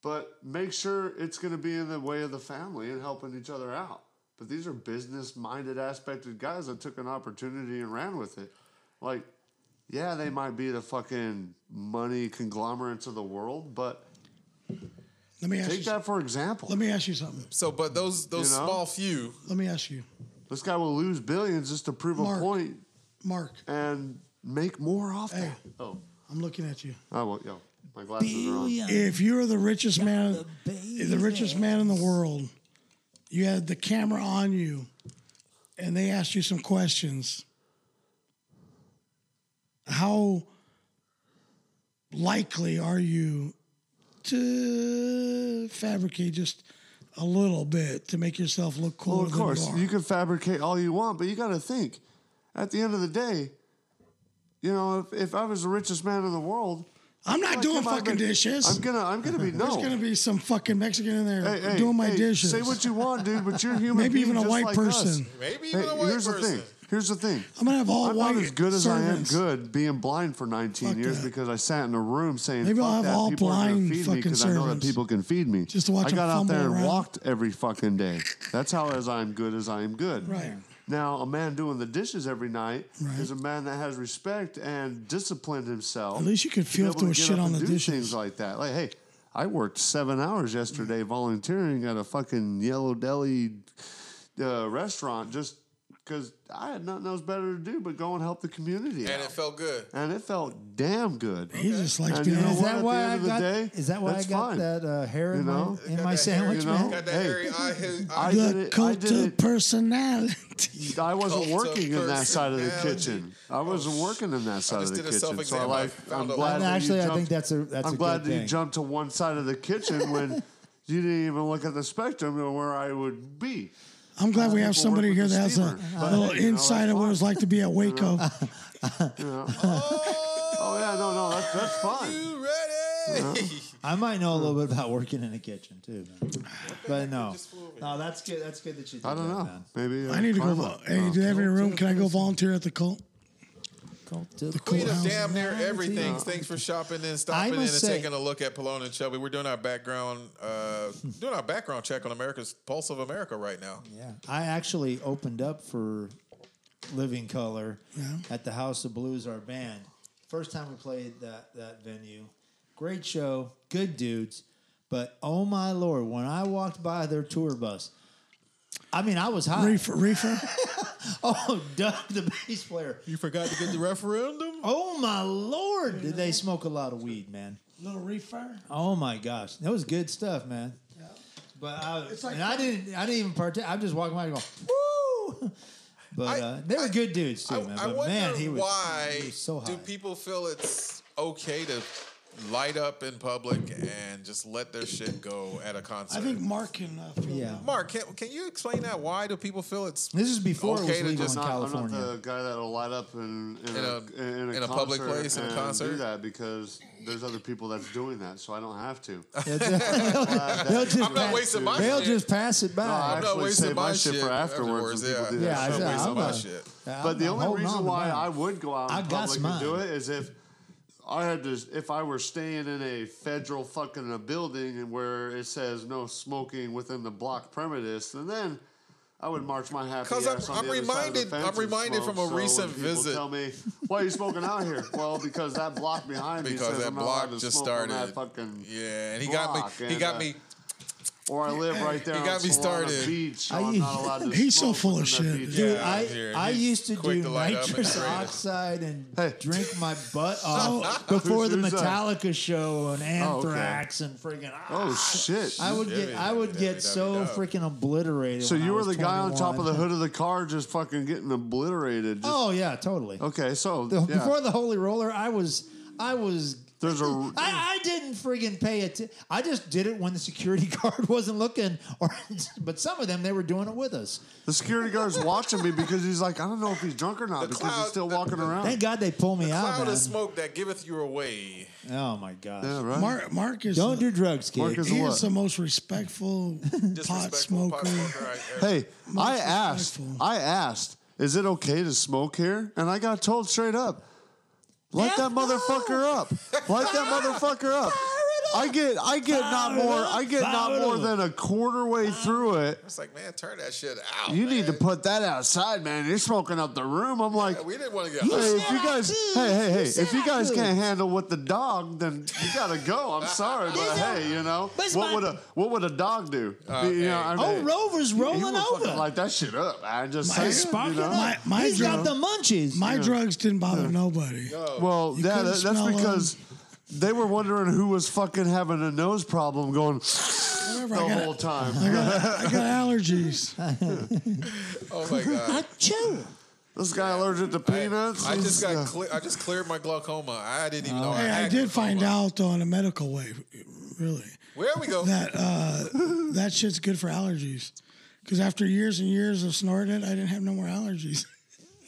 G: but make sure it's going to be in the way of the family and helping each other out. But these are business minded aspected guys that took an opportunity and ran with it. Like, yeah, they might be the fucking money conglomerates of the world, but
E: Let me ask you.
G: take that for example.
E: Let me ask you something.
C: So, but those those
G: You know?
C: small few.
E: Let me ask you,
G: This guy will lose billions just to prove
E: Mark.
G: a point
E: Mark.
G: and make more off
E: Hey.
G: that. Oh,
E: I'm looking at you.
G: I will. Yo, Oh, my glasses are on.
E: If you're the richest man, the richest man in the world, you had the camera on you, and they asked you some questions. How likely are you to fabricate just a little bit to make yourself look cooler
G: Well, of course,
E: than
G: you
E: you are?
G: can fabricate all you want, but you got to think. At the end of the day, you know, if, if I was the richest man in the world,
E: I'm not
G: like,
E: doing
G: come on,
E: fucking
G: but
E: dishes.
G: I'm gonna, I'm gonna be no.
E: There's gonna be some fucking Mexican in there
G: Hey, hey,
E: doing my
G: hey,
E: dishes.
G: Say what you want, dude, but you're a human.
E: Maybe
G: being
E: even a
G: just
E: white
G: like
E: person.
G: us.
C: Maybe
G: Hey,
C: even a white
G: here's
C: person.
G: the thing. Here's the thing.
E: I'm gonna have all
G: I'm
E: white
G: not as good as
E: servants.
G: I am good being blind for 19
E: Fuck
G: years
E: that.
G: because I sat in a room saying,
E: Maybe
G: Fuck
E: I'll have
G: that.
E: all
G: people aren't gonna
E: blind
G: feed me
E: fucking
G: 'cause I know that
E: servants.
G: people can feed me.
E: Just to watch
G: I
E: 'em
G: got out there and
E: fumble around.
G: walked every fucking day. That's how as I'm good as I am good.
E: Right.
G: Now, a man doing the dishes every night
E: Right.
G: is a man that has respect and disciplined himself.
E: At least you could
G: to be
E: feel
G: able
E: through
G: to
E: a
G: get
E: shit
G: up
E: on
G: and
E: the
G: do
E: dishes.
G: Things like that. Like, hey, I worked seven hours yesterday volunteering at a fucking yellow deli uh, restaurant just because I had nothing else better to do but go and help the community.
C: And
G: out.
C: it felt good.
G: and it felt damn good.
E: He just likes
G: And
E: being
G: you know
H: is
E: out
G: what?
E: there.
G: at the end
H: that why I
G: of the
H: got?
G: day,
H: is that why I
G: that's
H: got
G: fine.
H: that uh, hair
G: You
H: in
G: know?
H: my, in
C: Got
H: my
C: that
H: sandwich,
C: hairy-
H: man?
G: know?
C: Got that
G: Hey.
C: hairy eye. eye-
G: I did
E: the
G: it. I
E: cult
G: did
E: of
G: it.
E: personality.
G: I wasn't
C: Cult of
G: working in that side of the
C: personality.
G: kitchen. I wasn't working in that side
C: just
G: of the
C: did a
G: kitchen. So I
C: self-exam. I
G: like. I'm
C: found a-
G: glad
H: And
G: that you
H: actually, I
G: jumped-
H: think that's a that's
G: I'm
H: a
G: glad
H: good
G: that
H: thing.
G: you jumped to one side of the kitchen when you didn't even look at the spectrum of where I would be.
E: I'm glad we have
G: People
E: somebody
G: work
E: here
G: with
E: that
G: the
E: has a
G: steamer. But,
E: little
G: you know,
E: insight
G: that's
E: of what it's
G: fine.
E: like to be at Waco.
G: Oh yeah, no, no, that's that's fine.
C: You ready?
H: I might know a little bit about working in a kitchen too, man. but no, no, that's good. That's good that you. Did
G: I don't
H: that,
G: know.
H: Man.
G: Maybe uh,
E: I need to go.
G: climb
E: Vo-
G: up.
E: hey, do they have any room? Can I go volunteer at the cult?
H: Cult of
C: Queen of
E: Cool.
C: damn near everything. Thanks for shopping in,
H: I
C: stopping in, and
H: must say-
C: taking a look at Pallone and Chubby. We're doing our background, uh, doing our background check on America's Pulse of America right now.
H: Yeah, I actually opened up for Living Color at the House of Blues, our band. First time we played that that venue. Great show, good dudes, but oh my lord, when I walked by their tour bus, I mean I was high.
E: Reefer, reefer.
H: Oh, Doug, the bass player.
C: You forgot to get the referendum.
H: Oh my lord, did they smoke a lot of weed, man?
E: little reefer.
H: Oh my gosh, that was good stuff, man. But I,
E: like-
H: and I didn't, I didn't even partake. I'm just walking by and going, woo! But
C: I-
H: uh, they were
C: I-
H: good dudes too,
C: I,
H: man.
C: I
H: But
C: wonder
H: man, he was,
C: why
H: he was so high.
C: do people feel it's okay to light up in public and just let their shit go at a concert.
E: I think Mark can uh, feel
H: Yeah.
E: that.
C: Mark, can, can you explain that? Why do people feel it's
H: This is before
C: Okay
H: it
C: to
H: was legal
C: just
H: in
G: not-
H: California.
G: I'm not the guy that'll light up in, in,
C: In
G: a,
C: a-
G: in, a,
C: in a public
G: concert
C: place, in a
G: and
C: concert?
G: do that because there's other people that's doing that, so I don't have to.
H: they'll just
C: I'm not
H: pass-
C: wasting my
H: They'll
C: shit.
H: just pass it by.
C: I'm not
G: actually
C: wasting
G: save my
C: my
G: shit for afterwards when people do that.
H: Yeah, I
C: I'm
H: said,
C: not wasting
H: I'm
C: my
H: not-
C: shit.
H: I'm-
G: But the
H: I'm
G: only
H: holding on
G: reason
H: to
G: why
H: mine.
G: I would go out in
H: I got
G: public and do
H: mine.
G: it is if I had to, if I were staying in a federal fucking a building and where it says no smoking within the block premises, and then I would march my happy ass
C: Because I'm-
G: on
C: I'm
G: the other side of the
C: reminded-
G: fence
C: I'm
G: and
C: reminded
G: smoke.
C: from a
G: So when
C: recent
G: people
C: visit-
G: Tell me why are you smoking out here? Well, because that block behind me
C: Because
G: says
C: that
G: I'm not allowed to
C: block just
G: smoke on
C: started.
G: that fucking
C: yeah, and he got
G: block,
C: me. He
G: and,
C: got
G: uh,
C: me.
G: Or I live right there.
C: You got
G: on
C: me
G: Solana
C: started.
G: Beach, so
H: I-
G: I'm not allowed to
E: He's so
G: smoke
E: full of
G: within that
E: shit,
G: beach.
E: dude.
H: Dude,
C: Yeah,
H: I,
C: here,
H: I
C: he's
H: used to
C: quick
H: do
C: to light up and
H: nitrous
C: create it.
H: oxide and
G: Hey.
H: drink my butt off before
G: Who's-
H: the
G: who's that?
H: Metallica show and
G: Oh, okay.
H: Anthrax and freaking.
G: Oh shit!
H: I would get I would get so freaking obliterated.
G: so
H: when I
G: you were
H: was
G: the guy on top of the
H: 21.
G: hood of the car, just fucking getting obliterated. Just,
H: Oh yeah, totally.
G: okay. So
H: The-
G: yeah.
H: Before the Holy Roller, I was I was
G: there's a
H: I, I didn't friggin' pay it. I just did it when the security guard wasn't looking, or but some of them they were doing it with us.
G: the security guard's watching me because he's like, I don't know if he's drunk or not because
C: cloud-
G: he's still
C: the-
G: walking around.
H: Thank God they pulled me out.
C: Cloud
H: man.
C: of smoke that giveth you away.
H: Oh my gosh!
G: yeah, right.
E: Mark, Mark is
H: Don't
E: the,
H: do drugs, kid.
G: Marcus-
E: he
G: What?
E: is the most respectful pot
C: Disrespectful
E: smoker.
C: pot smoker I ever-
G: hey, I asked.
E: disrespectful.
G: I asked. Is it okay to smoke here? And I got told straight up, light
H: Heck
G: that motherfucker up, light that motherfucker up. I get, I get not
H: Fire it
G: more,
H: up.
G: I get
H: Fire
G: not
H: it
G: more
H: up.
G: than a quarter way through it.
C: It's like, man, turn that shit out.
G: You need to
C: man.
G: put that outside, man. You're smoking up the room. I'm like,
C: Yeah, We didn't want to get.
G: hey,
C: high.
G: if you guys, hey, hey, hey, if you guys
H: could.
G: can't handle what the dog, then you gotta go. I'm sorry, but hey, you know,
H: But it's
G: what
H: my-
G: would a what would a dog do? You know, I
H: oh,
G: mean,
H: Rover's
G: he would
H: rolling
G: fucking
H: over.
G: light that shit up. I just
E: My-
G: saying,
E: spark
G: you know?
E: My- my
H: He's
E: drug-
H: got the munchies.
E: My drugs didn't bother nobody.
G: Well,
E: You
G: yeah,
E: couldn't
G: that, that's
E: smell 'em.
G: because they were wondering who was fucking having a nose problem going
E: Whatever,
G: the
E: I, got,
G: whole time.
E: I, got, I got allergies.
C: Oh my god.
H: Achoo.
G: This guy allergic to peanuts.
C: I just
G: Yeah.
C: got cle- I just cleared my glaucoma. I didn't
H: Oh,
C: even know. I,
E: Hey,
C: had
E: I did find
C: glaucoma.
E: out though in a medical way, really,
C: Where we go?
E: that uh, that shit's good for allergies. Because after years and years of snorting it, I didn't have no more allergies.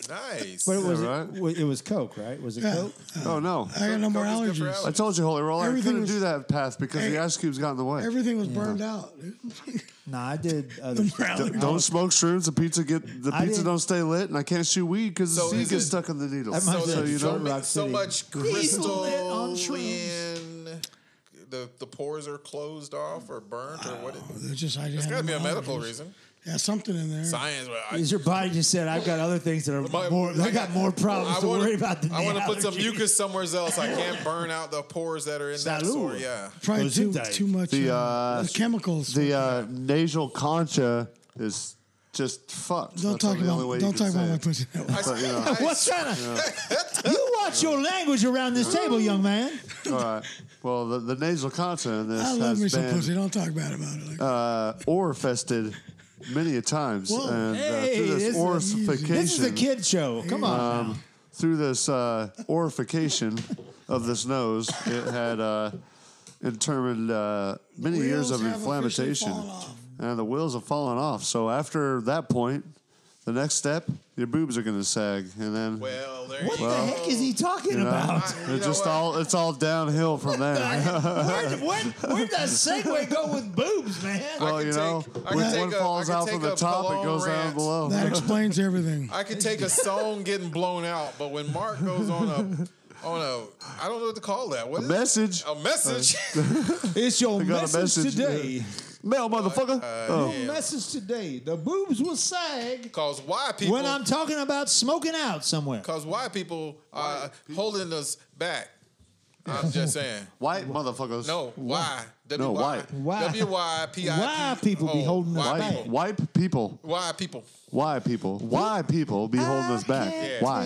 C: Nice.
H: But it was
G: right?
H: wa- it was Coke, right? Was it
E: Yeah.
H: Coke?
G: oh no.
E: I got no more
C: Coke is good for
E: allergies.
G: I told you, Holy Roller, I
E: Everything
G: couldn't
E: was-
G: do that path because
E: Hey.
G: the ice cubes got in the way.
E: Everything was burned out. dude.
H: No, I did other stuff.
G: D- don't smoke shrooms. The pizza get the
H: I
G: pizza
H: didn't-
G: don't stay lit, and I can't shoot weed because the
C: So
G: seed
C: is
G: gets
C: it-
G: stuck in the needle.
H: That might
G: So,
H: be
G: so
H: a
G: you
H: joke.
G: know,
H: Rock
C: so, so
H: City.
C: much crystal
H: lit on
C: in the the pores are closed off or burnt or what? It,
E: It's just I didn't.
C: it's
E: have
C: got to
E: no
C: be a medical
E: allergies.
C: reason.
E: Yeah, something in there.
C: Science. well, I,
H: Is your body just said I've got other things that are
C: my-
H: more? I got more problems
C: I
H: to
C: wanna-
H: worry about than
C: I want
H: the
C: to put some
H: allergies.
C: mucus somewhere else. I can't burn out the pores that are in that
H: Salud.
C: sore. Yeah.
E: Probably
H: Those
E: too,
H: Zyrtec.
E: too much
G: The,
E: uh,
G: uh,
E: the chemicals.
G: the uh, nasal concha is just fucked.
E: don't
G: That's
E: talk
G: the only way
E: about don't
G: you can
E: talk
G: say
E: about my
G: it.
E: pussy. that way.
G: But, you know,
H: What kind of? You watch your language around this table, young man.
G: all right. Well, the, the nasal concha in this
E: I
G: has
E: love me some
G: been
E: pussy. Don't talk bad about it. Like,
G: uh, aura fested many a times,
E: Whoa.
G: and
H: Hey,
G: uh, through this,
H: this is-
G: orification,
H: This is the kid show. Come
C: Uh,
H: on.
G: um, through this uh, orification of this nose, it had uh, determined uh, many
E: Wheels
G: years of
E: have officially
G: inflammation,
E: fallen off.
G: and the wheels have fallen off. So after that point, the next step, your boobs are going to sag, and then
C: Well, there
H: what
C: you
H: the
C: go.
H: heck is he talking
G: you know,
H: about?
C: You
G: it's
C: know
G: just
C: what?
G: all it's all downhill from there.
H: where where where'd that segue go with boobs, man?
G: Well,
C: I
G: you
C: can
G: know,
C: take- I
G: when
C: can
G: one
C: take a-
G: falls
C: I can
G: out from
C: take
G: the
C: a
G: top, it
C: long
G: goes down
C: rant.
G: below.
E: that explains everything.
C: I could take a song getting blown out, but when Mark goes on a on a I don't know what to call that. What is it?
G: Message,
C: A message.
H: It's your
G: got a
H: message,
G: message,
H: today.
G: mail, motherfucker.
C: Uh,
H: Your message today. The boobs will sag
C: Cause why people?
H: when I'm talking about smoking out somewhere.
C: Cause why people are holding us back? I'm just saying.
G: White motherfuckers.
C: No, why? W
G: No,
C: Y.
H: why?
C: W Y P I P.
H: Why people be
C: O.
H: holding us
C: Why
H: back?
C: people?
G: White people.
C: Why people?
G: Why people? Why people be holding us back?
C: can't
G: Why?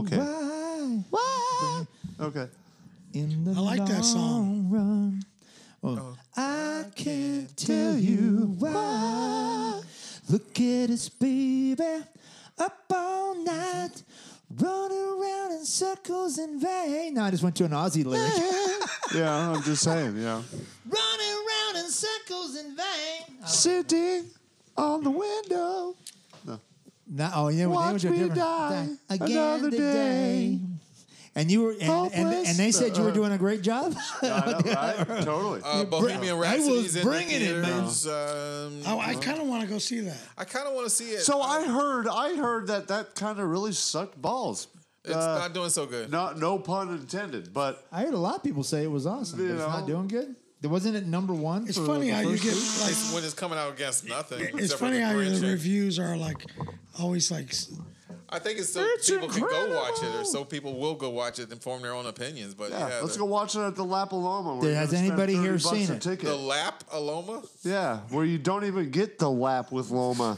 G: Okay.
H: Why? Why?
G: Okay.
H: In the
E: I like that song.
H: long Run. Oh. I can't tell you why. Look at us, baby, up all night. Run around in circles in vain. No, I just went to an Aussie lyric.
G: Yeah, I'm just saying. Yeah.
H: Running around in circles in vain.
G: Sitting on the window.
H: No, oh yeah, well, they
G: Watch
H: were
G: me
H: different.
G: die
H: again
G: another
H: today.
G: day.
H: And you were, and, and, and they said you were doing a great job.
G: I know, right? Totally.
C: Uh, Bohemian
H: I was
C: Rhapsody. in the
H: bringing it, man.
C: theaters, Um,
E: Oh,
G: Uh,
E: I kind of want to go see that.
C: I kind of want to see it.
G: So I heard, I heard that that kind of really sucked balls.
C: it's
G: uh,
C: not doing so good.
G: Not, no pun intended, but
H: I heard a lot of people say it was awesome, but
G: You
H: it's not
G: know.
H: doing good. There wasn't it number one.
E: It's
G: uh,
H: for
E: funny
H: the
E: how you
H: first
E: get
H: week?
E: like.
C: It's when it's coming out against nothing.
E: It's
C: except for
E: funny
C: the
E: how your
C: Grinch.
E: reviews are like always like s-
C: I think it's so people can go watch it, or so people will go watch it and form their own opinions. But
G: yeah,
C: yeah,
G: let's
C: the,
G: go watch it at the La Paloma. where
H: Dude,
G: you're
H: has
G: gonna spend
H: anybody
G: 30
H: here
G: bucks
H: seen
G: a
H: it?
G: Ticket.
C: The lap aloma.
G: Yeah, where you don't even get the lap with Loma.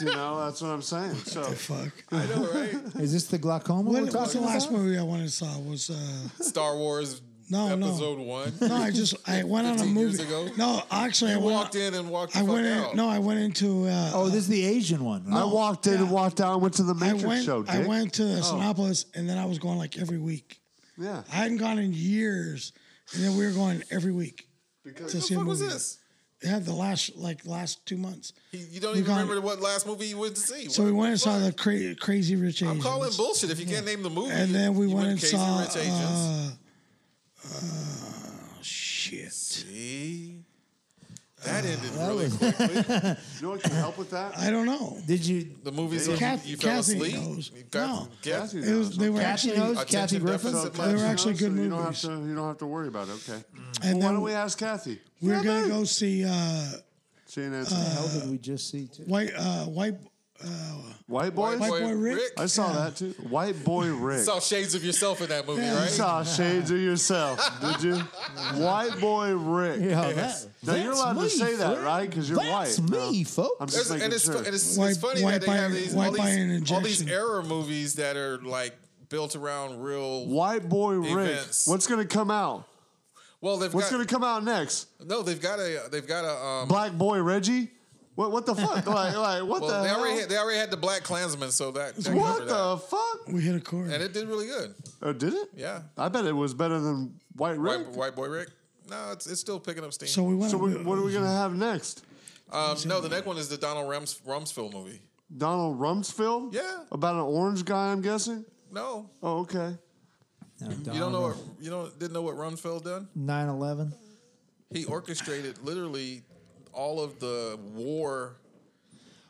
G: you know, that's what I'm saying. So
E: fuck.
C: I know, right?
H: Is this the glaucoma
E: What,
H: we're
E: what's the
H: talking
E: last
H: about?
E: movie I went and saw was uh
C: Star Wars
E: No, no.
C: episode one.
E: no I just I went on a
C: 15 years
E: movie
C: ago?
E: no actually I
C: You
E: went
C: walked in and walked the
E: I
C: fuck
E: went
C: out.
E: in no I went into uh,
H: Oh, this is the Asian one.
G: I
H: right?
G: walked in and walked out and went to the
E: I
G: Matrix
E: went
G: show, Dick.
E: I went to
C: Oh.
E: Sinopolis and then I was going like every week
G: yeah.
E: I hadn't gone in years and then we were going every week
G: Because
E: to
C: What
E: see a
C: the fuck
E: movie
C: was this?
E: they had the last like last two months
C: He- You don't
E: We
C: even
E: gone-
C: remember what last movie you went to see.
E: so we went and saw the cra- Crazy Rich Asians
C: I'm calling bullshit if you can't name the movie.
E: and then we
C: You
E: went and
C: Crazy
E: saw
C: Rich Asians.
E: uh, uh, shit
C: See?
E: Ah,
C: That ended really quickly.
G: you know what can help with that?
E: I don't know.
H: Did you?
C: The movies
E: Yeah.
C: you-
E: Kath-
C: you fell
E: Kathy
C: asleep.
E: knows.
C: You got-
E: No.
C: yeah.
G: Kathy
E: It was,
G: knows.
E: they were
H: Kathy
E: actually,
H: knows. Kathy
C: Attention
H: Griffin.
C: deficit
G: So
C: much.
E: They were actually
G: so
E: good
G: You don't, have
E: movies.
G: to, you don't have to worry about it. Okay.
E: and
G: Why
E: then
G: don't we ask Kathy?
E: we were gonna go see uh,
G: She ain't answering.
H: How did we just see? Too?
E: white uh, white
G: White boys.
E: White Boy Rick?
G: I saw
E: Yeah.
G: that too. White boy Rick.
C: Saw shades of yourself in that movie,
E: Yeah.
G: you
C: right?
G: saw shades of yourself, did you? White boy Rick.
H: Yeah, that-
G: Now you're
H: that's
G: allowed to
H: me,
G: say that,
H: friend.
G: right? Because you're
H: That's
G: white. No.
H: me, folks.
G: I'm
C: There's-
G: just
C: and
G: making
C: it's,
G: sure.
C: and it's,
E: Why-
C: it's funny
E: why
C: that they have
E: buy-
C: these,
E: why
C: all,
E: buy an
C: these all these
E: injection?
C: error movies that are like built around real.
G: White boy Rick.
C: Events.
G: What's gonna come out?
C: Well, they've
G: What's
C: got
G: gonna come out next?
C: no, they've got a they've got a um.
G: Black boy Reggie. What? What the fuck? like, like what
C: well,
G: the
C: they
G: hell?
C: already had, they already had the Black Klansman, so that, that
G: what
C: covered
G: the
C: that.
G: fuck?
E: we hit a chord.
C: and it did really good.
G: Oh, did it?
C: Yeah,
G: I bet it was better than White Rick.
C: white, white boy Rick. No, it's it's still picking up steam.
E: So we went.
G: So we, what are we gonna have next?
C: um, no, the next one is the Donald Rums, Rumsfeld movie.
G: Donald Rumsfeld?
C: Yeah.
G: About an orange guy, I'm guessing.
C: No,
G: Oh, okay.
C: you don't know what you don't didn't know what Rumsfeld done.
H: 9/11.
C: He orchestrated literally all of the war.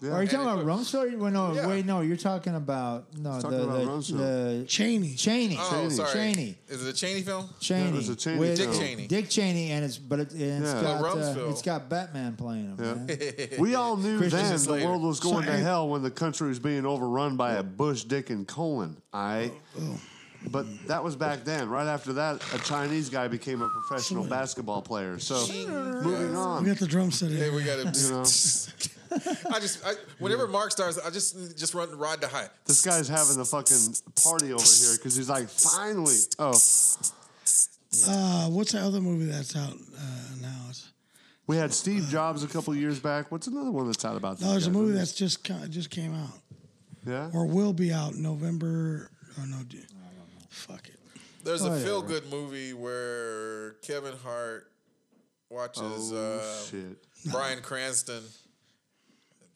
H: Are you talking about
C: And it was-
H: Rumsfeld? Wait, no,
C: Yeah.
H: wait, no. You're talking about no
G: talking
H: the,
G: about
H: the,
G: Rumsfeld.
H: the
E: Cheney.
H: Cheney.
C: Oh,
G: Cheney.
C: sorry.
H: Cheney.
C: Is it a Cheney film?
H: Cheney.
G: it was a Cheney
H: with-
G: Dick
C: Cheney.
H: Dick Cheney, and it's but it, and it's
G: Yeah.
H: got
C: But
H: uh,
C: Rumsfeld.
H: it's got Batman playing him. man.
G: We all knew
H: Christian
G: then the
C: Slater.
G: world was going to
E: Sorry.
G: hell when the country was being overrun by a Bush, Dick, and Colin. I. But that was back then. Right after that, a Chinese guy became a professional basketball player. So moving
E: We
G: on.
E: got the drum set.
C: Hey,
E: in.
C: we got to.
G: know.
C: I just I, whenever Mark starts, I just just run ride the high.
G: This guy's having the fucking party over here because he's like, finally. Oh,
E: Uh, what's the other movie that's out uh, now? It's-
G: we had Steve Jobs a couple years back. What's another one that's out about this?
E: No, there's a movie that's just ca- just came out
G: Yeah.
E: or will be out November. Oh no, d- fuck it.
C: There's a
G: Oh,
H: Whatever.
C: feel good movie where Kevin Hart watches
G: Oh,
C: uh,
G: shit.
C: Brian Cranston.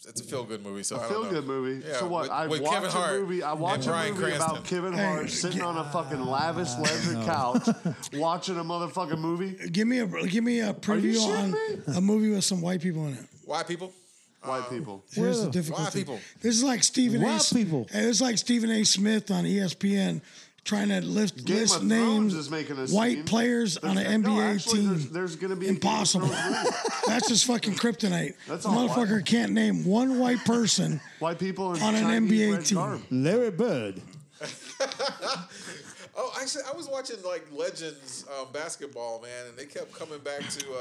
C: It's a feel good movie, so I I don't
G: Feel
C: know.
G: good movie.
C: Yeah,
G: so what?
C: with-
G: I
C: with
G: watch
C: Kevin
G: a
C: Hart
G: movie. I
C: and
G: watch a
C: Brian
G: movie about
C: Cranston.
G: Kevin Hart sitting on a fucking lavish leather couch, watching a motherfucking movie.
E: Give me a give me a preview on
G: shitting
E: a movie with some white people in it.
C: Why people?
G: White people.
E: Here's the
H: Why
E: difficulty.
C: people?
E: This is like Stephen A.
H: Why
E: S-
H: people?
E: It's like Stephen A. Smith on E ESPN trying to lift
G: Game
E: list
G: of
E: names
G: Thrones is making a
E: white
G: scene.
E: players on
G: There's-
E: an
G: no,
E: NBA
G: actually,
E: team.
G: There's, there's going to be a Game of
E: Impossible.
G: Thrones movie.
E: That's his fucking kryptonite.
G: That's
E: the
G: all
E: motherfucker
G: white.
E: can't name one white person.
G: White people in
E: On an
G: Chinese
E: NBA
G: red
E: team.
G: garb.
H: Larry Bird.
C: Oh, actually, I was watching like Legends um, basketball, man, and they kept coming back to uh,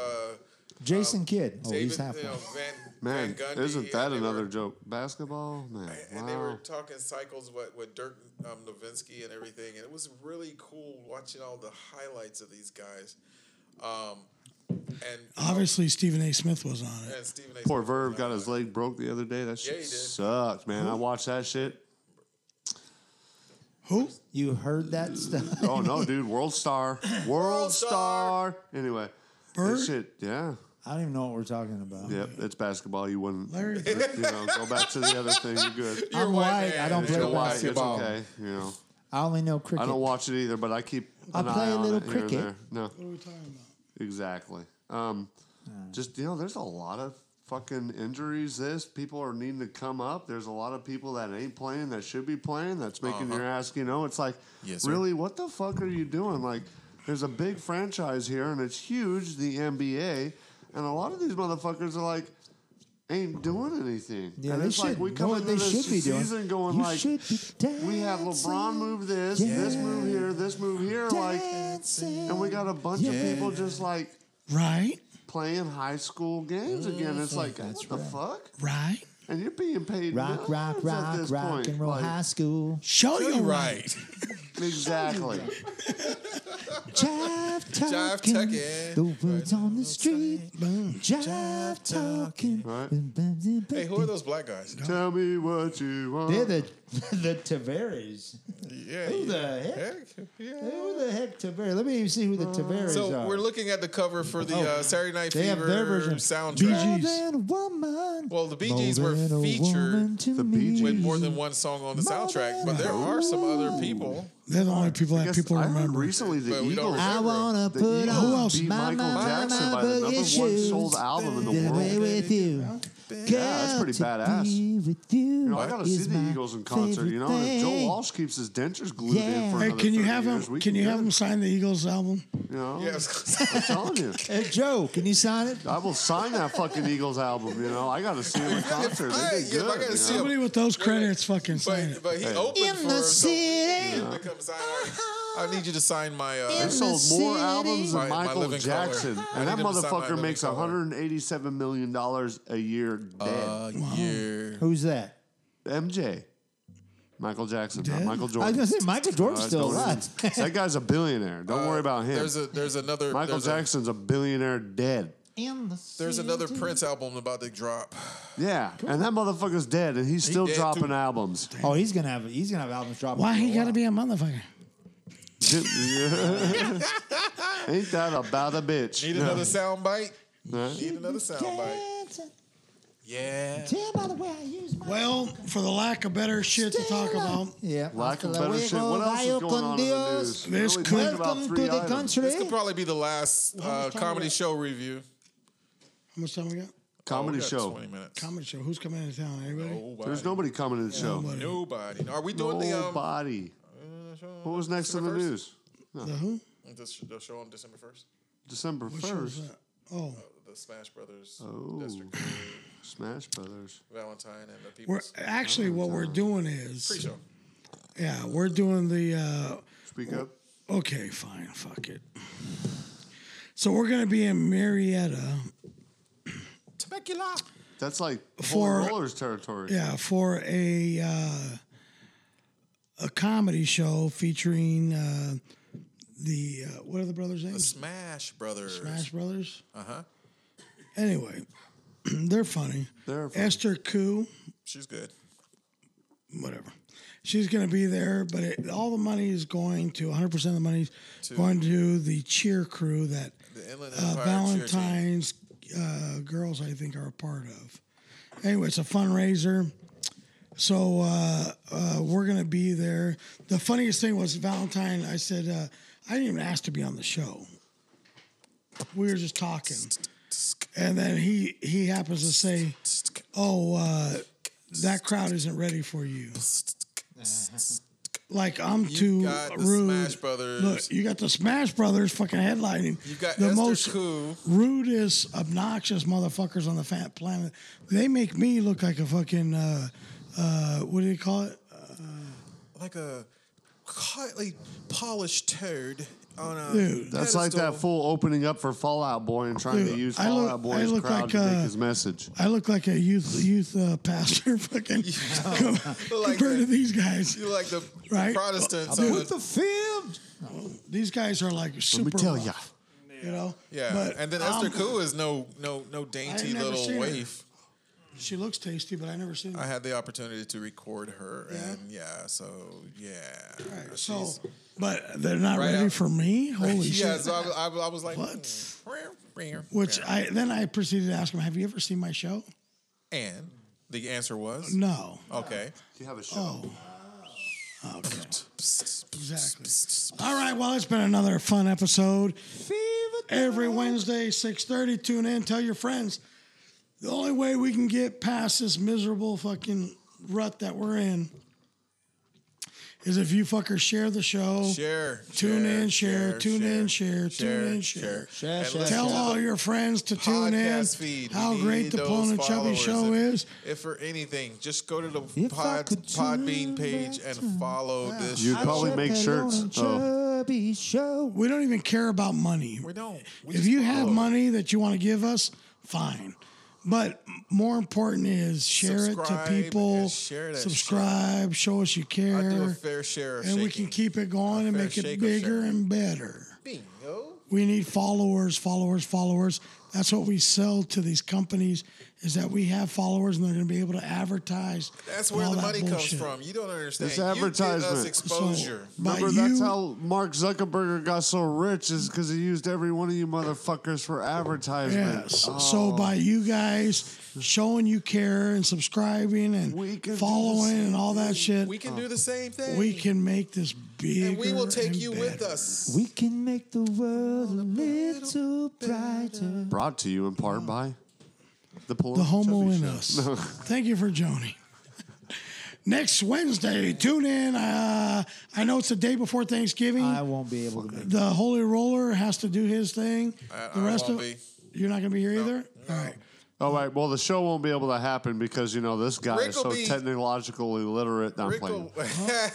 H: Jason Kidd. Oh, he's
C: David,
H: half
C: you know,
H: white.
C: Van,
G: Man,
C: Van Gundy.
G: isn't that
C: and they
G: another
C: were-
G: joke? Basketball, man.
C: And they were
G: Wow.
C: talking cycles with, with Dirk um, Nowitzki and everything, and it was really cool watching all the highlights of these guys. Um, and um,
E: Obviously, Stephen A. Smith was on it.
C: and Stephen A.
G: Poor
C: Smith
G: Verve
C: was
G: got
C: on
G: his
C: it.
G: leg broke the other day. That shit
C: he did.
G: sucked, man. I watched that shit.
E: Who?
H: You heard that stuff?
G: Oh no, dude! World star, world star. Anyway,
E: Bird?
G: that shit. Yeah,
H: I don't even know what we're talking about.
G: yep. It's basketball. You wouldn't.
E: Larry
G: You know, go back to the other thing. You're good.
H: I'm
C: white
H: white.
C: man.
H: I don't
C: It's
H: play
C: your
G: You're white,
H: basketball.
G: It's
C: basketball.
G: okay. You know,
H: I only know cricket.
G: I don't watch it either, but I keep.
H: I
G: an
H: play
G: eye
H: a
G: on
H: little
G: it here and
H: cricket.
G: there. No,
E: What are we talking about?
G: exactly. Um, just you know, there's a lot of fucking injuries. This people are needing to come up. There's a lot of people that ain't playing that should be playing. That's making
H: Uh-huh.
G: your ass. You know, it's like,
C: Yes, sir.
G: really, what the fuck are you doing? Like, there's a big franchise here and it's huge, the NBA, and a lot of these motherfuckers are like. Ain't doing anything.
H: Yeah,
G: and
H: they
G: it's like
H: should.
G: we
H: Know
G: come
H: what
G: into
H: they
G: this
H: should be doing?
G: season going
H: You
G: like
H: should be
G: we had LeBron
H: dancing.
G: move this, this move here, this move here, like
H: Dancing.
G: and we got a bunch of people just like
E: Right,
G: playing high school games again. It's like
H: Mm-hmm. That's
G: what the
H: right.
G: fuck?
E: right.
G: And you're being paid
H: rock,
G: millions
H: rock,
G: at
H: rock,
G: this
H: rock
G: point.
H: and roll
G: Like,
H: high school.
E: Show you
C: You're
E: right.
C: right.
G: Exactly.
H: Jive
C: Jive
H: talking,
C: tucking.
H: the words on the street. Jive talking.
G: Right.
C: hey, who are those black guys?
G: Tell me what you want.
H: They're the the Tavares.
C: Yeah.
H: Who the
C: yeah.
H: heck?
C: Heck, Yeah.
H: Who the heck Tavares? Let me even see who the Tavares
C: Uh, So
H: are.
C: we're looking at the cover for the uh, Saturday Night
H: Oh, They have
C: Fever
H: their version.
C: soundtrack
H: More
E: Bee Gees.
H: than a woman.
C: Well, the Bee
H: More
C: Gees were
H: than a
C: featured
H: woman to
G: The Bee
H: me.
G: Gees.
C: with more than one song on the soundtrack, but there are some other people.
E: They're the only people
G: I
E: that
G: guess
E: people
G: I heard
E: remember.
G: recently the
C: But we don't
G: Eagles.
C: remember.
H: I wanna
G: The
H: put
G: Eagles
H: on
E: else
G: beat
H: my
G: Michael
H: my,
G: Jackson
H: my
G: by the number one
H: boogie shoes.
G: sold album in the
H: Did away
G: world.
H: with you.
G: Yeah, that's pretty
H: Girl, to
G: badass.
H: be with you
G: You know, I gotta see
H: is
G: the
H: my
G: Eagles in concert. You know,
H: favorite
G: and if Joe
H: thing.
G: Walsh keeps his dentures glued in
H: Yeah.
G: for
E: Hey,
G: another
E: can you
G: 30
E: have
G: years,
E: them?
G: we
E: Can you have
G: good,
E: them sign the Eagles album?
G: You know,
C: Yes.
G: I'm telling you.
H: Hey, Joe, can you sign it?
G: I will sign that fucking Eagles album. You know, I got to see him in concert.
C: I-
G: They did
C: if I
G: good.
C: gotta
G: you
C: see
G: know?
C: him-
E: Somebody with those credits fucking sign
C: But,
E: it.
C: but he opened
H: In
C: for
H: the
C: him, so we
H: city.
C: needed him to come sign our- I need you to sign my.
G: They
C: Uh,
G: sold more
H: city.
G: albums than
C: My- my
G: Michael
C: Living Color.
G: Jackson,
C: I
G: and
C: need
G: that
C: him to sign My
G: motherfucker
C: Living
G: makes
C: Color.
G: 187 million dollars a year dead.
C: uh, year.
H: Who's that?
G: MJ, Michael Jackson, not Michael
H: I was
G: Jordan.
H: gonna say Michael Jordan's
G: Uh,
H: still
G: don't
H: alive.
G: even- that guy's a billionaire. Don't worry about him.
C: Uh, There's a there's another
G: Michael
C: there's a-
G: Jackson's a billionaire dead.
H: In the
C: there's another
H: city.
C: Prince album about to drop.
G: Yeah, and that motherfucker's dead, and he's still
C: dead,
G: dropping
C: too.
G: albums.
H: Oh, he's gonna have he's gonna have albums dropping.
E: Why
H: for a
E: he gotta
H: while.
E: be a motherfucker?
G: Ain't that about a bitch?
C: Need
G: No.
C: another sound bite?
G: Huh?
C: Need another sound bite?
H: Dancing.
C: Yeah.
H: Tell by the way I use my
E: Well, for the lack of better shit to talk about,
H: yeah.
G: Lack of better shit. What else is going on in the news? We
E: This
G: only
E: could-
G: talked about
H: Welcome to
G: three
H: the
G: items.
H: country.
C: This could probably be the last uh, comedy show review.
E: how much time we got?
G: Comedy
C: Oh, we got
G: show.
C: Twenty minutes.
E: Comedy show. Who's coming into town? Anybody?
C: Nobody.
G: There's nobody coming to the show.
C: Nobody. Are we doing the um,
G: Nobody. um, uh, What was next in the
C: December
G: news?
E: The who?
C: um the, sh- the show on December first?
G: December
E: What show is
G: first.
E: that? Oh,
C: The Smash Brothers,
G: Oh.
C: District,
G: Smash Brothers.
C: Valentine, and the
E: we're
C: People's
E: actually what we're doing is
C: Pre-show.
E: yeah, we're doing the. uh
G: Speak up.
E: Okay, fine. Fuck it. So we're going to be in Marietta,
C: Temecula.
G: That's like
E: For-
G: for rollers territory.
E: yeah, for a uh, a comedy show featuring uh, the uh, what are the brothers'
C: The
E: names?
C: Smash Brothers.
E: Smash Brothers. Uh
C: Uh-huh.
E: Anyway, they're funny.
G: They're funny.
E: Esther Koo,
C: She's good.
E: whatever. She's going to be there, but it, all the money is going to 100% of the money is going to the cheer crew that
C: The Inland
E: uh,
C: Empire cheer team.
E: Valentine's uh, girls, I think, are a part of. Anyway, it's a fundraiser. So uh, uh, we're going to be there. The funniest thing was Valentine, I said, uh, I didn't even ask to be on the show. We were just talking. And then he, he happens to say, Oh, uh, that crowd isn't ready for you. Like, I'm too
C: got the
E: rude.
C: Smash Brothers.
E: Look, you got the Smash Brothers fucking headlining.
C: You've got
E: the
C: Esther
E: most
C: Koo.
E: rudest, obnoxious motherfuckers on the fat planet. They make me look like a fucking uh, uh, what do you call it?
C: Like a highly polished toad on a.
E: Dude.
G: That's like that
C: pedestal.
G: fool opening up for Fallout Boy and trying to
E: Dude,
G: use
E: I look-
G: Fallout
E: I
G: Boy's
E: look
G: crowd
E: like,
G: to
E: uh,
G: make his message.
E: I look like a youth youth uh, pastor, fucking compared to
C: that.
E: these guys.
C: You like the
E: Right?
C: Protestants?
E: Dude.
C: on
E: What
C: the-
H: field.
E: These guys are like super.
G: Let me tell
E: rough,
G: ya.
E: you know.
C: yeah,
E: But
C: and then
E: I'm-
C: Esther Koo is no no no
E: I ain't
C: dainty
E: never
C: little
E: seen her.
C: waif.
E: She looks tasty, but I never seen
C: I
E: her.
C: had the opportunity to record her,
E: Yeah.
C: and yeah, so yeah.
E: So,
C: she's-
E: but they're not
C: Right
E: ready
C: out-
E: for me. Holy
C: yeah,
E: shit!
C: so I, I, I was like,
E: What?
C: "Mm."
E: Which I then I proceeded to ask him, "Have you ever seen my show?"
C: and the answer was
E: No.
C: okay.
G: Do you have a
E: Oh.
G: show?
E: Exactly. All right. Well, it's been another fun episode. Every Wednesday, six thirty. Tune in. Tell your friends. The only way we can get past this miserable fucking rut that we're in is if you fuckers share the show.
C: Share,
E: Tune in, share, tune in, share,
C: share,
E: tune in, share.
H: Share,
C: And
H: share,
C: listen
E: Tell
C: to
E: all
C: the
E: your friends to tune in.
C: podcast feed. We
E: How great
C: need
E: the
C: those
E: Pona Chubby
C: followers.
E: Show
C: If-
E: is.
C: If for anything, just go to the
H: If I
C: pod,
H: could turn
C: Podbean page
H: back
C: and follow this.
G: You
C: show.
G: probably make shirts. Oh,
H: Chubby show.
E: We don't even care about money.
C: we don't. We
E: If
C: just
E: you have
C: follow.
E: money that you want to give us, fine. But more important is share
C: Subscribe
E: it to
C: and
E: people.
C: share that
E: subscribe, show us you care,
C: I do a fair share of
E: and we can
C: shaking.
E: keep it going and
C: fair
E: make it
C: shake of
E: bigger
C: sharing.
E: and better.
C: Bingo.
E: We need followers, followers, followers. That's what we sell to these companies is that we have followers and they're going to be able to advertise.
C: That's
E: and
C: where
E: all
C: the
E: that
C: money
E: bullshit.
C: comes from. You don't understand.
G: It's
C: You get us
G: advertisement.
C: exposure.
E: So, by
G: Remember, that's
E: you-
G: how Mark Zuckerberg got so rich is because he used every one of you motherfuckers for advertisement.
E: Yes. So by you guys showing you care and subscribing
G: We
E: and
G: can do the
E: following
G: same
E: and all that shit,
C: we can do the same thing.
E: Oh. we can make this big.
C: and we will take you with
E: better.
C: us.
H: We can make the world a little brighter.
G: Brought to you in part by the Polo
E: The homo in us. Thank you for joining. Next Wednesday, tune in. Uh, I know it's the day before Thanksgiving.
H: I won't be able to make
E: the Holy Roller has to do his thing. the
C: I
E: rest
C: won't
E: of
C: be.
E: you're not going to be here either. All right.
G: All right. Well, the show won't be able to happen because you know this guy
C: Rick
G: is
C: will
G: so
C: be-
G: technologically literate. Not
C: Rick
G: playing.
C: will-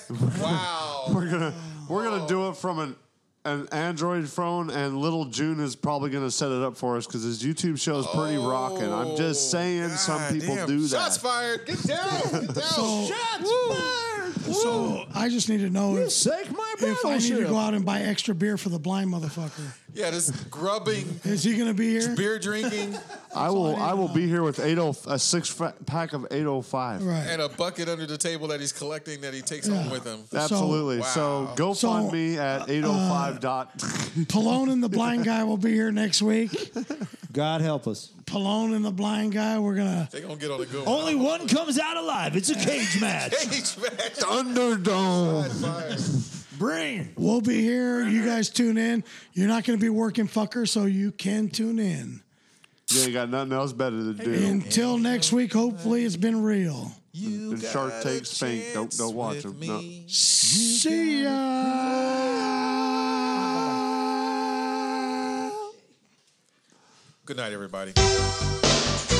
C: wow.
G: We're gonna we're gonna do it from an an Android phone, and little June is probably gonna set it up for us because his YouTube show is pretty rocking. I'm just saying, some
C: Oh. God
G: people
C: damn.
G: do that.
C: Shots fired. Get down. Get down. Shots fired.
E: So Oh, I just need to know if,
H: Take my
E: if I need to
H: battleship.
E: go out and buy extra beer for the blind motherfucker.
C: Yeah, this grubbing,
E: Is he going to be here?
C: beer drinking,
G: I will I will be here with eight oh a six fa- pack of eight oh five.
E: Right.
C: and a bucket under the table that he's collecting that he takes home with him.
G: Absolutely. So,
C: Wow. uh,
G: go
E: So,
G: find me at 805 dot.
E: Pallone and the blind guy will be here next week.
H: God help us.
E: Pallone and the blind guy, we're gonna
C: They gonna get on a good one.
F: Only one comes out alive. It's a cage match.
C: Cage match.
G: Thunderdome.
C: Fire.
F: Bring.
E: we'll be here. You guys tune in. You're not gonna be working fucker, so you can tune in.
G: You ain't got nothing else better to do
E: Until next week, hopefully it's been real.
C: You
G: than Shark
C: got
G: Tank
C: a
G: Spank. Don't,
C: chance
G: don't watch
C: with
G: them. No.
C: me.
E: See ya.
C: Good night, everybody.
E: Bye.